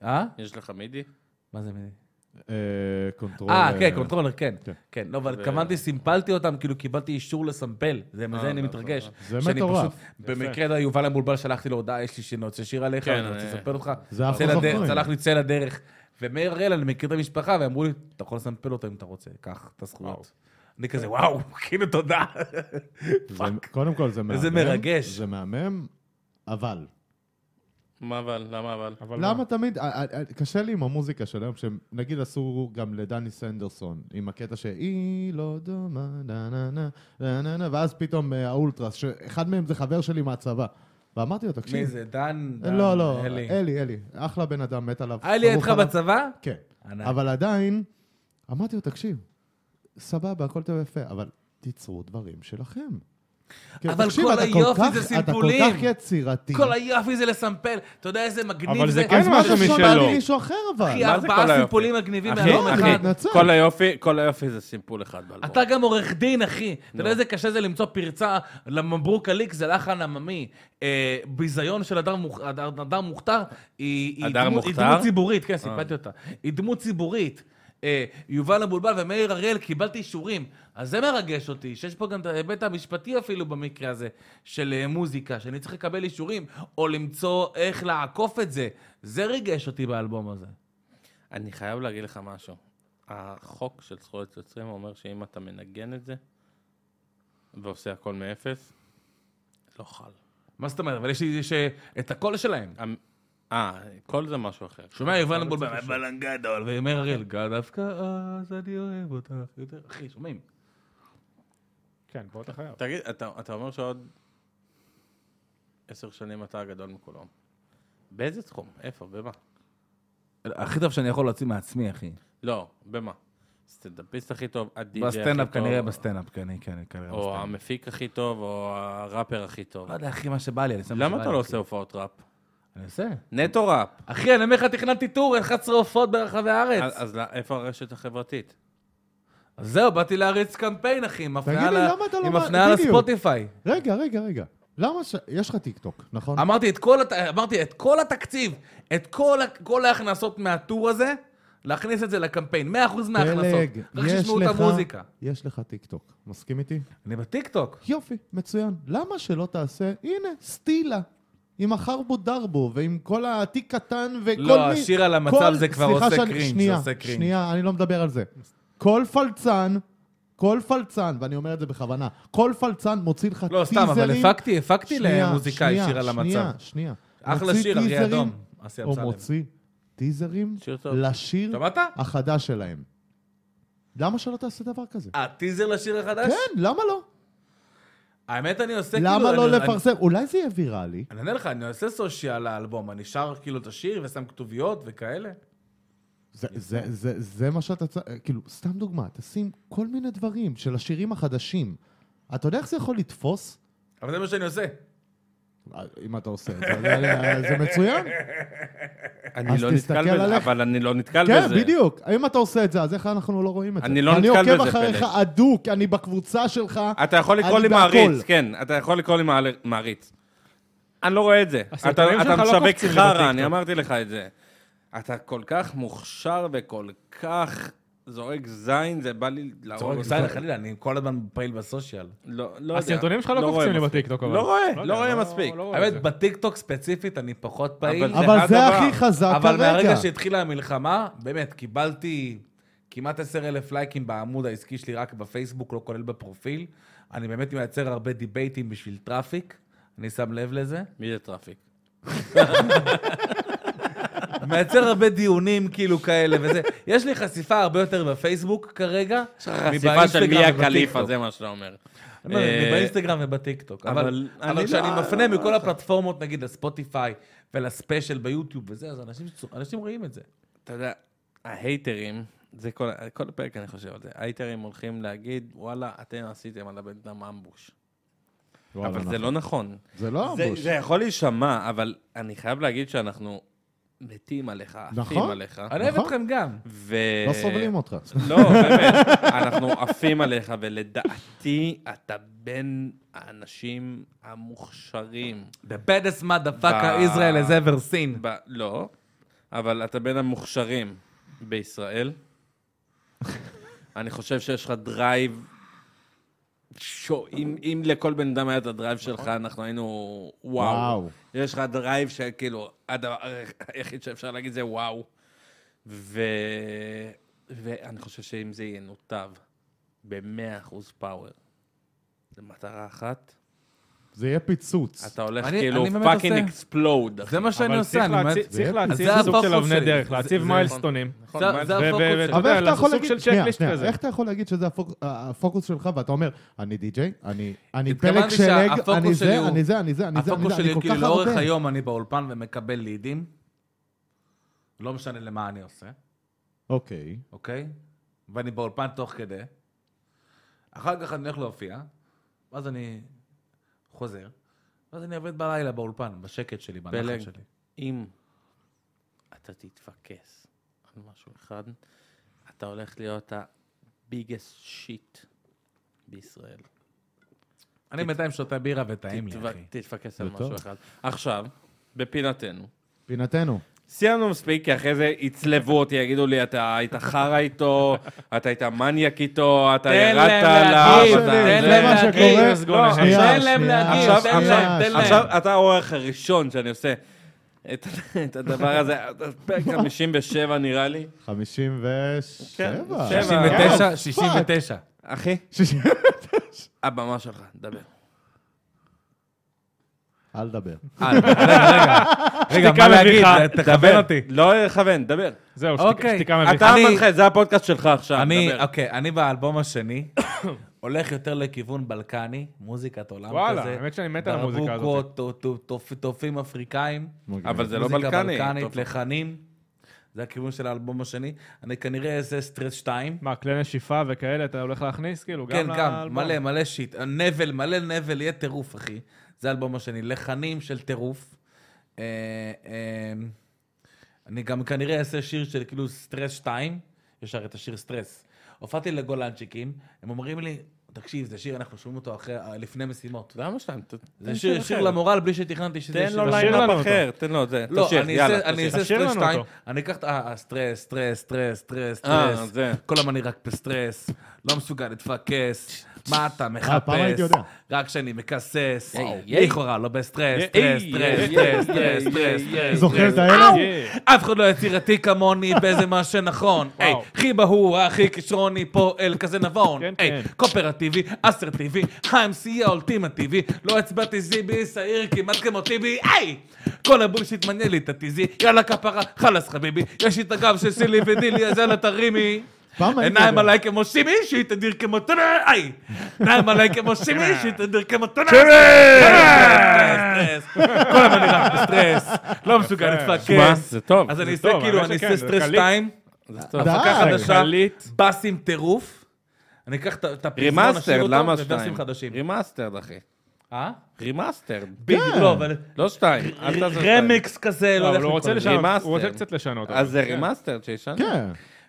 [SPEAKER 3] אה?
[SPEAKER 4] יש לך מידי?
[SPEAKER 3] מה זה מידי?
[SPEAKER 1] אה, קונטרול.
[SPEAKER 3] אה, כן, קונטרולר, כן.
[SPEAKER 1] כן.
[SPEAKER 3] כן, לא, אבל התכוונתי, סימפלתי אותם, כאילו קיבלתי אישור לסמפל.
[SPEAKER 4] אה,
[SPEAKER 3] זה מזה אני מתרגש.
[SPEAKER 1] זה
[SPEAKER 3] שאני
[SPEAKER 1] מטורף.
[SPEAKER 3] פשוט- במקרה, אתה יודע, יובל המבולבל שלחתי לו הודעה, יש לי שינות, זה שיר עליך,
[SPEAKER 4] כן,
[SPEAKER 3] אני רוצה
[SPEAKER 4] אה,
[SPEAKER 3] לספר אותך.
[SPEAKER 1] זה אחוז
[SPEAKER 3] צא לדרך,
[SPEAKER 1] אחוז.
[SPEAKER 3] שלח לי צא לדרך. ומאיר הראל, אני מכיר את המשפחה, ואמרו לי, אתה יכול לסמפל אותו אם אתה רוצה, קח את הזכויות. אני כזה, וואו, כאילו תודה.
[SPEAKER 1] זה-
[SPEAKER 3] פאק.
[SPEAKER 1] קודם כל זה מהמם.
[SPEAKER 3] וזה מרגש.
[SPEAKER 1] זה מהמם, אבל.
[SPEAKER 4] מה אבל? למה אבל?
[SPEAKER 2] אבל לא. מה?
[SPEAKER 3] לא.
[SPEAKER 1] למה תמיד, אה, אה, אה, קשה לי עם המוזיקה של היום, שנגיד עשו גם לדני סנדרסון, עם הקטע שהיא לא דומה, נה נה נה, נה נה נה, ואז פתאום אה, האולטרס, שאחד מהם זה חבר שלי מהצבא. ואמרתי לו, תקשיב.
[SPEAKER 3] מי זה, דן? דן,
[SPEAKER 1] לא, לא,
[SPEAKER 3] אלי.
[SPEAKER 1] אלי, אלי, אחלה בן אדם, מת עליו.
[SPEAKER 3] אלי,
[SPEAKER 1] שרוף
[SPEAKER 3] איתך
[SPEAKER 1] עליו.
[SPEAKER 3] בצבא?
[SPEAKER 1] כן.
[SPEAKER 3] ענק.
[SPEAKER 1] אבל עדיין, אמרתי לו, תקשיב, סבבה, הכל טוב יפה, אבל תיצרו דברים שלכם. כן,
[SPEAKER 3] אבל
[SPEAKER 1] תקשיב,
[SPEAKER 3] כל
[SPEAKER 1] אתה כל
[SPEAKER 3] היופי
[SPEAKER 1] כך-
[SPEAKER 3] זה
[SPEAKER 1] אתה
[SPEAKER 3] סימפולים.
[SPEAKER 1] כל כך יצירתי.
[SPEAKER 3] כל היופי זה לסמפל, אתה יודע איזה מגניב
[SPEAKER 2] אבל
[SPEAKER 3] זה?
[SPEAKER 2] זה כן
[SPEAKER 1] אז מה
[SPEAKER 2] משהו
[SPEAKER 1] זה
[SPEAKER 2] משלו.
[SPEAKER 1] שבא לי מישהו אחר אבל?
[SPEAKER 3] אחי,
[SPEAKER 4] מה זה כל
[SPEAKER 3] ארבעה
[SPEAKER 4] היופי?
[SPEAKER 3] סימפולים מגניבים
[SPEAKER 4] אחי,
[SPEAKER 3] מהיום
[SPEAKER 1] אני
[SPEAKER 4] אחי,
[SPEAKER 3] אחד.
[SPEAKER 1] מתנצל.
[SPEAKER 4] כל היופי, כל היופי זה סימפול אחד באלבום.
[SPEAKER 3] אתה גם עורך דין, אחי. אתה יודע איזה קשה זה למצוא פרצה למברוק הליק, זה לחן עממי. אה, ביזיון של הדר מוכ- הדר- הדר מוכתר, היא היא
[SPEAKER 4] הדר
[SPEAKER 3] דמות- היא
[SPEAKER 4] מוכתר? אה.
[SPEAKER 3] דמות ציבורית, כן, סיפרתי אותה. היא דמות ציבורית. אה, יובל המבולבל ומאיר אריאל, קיבלתי אישורים. אז זה מרגש אותי, שיש פה גם את ההיבט המשפטי אפילו במקרה הזה, של אה, מוזיקה, שאני צריך לקבל אישורים, או למצוא איך לעקוף את זה. זה ריגש אותי באלבום הזה.
[SPEAKER 4] אני חייב להגיד לך משהו. החוק של זכויות יוצרים אומר שאם אתה מנגן את זה, ועושה הכל מאפס, לא חל.
[SPEAKER 3] מה זאת אומרת? אבל יש לי יש, אה, את הקול שלהם.
[SPEAKER 4] המ- אה, כל זה משהו אחר.
[SPEAKER 3] שומע יובל אמבולמן, בלן גדול, ואומר אריאל, גד דווקא אז אני אוהב אותך יותר. אחי, שומעים?
[SPEAKER 2] כן, פה אתה חייב.
[SPEAKER 4] תגיד, אתה אתה אומר שעוד עשר שנים אתה הגדול מכולם. באיזה תחום? איפה? במה?
[SPEAKER 3] הכי טוב שאני יכול להוציא מעצמי, אחי.
[SPEAKER 4] לא, במה? סטנדאפיסט הכי טוב, הדי-ג'י הכי טוב.
[SPEAKER 3] בסטנדאפ כנראה, בסטנדאפ כנראה, כנראה, כנראה.
[SPEAKER 4] או אמ-
[SPEAKER 3] בסטנדאפ.
[SPEAKER 4] המפיק הכי טוב, או הראפר הכי טוב.
[SPEAKER 3] לא יודע, אחי, מה שבא לי, אני עושה מה שבא לי.
[SPEAKER 4] למה אתה לא
[SPEAKER 3] אחי.
[SPEAKER 4] עושה הופעות ראפ?
[SPEAKER 3] אני עושה.
[SPEAKER 4] נטו ראפ.
[SPEAKER 3] אחי, אני אומר לך, תכננתי טור, 11 הופעות ברחבי הארץ.
[SPEAKER 4] אז אז לא- איפה הרשת החברתית?
[SPEAKER 3] אז זהו, באתי להריץ קמפיין, אחי, עם
[SPEAKER 1] תגיד
[SPEAKER 3] הפניה
[SPEAKER 1] לי,
[SPEAKER 3] ל-
[SPEAKER 1] למה אתה לא
[SPEAKER 3] עם
[SPEAKER 1] מ-
[SPEAKER 3] הפניה
[SPEAKER 1] בדיוק.
[SPEAKER 3] לספוטיפיי.
[SPEAKER 1] רגע, רגע, רגע. למה ש... יש לך טיקטוק, נכון?
[SPEAKER 3] אמרתי את כל, הת- אמרתי, את כל התקציב, את כל, ה- כל ההכנסות מהטור הזה, להכניס את זה לקמפיין, 100% מההכנסות.
[SPEAKER 1] פלג,
[SPEAKER 3] רק
[SPEAKER 1] יש
[SPEAKER 3] שישמעו את
[SPEAKER 1] לך-
[SPEAKER 3] המוזיקה.
[SPEAKER 1] יש לך טיקטוק, מסכים איתי?
[SPEAKER 3] אני בטיקטוק.
[SPEAKER 1] יופי, מצוין. למה שלא תעשה, הנה, סטילה. עם החרבו דרבו, ועם כל התיק קטן וכל מי...
[SPEAKER 3] לא, השיר על המצב
[SPEAKER 1] כל-
[SPEAKER 3] זה כבר
[SPEAKER 1] סליחה
[SPEAKER 3] עושה
[SPEAKER 1] שאני-
[SPEAKER 3] קרינג',
[SPEAKER 1] שנייה,
[SPEAKER 3] עושה קרינג'.
[SPEAKER 1] שנייה, אני לא מדבר על זה. כל פלצן, כל פלצן, ואני אומר את זה בכוונה, כל פלצן מוציא לך טיזרים...
[SPEAKER 3] לא, סתם, אבל הפקתי, הפקתי
[SPEAKER 1] שנייה,
[SPEAKER 3] למוזיקאי
[SPEAKER 1] שנייה,
[SPEAKER 3] שיר על המצב.
[SPEAKER 1] שנייה, שנייה.
[SPEAKER 3] אחלה
[SPEAKER 1] מוציא
[SPEAKER 3] שיר, אריה
[SPEAKER 1] טיזרים,
[SPEAKER 3] אדום. אסי
[SPEAKER 1] הוא
[SPEAKER 3] אמסלם.
[SPEAKER 1] מוציא טיזרים
[SPEAKER 4] שיר טוב.
[SPEAKER 1] לשיר
[SPEAKER 3] שמעת?
[SPEAKER 1] החדש שלהם. למה שלא תעשה דבר כזה?
[SPEAKER 3] הטיזר אה, לשיר החדש?
[SPEAKER 1] כן, למה לא?
[SPEAKER 3] האמת, אני עושה כאילו...
[SPEAKER 1] למה לא
[SPEAKER 3] אני-
[SPEAKER 1] לפרסם? אולי זה יהיה ויראלי.
[SPEAKER 3] אני אענה לך, אני עושה סושי על האלבום, אני שר כאילו את השיר ושם כתוביות וכאלה.
[SPEAKER 1] זה- זה- זה זה מה שאתה צריך, כאילו, סתם דוגמה, תשים כל מיני דברים של השירים החדשים. אתה יודע איך זה יכול לתפוס?
[SPEAKER 3] אבל זה מה שאני עושה.
[SPEAKER 1] אם אתה עושה את זה, זה- זה מצוין.
[SPEAKER 4] אני
[SPEAKER 1] אז
[SPEAKER 4] לא
[SPEAKER 1] תסתכל
[SPEAKER 4] נתקל בזה,
[SPEAKER 1] עליך.
[SPEAKER 4] אבל אני לא נתקל
[SPEAKER 1] כן,
[SPEAKER 4] בזה.
[SPEAKER 1] בדיוק. אם אתה עושה את זה, אז איך אנחנו לא רואים את זה?
[SPEAKER 4] אני לא נתקל
[SPEAKER 1] אני עוקב
[SPEAKER 4] בזה,
[SPEAKER 1] אחריך
[SPEAKER 4] פלג.
[SPEAKER 1] אדוק, אני בקבוצה שלך.
[SPEAKER 4] אתה יכול לקרוא
[SPEAKER 1] אני
[SPEAKER 4] לי
[SPEAKER 1] בהכל.
[SPEAKER 4] מעריץ, כן, אתה יכול לקרוא לי מעל- מעריץ. אני לא רואה את זה. אתה-
[SPEAKER 2] הסרטונים
[SPEAKER 4] אתה
[SPEAKER 2] שלך לא
[SPEAKER 4] משווק
[SPEAKER 2] קופצים לי
[SPEAKER 4] חרא,
[SPEAKER 2] בטיקטוק.
[SPEAKER 4] אני אמרתי לך את זה. אתה כל כך מוכשר וכל כך זורק זין, זה בא לי להרוג
[SPEAKER 3] צורק
[SPEAKER 4] אותך.
[SPEAKER 3] סיילה חלילה, אני כל הזמן פעיל בסושיאל.
[SPEAKER 4] לא לא יודע.
[SPEAKER 2] הסרטונים שלך לא
[SPEAKER 4] רואה
[SPEAKER 2] קופצים לי
[SPEAKER 4] מספיק.
[SPEAKER 2] בטיקטוק, אבל.
[SPEAKER 4] לא רואה, לא
[SPEAKER 2] יודע,
[SPEAKER 4] רואה מספיק.
[SPEAKER 2] לא רואה את
[SPEAKER 3] האמת,
[SPEAKER 2] זה.
[SPEAKER 3] בטיקטוק ספציפית אני פחות פעיל.
[SPEAKER 4] זה
[SPEAKER 1] אבל זה
[SPEAKER 4] הדבר.
[SPEAKER 1] הכי חזק
[SPEAKER 3] אבל
[SPEAKER 1] כרגע.
[SPEAKER 3] מהרגע שהתחילה המלחמה, באמת, קיבלתי כמעט עשר אלף לייקים בעמוד העסקי שלי רק בפייסבוק, לא כולל בפרופיל. אני באמת מייצר הרבה דיבייטים בשביל טראפיק, אני שם לב לזה. [laughs]
[SPEAKER 4] מי זה טראפיק?
[SPEAKER 3] מייצר הרבה דיונים כאילו כאלה וזה. יש לי חשיפה הרבה יותר בפייסבוק כרגע.
[SPEAKER 4] יש לך חשיפה אה, של מי
[SPEAKER 3] מבאינסטגרם
[SPEAKER 4] הקליפה,
[SPEAKER 3] ובטיקטוק.
[SPEAKER 4] זה מה שאתה אומר.
[SPEAKER 3] אני אומר,
[SPEAKER 4] אה,
[SPEAKER 3] באינסטגרם ובטיקטוק. אבל
[SPEAKER 4] אבל
[SPEAKER 3] אבל
[SPEAKER 4] אני
[SPEAKER 3] כשאני
[SPEAKER 4] לא-
[SPEAKER 3] מפנה מכל הפלטפורמות, נגיד לספוטיפיי ולספיישל ביוטיוב וזה, אז אנשים צו- אנשים רואים את זה.
[SPEAKER 4] אתה יודע, ההייטרים, זה כל, כל הפרק אני חושב על זה, ההייטרים הולכים להגיד, וואלה, אתם עשיתם על הבן אדם אמבוש.
[SPEAKER 1] וואלה,
[SPEAKER 4] אבל זה
[SPEAKER 1] נכון.
[SPEAKER 4] לא נכון.
[SPEAKER 1] זה לא
[SPEAKER 4] זה,
[SPEAKER 1] אמבוש.
[SPEAKER 4] זה יכול להישמע, אבל אני חייב להגיד שאנחנו מתים עליך, עפים
[SPEAKER 1] נכון.
[SPEAKER 4] עליך.
[SPEAKER 3] אני אוהב
[SPEAKER 1] נכון.
[SPEAKER 3] אתכם גם.
[SPEAKER 4] ו...
[SPEAKER 1] לא סובלים אותך.
[SPEAKER 4] לא, באמת, אנחנו עפים עליך, ולדעתי אתה בין האנשים המוכשרים.
[SPEAKER 3] The baddest motherfucker
[SPEAKER 4] ב-
[SPEAKER 3] Israel has ever seen.
[SPEAKER 4] ב... לא, אבל אתה בין המוכשרים
[SPEAKER 3] [laughs]
[SPEAKER 4] בישראל. אני חושב שיש לך דרייב... שו, אם, אם לכל בן אדם היה את הדרייב
[SPEAKER 3] נכון.
[SPEAKER 4] שלך, אנחנו היינו... וואו.
[SPEAKER 1] וואו.
[SPEAKER 4] יש לך דרייב שכאילו, הדבר היחיד שאפשר להגיד זה וואו. ו... ואני חושב שאם זה ינותב ב-100% פאוור, זו מטרה אחת,
[SPEAKER 1] זה יהיה פיצוץ.
[SPEAKER 4] אתה הולך
[SPEAKER 3] אני-
[SPEAKER 4] כאילו
[SPEAKER 3] אני באמת
[SPEAKER 4] פאקינג
[SPEAKER 3] עושה-
[SPEAKER 4] אקספלוד, אחי.
[SPEAKER 3] זה מה שאני
[SPEAKER 2] אבל
[SPEAKER 3] עושה,
[SPEAKER 2] צריך
[SPEAKER 3] אני
[SPEAKER 2] להציב-
[SPEAKER 3] באמת...
[SPEAKER 2] צריך
[SPEAKER 1] זה-
[SPEAKER 2] להציב
[SPEAKER 3] זה
[SPEAKER 2] סוג
[SPEAKER 3] הפוקוס
[SPEAKER 2] של אבני
[SPEAKER 3] שלי.
[SPEAKER 2] דרך,
[SPEAKER 3] זה-
[SPEAKER 2] להציב
[SPEAKER 3] זה-
[SPEAKER 2] מיילסטונים.
[SPEAKER 4] נכון,
[SPEAKER 3] זה-
[SPEAKER 4] מה-
[SPEAKER 3] זה
[SPEAKER 2] ו- ו-
[SPEAKER 3] הפוקוס
[SPEAKER 2] ואתה
[SPEAKER 3] שלי.
[SPEAKER 1] אבל
[SPEAKER 2] יודע,
[SPEAKER 1] איך אתה יכול
[SPEAKER 2] לעשות סוג
[SPEAKER 1] להגיד,
[SPEAKER 2] של
[SPEAKER 1] שנייה,
[SPEAKER 2] צ'קליסט
[SPEAKER 1] שנייה,
[SPEAKER 2] כזה.
[SPEAKER 1] איך אתה יכול להגיד שזה הפוק- הפוקוס שלך, ואתה אומר, אני די-ג'יי, אני- אני
[SPEAKER 3] התכוונתי
[SPEAKER 1] פלג שלג,
[SPEAKER 3] שהפוקוס
[SPEAKER 1] אני
[SPEAKER 3] שלי
[SPEAKER 1] זה,
[SPEAKER 3] הוא-
[SPEAKER 1] אני זה, אני זה, אני זה, אני
[SPEAKER 3] הפוקוס
[SPEAKER 1] זה,
[SPEAKER 3] שלי
[SPEAKER 1] אני
[SPEAKER 3] הוא
[SPEAKER 1] כל
[SPEAKER 3] כאילו
[SPEAKER 1] כך לא
[SPEAKER 3] לאורך
[SPEAKER 1] הרבה.
[SPEAKER 3] היום אני באולפן ומקבל לידים. לא משנה למה אני עושה,
[SPEAKER 1] אוקיי.
[SPEAKER 3] אוקיי? ואני באולפן תוך כדי. אחר כך אני הולך להופיע, ואז אני חוזר, ואז אני עובד בלילה באולפן, בשקט שלי, בנחת
[SPEAKER 4] פלג.
[SPEAKER 3] שלי.
[SPEAKER 4] אם אתה תתפקס על משהו אחד, אתה הולך להיות ה-biggest shit בישראל.
[SPEAKER 3] אני בינתיים שותה בירה וטעים לי,
[SPEAKER 4] תתו-
[SPEAKER 3] אחי.
[SPEAKER 4] תתפקס על
[SPEAKER 1] זה טוב.
[SPEAKER 4] משהו אחד. עכשיו, בפינתנו.
[SPEAKER 1] פינתנו.
[SPEAKER 4] סיימנו מספיק, כי אחרי זה יצלבו אותי, יגידו לי, אתה היית חרא איתו, אתה היית מניאק איתו, אתה
[SPEAKER 3] תן
[SPEAKER 4] ירדת
[SPEAKER 3] להם
[SPEAKER 2] אה,
[SPEAKER 4] עליו,
[SPEAKER 3] להגיב,
[SPEAKER 4] אתה-
[SPEAKER 3] תן
[SPEAKER 4] אה, זה-
[SPEAKER 1] זה מה
[SPEAKER 3] להגיד,
[SPEAKER 1] שקורה.
[SPEAKER 2] אז גונה.
[SPEAKER 1] שנייה,
[SPEAKER 3] תן להם
[SPEAKER 1] שנייה,
[SPEAKER 3] להגיב,
[SPEAKER 4] עכשיו,
[SPEAKER 3] תן
[SPEAKER 4] עכשיו,
[SPEAKER 3] להם, תן להם.
[SPEAKER 4] עכשיו אתה האורח הראשון שאני עושה את את הדבר הזה, [laughs] פרק 57 נראה לי.
[SPEAKER 1] 57.
[SPEAKER 4] כן, שבע.
[SPEAKER 3] 69,
[SPEAKER 1] Oh,
[SPEAKER 3] 69.
[SPEAKER 4] אחי,
[SPEAKER 1] fuck.
[SPEAKER 4] הבמה שלך, דבר.
[SPEAKER 1] [laughs] אל תדבר.
[SPEAKER 3] [laughs]
[SPEAKER 4] אה,
[SPEAKER 3] רגע, מה להגיד? תכוון
[SPEAKER 4] [laughs]
[SPEAKER 3] אותי.
[SPEAKER 4] לא לכוון, דבר.
[SPEAKER 2] זהו, שתיק-
[SPEAKER 3] אוקיי.
[SPEAKER 2] שתיקה
[SPEAKER 4] אתה
[SPEAKER 2] מביכה.
[SPEAKER 3] אני-
[SPEAKER 4] המנחה, זה הפודקאסט שלך
[SPEAKER 2] לא,
[SPEAKER 4] עכשיו,
[SPEAKER 3] אני,
[SPEAKER 4] דבר.
[SPEAKER 3] אוקיי, אני באלבום השני [coughs] הולך יותר לכיוון בלקני, מוזיקת עולם כזה.
[SPEAKER 2] וואלה, האמת שאני מת על המוזיקה הזאת.
[SPEAKER 3] ברבוקות, טו- טו- טופ- טופים אפריקאים.
[SPEAKER 4] אבל זה לא
[SPEAKER 3] מוזיקה
[SPEAKER 4] בלקני.
[SPEAKER 3] בלקנית,
[SPEAKER 4] טוב.
[SPEAKER 3] לחנים. זה הכיוון של האלבום השני. אני כנראה אעשה סטרס 2.
[SPEAKER 2] מה, כלי נשיפה וכאלה אתה הולך להכניס? כאילו, גם
[SPEAKER 3] כן, גם,
[SPEAKER 2] לאלבום.
[SPEAKER 3] מלא, מלא שיט. נבל, מלא נבל, יהיה טירוף, אחי. זה האלבום השני. לחנים של טירוף. אה, אה, אני גם כנראה אעשה שיר של כאילו סטרס 2, יש הרי את השיר סטרס. הופעתי לגולנצ'יקים, הם אומרים לי, תקשיב, זה שיר, אנחנו שומעים אותו אחרי, לפני משימות.
[SPEAKER 4] למה שאתה? ת- תן
[SPEAKER 3] זה שיר,
[SPEAKER 4] אחר.
[SPEAKER 3] שיר למורל בלי שתכננתי שזה
[SPEAKER 4] תן
[SPEAKER 3] שיר.
[SPEAKER 4] לו
[SPEAKER 2] תשאיר
[SPEAKER 4] ליינאפ
[SPEAKER 2] לנו אותו.
[SPEAKER 4] אחר, תן לו את זה.
[SPEAKER 3] לא,
[SPEAKER 4] תשאיר,
[SPEAKER 3] אני
[SPEAKER 4] יאללה,
[SPEAKER 3] אעשה- אני
[SPEAKER 4] תשאיר.
[SPEAKER 3] אעשה
[SPEAKER 2] תשאיר
[SPEAKER 3] סטרס
[SPEAKER 2] לנו
[SPEAKER 3] 2,
[SPEAKER 2] אותו.
[SPEAKER 3] אני אקח את ה... ה- סטרס, סטרס, סטרס, סטרס,
[SPEAKER 4] אה,
[SPEAKER 3] סטרס.
[SPEAKER 4] זה.
[SPEAKER 3] כל הזמן אני רק בסטרס, לא מסוגל להתפקס, מה אתה
[SPEAKER 1] פעם
[SPEAKER 3] מחפש?
[SPEAKER 1] הייתי יודע.
[SPEAKER 3] רק שאני מכסס,
[SPEAKER 4] ייי.
[SPEAKER 3] לכאורה לא בסטרס,
[SPEAKER 4] ייי,
[SPEAKER 3] סטרס,
[SPEAKER 4] ייי,
[SPEAKER 3] סטרס,
[SPEAKER 4] ייי,
[SPEAKER 3] סטרס,
[SPEAKER 4] ייי,
[SPEAKER 3] סטרס, סטרס, סטרס.
[SPEAKER 1] זוכר את
[SPEAKER 2] אה,
[SPEAKER 1] האלה?
[SPEAKER 2] כן.
[SPEAKER 3] אף אחד לא יצירתי כמוני באיזה מה שנכון. היי,
[SPEAKER 2] וואו.
[SPEAKER 3] הכי בהור, הכי כישרוני, פועל כזה נבון.
[SPEAKER 2] כן,
[SPEAKER 3] היי,
[SPEAKER 2] כן.
[SPEAKER 3] קואופרטיבי, אסרטיבי, ה-MC האולטימטיבי, לא הצבעתי זיבי, שעיר כמעט כמו טיבי, היי! כל הבולשיט מנה לי את הטיזי, יאללה כפרה, חלאס חביבי, יש לי את הגב של סילי ודילי, אז יאללה תרימי.
[SPEAKER 1] פעם הייתי
[SPEAKER 3] עיניים
[SPEAKER 1] יודע.
[SPEAKER 3] עליי כמו שימי, שהיא תדיר כמו טונה, היי! עיניים עליי כמו שימי, שהיא תדיר כמו טונה. סטרס, סטרס. כל הזמן אני רק בסטרס, לא מסוגל
[SPEAKER 4] שמע,
[SPEAKER 3] להתפקס.
[SPEAKER 4] כן. זה טוב.
[SPEAKER 3] אז אני
[SPEAKER 2] זה
[SPEAKER 3] אעשה
[SPEAKER 2] טוב,
[SPEAKER 3] כאילו,
[SPEAKER 2] האמת
[SPEAKER 3] אני
[SPEAKER 2] שכן,
[SPEAKER 3] אעשה
[SPEAKER 2] זה
[SPEAKER 3] סטרס
[SPEAKER 2] קליט.
[SPEAKER 3] 2,
[SPEAKER 4] זה טוב.
[SPEAKER 3] הפקה
[SPEAKER 1] די.
[SPEAKER 3] חדשה,
[SPEAKER 2] קליט.
[SPEAKER 3] בס עם טירוף, אני אקח את ה- את הפזמון,
[SPEAKER 4] רימאסטרד,
[SPEAKER 3] אשאיר אותו,
[SPEAKER 4] למה שתיים?
[SPEAKER 3] וברסים חדשים.
[SPEAKER 4] רימאסטרד, אחי.
[SPEAKER 3] אה?
[SPEAKER 4] רימאסטרד.
[SPEAKER 3] בדיוק, לא, אבל
[SPEAKER 4] לא שתיים. אל תעזוב שתיים.
[SPEAKER 3] רמיקס כזה, לא
[SPEAKER 2] לא,
[SPEAKER 3] יודע
[SPEAKER 2] אבל
[SPEAKER 3] איך
[SPEAKER 2] הוא רוצה
[SPEAKER 3] לקרוא לזה.
[SPEAKER 2] לשנות,
[SPEAKER 4] רימאסטר.
[SPEAKER 2] הוא רוצה קצת לשנות.
[SPEAKER 4] אז זה רימאסטרד שישן?
[SPEAKER 1] כן.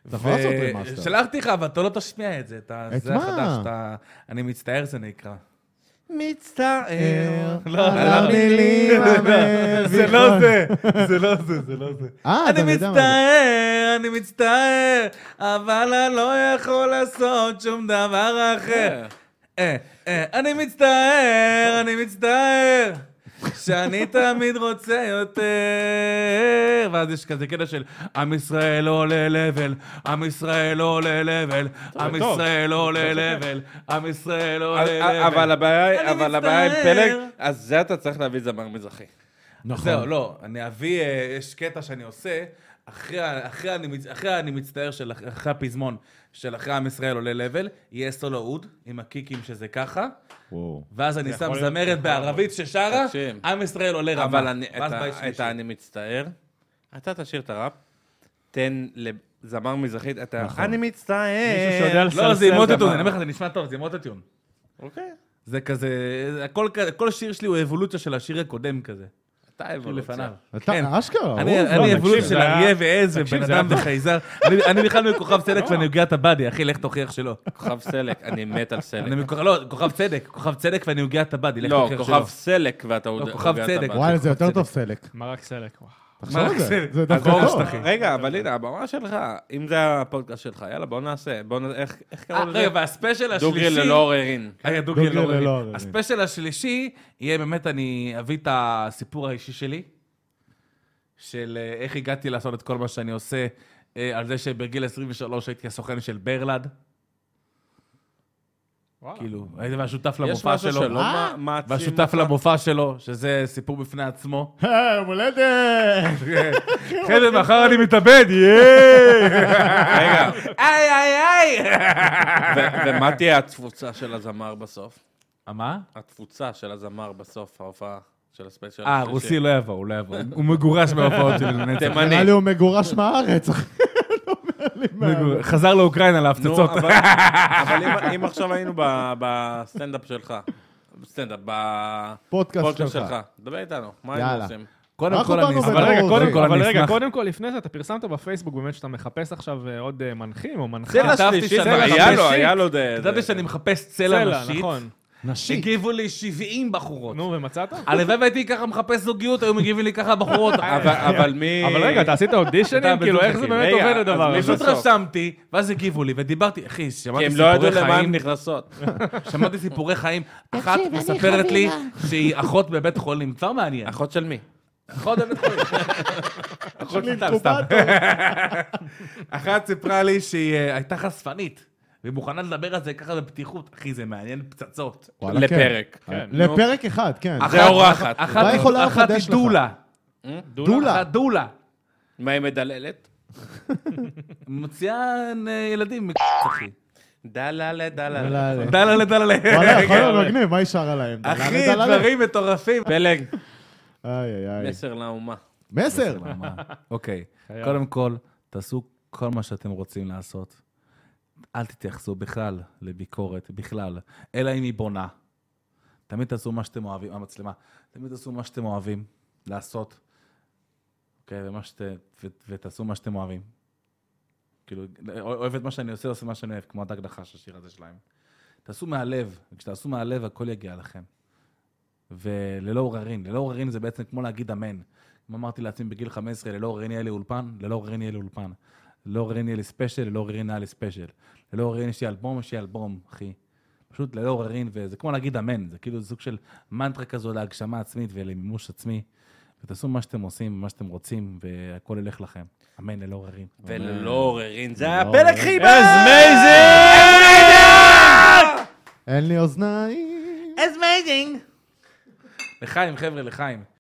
[SPEAKER 1] אתה יכול לעשות
[SPEAKER 3] ו-
[SPEAKER 1] רמאסטר.
[SPEAKER 3] אה, שלחתי לך, אבל אתה לא תשמיע את זה, אתה-
[SPEAKER 1] את
[SPEAKER 3] זה
[SPEAKER 1] מה?
[SPEAKER 3] החדש, אתה- אני מצטער זה נקרא. לא,
[SPEAKER 4] מצטער.
[SPEAKER 1] על לא, המילים המביכות.
[SPEAKER 3] [laughs] זה לא זה, זה לא זה, זה לא זה.
[SPEAKER 1] אה, אתה
[SPEAKER 3] אני
[SPEAKER 1] יודע מה זה.
[SPEAKER 3] מצטער, אני מצטער, אבל אני לא יכול לעשות שום דבר אחר.
[SPEAKER 1] כן.
[SPEAKER 3] אה, אה, אני מצטער, אני מצטער, שאני תמיד רוצה יותר. ואז יש כזה קטע של עם ישראל עולה לבל, עם ישראל עולה לבל, עם
[SPEAKER 2] טוב.
[SPEAKER 3] ישראל עולה לבל, עם ישראל עולה לבל.
[SPEAKER 4] אה, אבל הבעיה,
[SPEAKER 3] אני
[SPEAKER 4] אבל הבעיה עם
[SPEAKER 3] מצטער.
[SPEAKER 4] פלג, אז זה אתה צריך להביא זמר מזרחי.
[SPEAKER 1] נכון.
[SPEAKER 3] זהו, לא, אני אביא, אה, יש קטע שאני עושה, אחרי ה- אחרי אני מצ- אחרי אני מצטער של אח- אחרי הפזמון של אחרי עם ישראל עולה לבל, יהיה סולו אוד, עם הקיקים שזה ככה,
[SPEAKER 1] וואו.
[SPEAKER 3] ואז אני שם
[SPEAKER 2] יכול להיות-
[SPEAKER 3] זמרת בערבית ששרה,
[SPEAKER 4] תקשיב.
[SPEAKER 3] עם ישראל עולה רמה.
[SPEAKER 4] אבל אני-
[SPEAKER 3] ואז
[SPEAKER 4] אתה-
[SPEAKER 3] בית שלישי.
[SPEAKER 4] אתה אני מצטער, אתה תשאיר את הראפ, תן לזמר מזרחית, אתה...
[SPEAKER 3] נכון.
[SPEAKER 4] אני מצטער.
[SPEAKER 2] מישהו שיודע לסלסל
[SPEAKER 3] לא, זה עם אוטוטיון,
[SPEAKER 2] דבר.
[SPEAKER 3] אני אומר לך, זה נשמע טוב, זה עם אוטוטיון.
[SPEAKER 4] אוקיי.
[SPEAKER 3] זה כזה, זה הכל כזה, כל שיר שלי הוא אבולוציה של השיר הקודם כזה,
[SPEAKER 4] אתה
[SPEAKER 3] כאילו
[SPEAKER 4] אבולוציה.
[SPEAKER 3] לפניו. כן.
[SPEAKER 1] אתה אשכרה,
[SPEAKER 3] אני-
[SPEAKER 1] וואו.
[SPEAKER 3] אני
[SPEAKER 2] לא, תקשיב,
[SPEAKER 3] אבולוציה
[SPEAKER 2] זה
[SPEAKER 3] של
[SPEAKER 2] היה-
[SPEAKER 3] אריה ועז
[SPEAKER 2] תקשיב,
[SPEAKER 3] ובן
[SPEAKER 2] זה היה
[SPEAKER 3] אדם
[SPEAKER 2] טוב. לא.
[SPEAKER 3] וחייזר. אני- אני בכלל מכוכב צדק ואני אוגע את הבאדי, אחי, לך תוכיח שלא.
[SPEAKER 4] כוכב סלק, אני מת על
[SPEAKER 3] אני
[SPEAKER 4] סלק.
[SPEAKER 3] מכוכב, לא, כוכב צדק, כוכב צדק ואני אוגע את הבאדי, לך
[SPEAKER 4] לא,
[SPEAKER 3] תוכיח שלא.
[SPEAKER 4] כוכב סלק ואתה
[SPEAKER 3] לא,
[SPEAKER 4] עוד...
[SPEAKER 3] כוכב צדק.
[SPEAKER 1] וואלה, זה יותר טוב סלק.
[SPEAKER 2] כן. מרק סלק. וואו.
[SPEAKER 1] תחשוב על זה.
[SPEAKER 3] סלק?
[SPEAKER 1] זה דווקא לא.
[SPEAKER 3] אז
[SPEAKER 1] טוב.
[SPEAKER 3] אורשט, אחי.
[SPEAKER 4] רגע, אבל הנה, הבמה שלך, אם זה הפודקאסט שלך, יאללה, בוא נעשה, בוא נ... איך איך
[SPEAKER 3] אה,
[SPEAKER 4] קראו לזה?
[SPEAKER 3] רגע, והספיישל השלישי...
[SPEAKER 4] דוגרי ללא עוררין.
[SPEAKER 3] רגע, דוגרי
[SPEAKER 1] דוגרי
[SPEAKER 3] ללא
[SPEAKER 1] ללא
[SPEAKER 3] עוררין.
[SPEAKER 1] עוררין.
[SPEAKER 3] הספיישל השלישי יהיה באמת, אני אביא את הסיפור האישי שלי, של אה, איך הגעתי לעשות את כל מה שאני עושה, אה, על זה שבגיל 23 הייתי הסוכן של ברלד,
[SPEAKER 2] וואלה.
[SPEAKER 3] כאילו, הייתי והשותף
[SPEAKER 4] יש
[SPEAKER 3] למופע
[SPEAKER 4] משהו
[SPEAKER 3] שלו. אה?
[SPEAKER 4] שלא
[SPEAKER 1] אה,
[SPEAKER 4] מה- מעצים
[SPEAKER 3] והשותף
[SPEAKER 4] אותך?
[SPEAKER 3] למופע שלו, שזה סיפור בפני עצמו.
[SPEAKER 1] אה,
[SPEAKER 3] [laughs]
[SPEAKER 1] יום הולדת!
[SPEAKER 3] חבר'ה, מחר אני מתאבד, יאיי! אה.
[SPEAKER 4] רגע,
[SPEAKER 3] איי, איי, [laughs] איי!
[SPEAKER 4] ו- ומה תהיה התפוצה של הזמר בסוף?
[SPEAKER 3] מה?
[SPEAKER 4] התפוצה של הזמר בסוף, ההופעה של הספיישל.
[SPEAKER 3] אה,
[SPEAKER 4] השלישי.
[SPEAKER 3] רוסי לא יבוא, הוא לא יבוא. הוא מגורש מההופעות [laughs] שלי לנצח.
[SPEAKER 4] תימני.
[SPEAKER 1] נראה לי הוא מגורש מהארץ, אחי.
[SPEAKER 3] מגור- חזר לאוקראינה
[SPEAKER 4] נו,
[SPEAKER 3] להפצצות.
[SPEAKER 4] אבל אבל אם- אם עכשיו היינו ב- בסטנדאפ שלך, בסטנדאפ,
[SPEAKER 1] פודקאסט
[SPEAKER 4] בפודקאסט
[SPEAKER 1] שלך.
[SPEAKER 4] שלך, דבר איתנו, מה
[SPEAKER 1] יאללה.
[SPEAKER 4] היינו עושים?
[SPEAKER 3] קודם
[SPEAKER 1] אנחנו
[SPEAKER 3] כל אני
[SPEAKER 1] באנו
[SPEAKER 3] אשמח.
[SPEAKER 2] אבל רגע,
[SPEAKER 1] ברור,
[SPEAKER 2] קודם
[SPEAKER 1] זה-
[SPEAKER 2] כל, אבל רגע,
[SPEAKER 3] אשמח.
[SPEAKER 2] קודם כל, לפני זה, אתה פרסמת בפייסבוק באמת שאתה מחפש עכשיו אה, עוד אה, מנחים או מנחים.
[SPEAKER 3] צלע כתבתי שלישית, שאני
[SPEAKER 4] היה לו,
[SPEAKER 3] מחפש
[SPEAKER 4] היה
[SPEAKER 3] שיט.
[SPEAKER 4] לו אה, זה.
[SPEAKER 3] ידעתי
[SPEAKER 4] זה-
[SPEAKER 3] שאני מחפש צלע נשית.
[SPEAKER 2] נכון.
[SPEAKER 1] נשי.
[SPEAKER 3] הגיבו לי 70 בחורות.
[SPEAKER 2] נו, ומצאת?
[SPEAKER 3] הלוואי והייתי ככה מחפש זוגיות, היו מגיבים לי ככה בחורות.
[SPEAKER 4] אבל- אבל מי...
[SPEAKER 2] אבל רגע, אתה עשית אודישנים?
[SPEAKER 3] אתה
[SPEAKER 2] כאילו, איך
[SPEAKER 3] בזוג
[SPEAKER 2] זה
[SPEAKER 3] אחי.
[SPEAKER 2] באמת
[SPEAKER 4] רגע,
[SPEAKER 2] עובד
[SPEAKER 4] אז
[SPEAKER 2] הדבר
[SPEAKER 4] מי
[SPEAKER 2] הזה?
[SPEAKER 3] פשוט
[SPEAKER 4] בסוף.
[SPEAKER 3] רשמתי, ואז הגיבו לי, ודיברתי, אחי,
[SPEAKER 4] כי
[SPEAKER 3] שמעתי
[SPEAKER 4] הם לא ידעו
[SPEAKER 3] סיפורי
[SPEAKER 4] למה
[SPEAKER 3] חיים,
[SPEAKER 4] הן נכנסות.
[SPEAKER 3] [laughs] שמעתי סיפורי חיים, אחת מספרת לי שהיא אחות בבית חולים, כבר מעניין.
[SPEAKER 4] אחות של מי?
[SPEAKER 3] אחות בבית [laughs] חולים.
[SPEAKER 1] אחות של
[SPEAKER 3] סתם, סתם. אחת סיפרה לי שהיא אה, הייתה חשפנית, והיא מוכנה לדבר על זה ככה בפתיחות. אחי, זה מעניין פצצות.
[SPEAKER 1] וואלה, כן.
[SPEAKER 4] לפרק.
[SPEAKER 2] כן.
[SPEAKER 1] לפרק אחד, כן.
[SPEAKER 4] זה אורחת.
[SPEAKER 3] אחת
[SPEAKER 1] אולי יכולה
[SPEAKER 3] אחת
[SPEAKER 1] לחדש
[SPEAKER 3] היא
[SPEAKER 1] לך.
[SPEAKER 3] דולה.
[SPEAKER 1] דולה.
[SPEAKER 3] אחת דולה.
[SPEAKER 4] מה היא מדללת?
[SPEAKER 3] מוציאה אה, ילדים מ... אחי.
[SPEAKER 4] דללה, דללה.
[SPEAKER 1] וואלה, וואלה,
[SPEAKER 3] דללה לדללה.
[SPEAKER 1] יכול להיות מגניב, מה נשאר עליהם?
[SPEAKER 4] כן.
[SPEAKER 3] אחי,
[SPEAKER 1] דלה, דלה, דלה.
[SPEAKER 3] דברים מטורפים.
[SPEAKER 4] פלג,
[SPEAKER 1] איי, איי, איי.
[SPEAKER 4] מסר לאומה.
[SPEAKER 1] מסר!
[SPEAKER 3] [laughs] אוקיי, קודם כל, תעשו כל מה שאתם רוצים לעשות. אל תתייחסו בכלל לביקורת, בכלל, אלא אם היא בונה. תמיד תעשו מה שאתם אוהבים, המצלמה, תמיד תעשו מה שאתם אוהבים לעשות, אוקיי, ומה שאת, ו, ותעשו מה שאתם אוהבים. כאילו, אוהב את מה שאני עושה, עושה מה שאני אוהב, כמו הדג נחש, השיר הזה שלהם. תעשו מהלב, וכשתעשו מהלב הכל יגיע לכם. וללא עוררין, ללא עוררין זה בעצם כמו להגיד אמן. אם אמרתי לעצמי בגיל 15, ללא עוררין יהיה לי אולפן, ללא עוררין יהיה לי אולפן. ללא עוררין יהיה לי ספיישל, ללא עוררין היה לי ספיישל. ללא עוררין יש לי אלבום, יש לי אלבום, אחי. פשוט ללא עוררין, וזה כמו להגיד אמן, זה כאילו סוג של מנטרה כזו להגשמה עצמית ולמימוש עצמי. ותעשו מה שאתם עושים, מה שאתם רוצים, והכל ילך לכם. אמן, ללא עוררין.
[SPEAKER 4] וללא עוררין, זה היה
[SPEAKER 1] לא עוררין.
[SPEAKER 4] פלג חיבה! אז
[SPEAKER 1] אין לי אוזניים.
[SPEAKER 3] לחיים, חבר'ה, לחיים.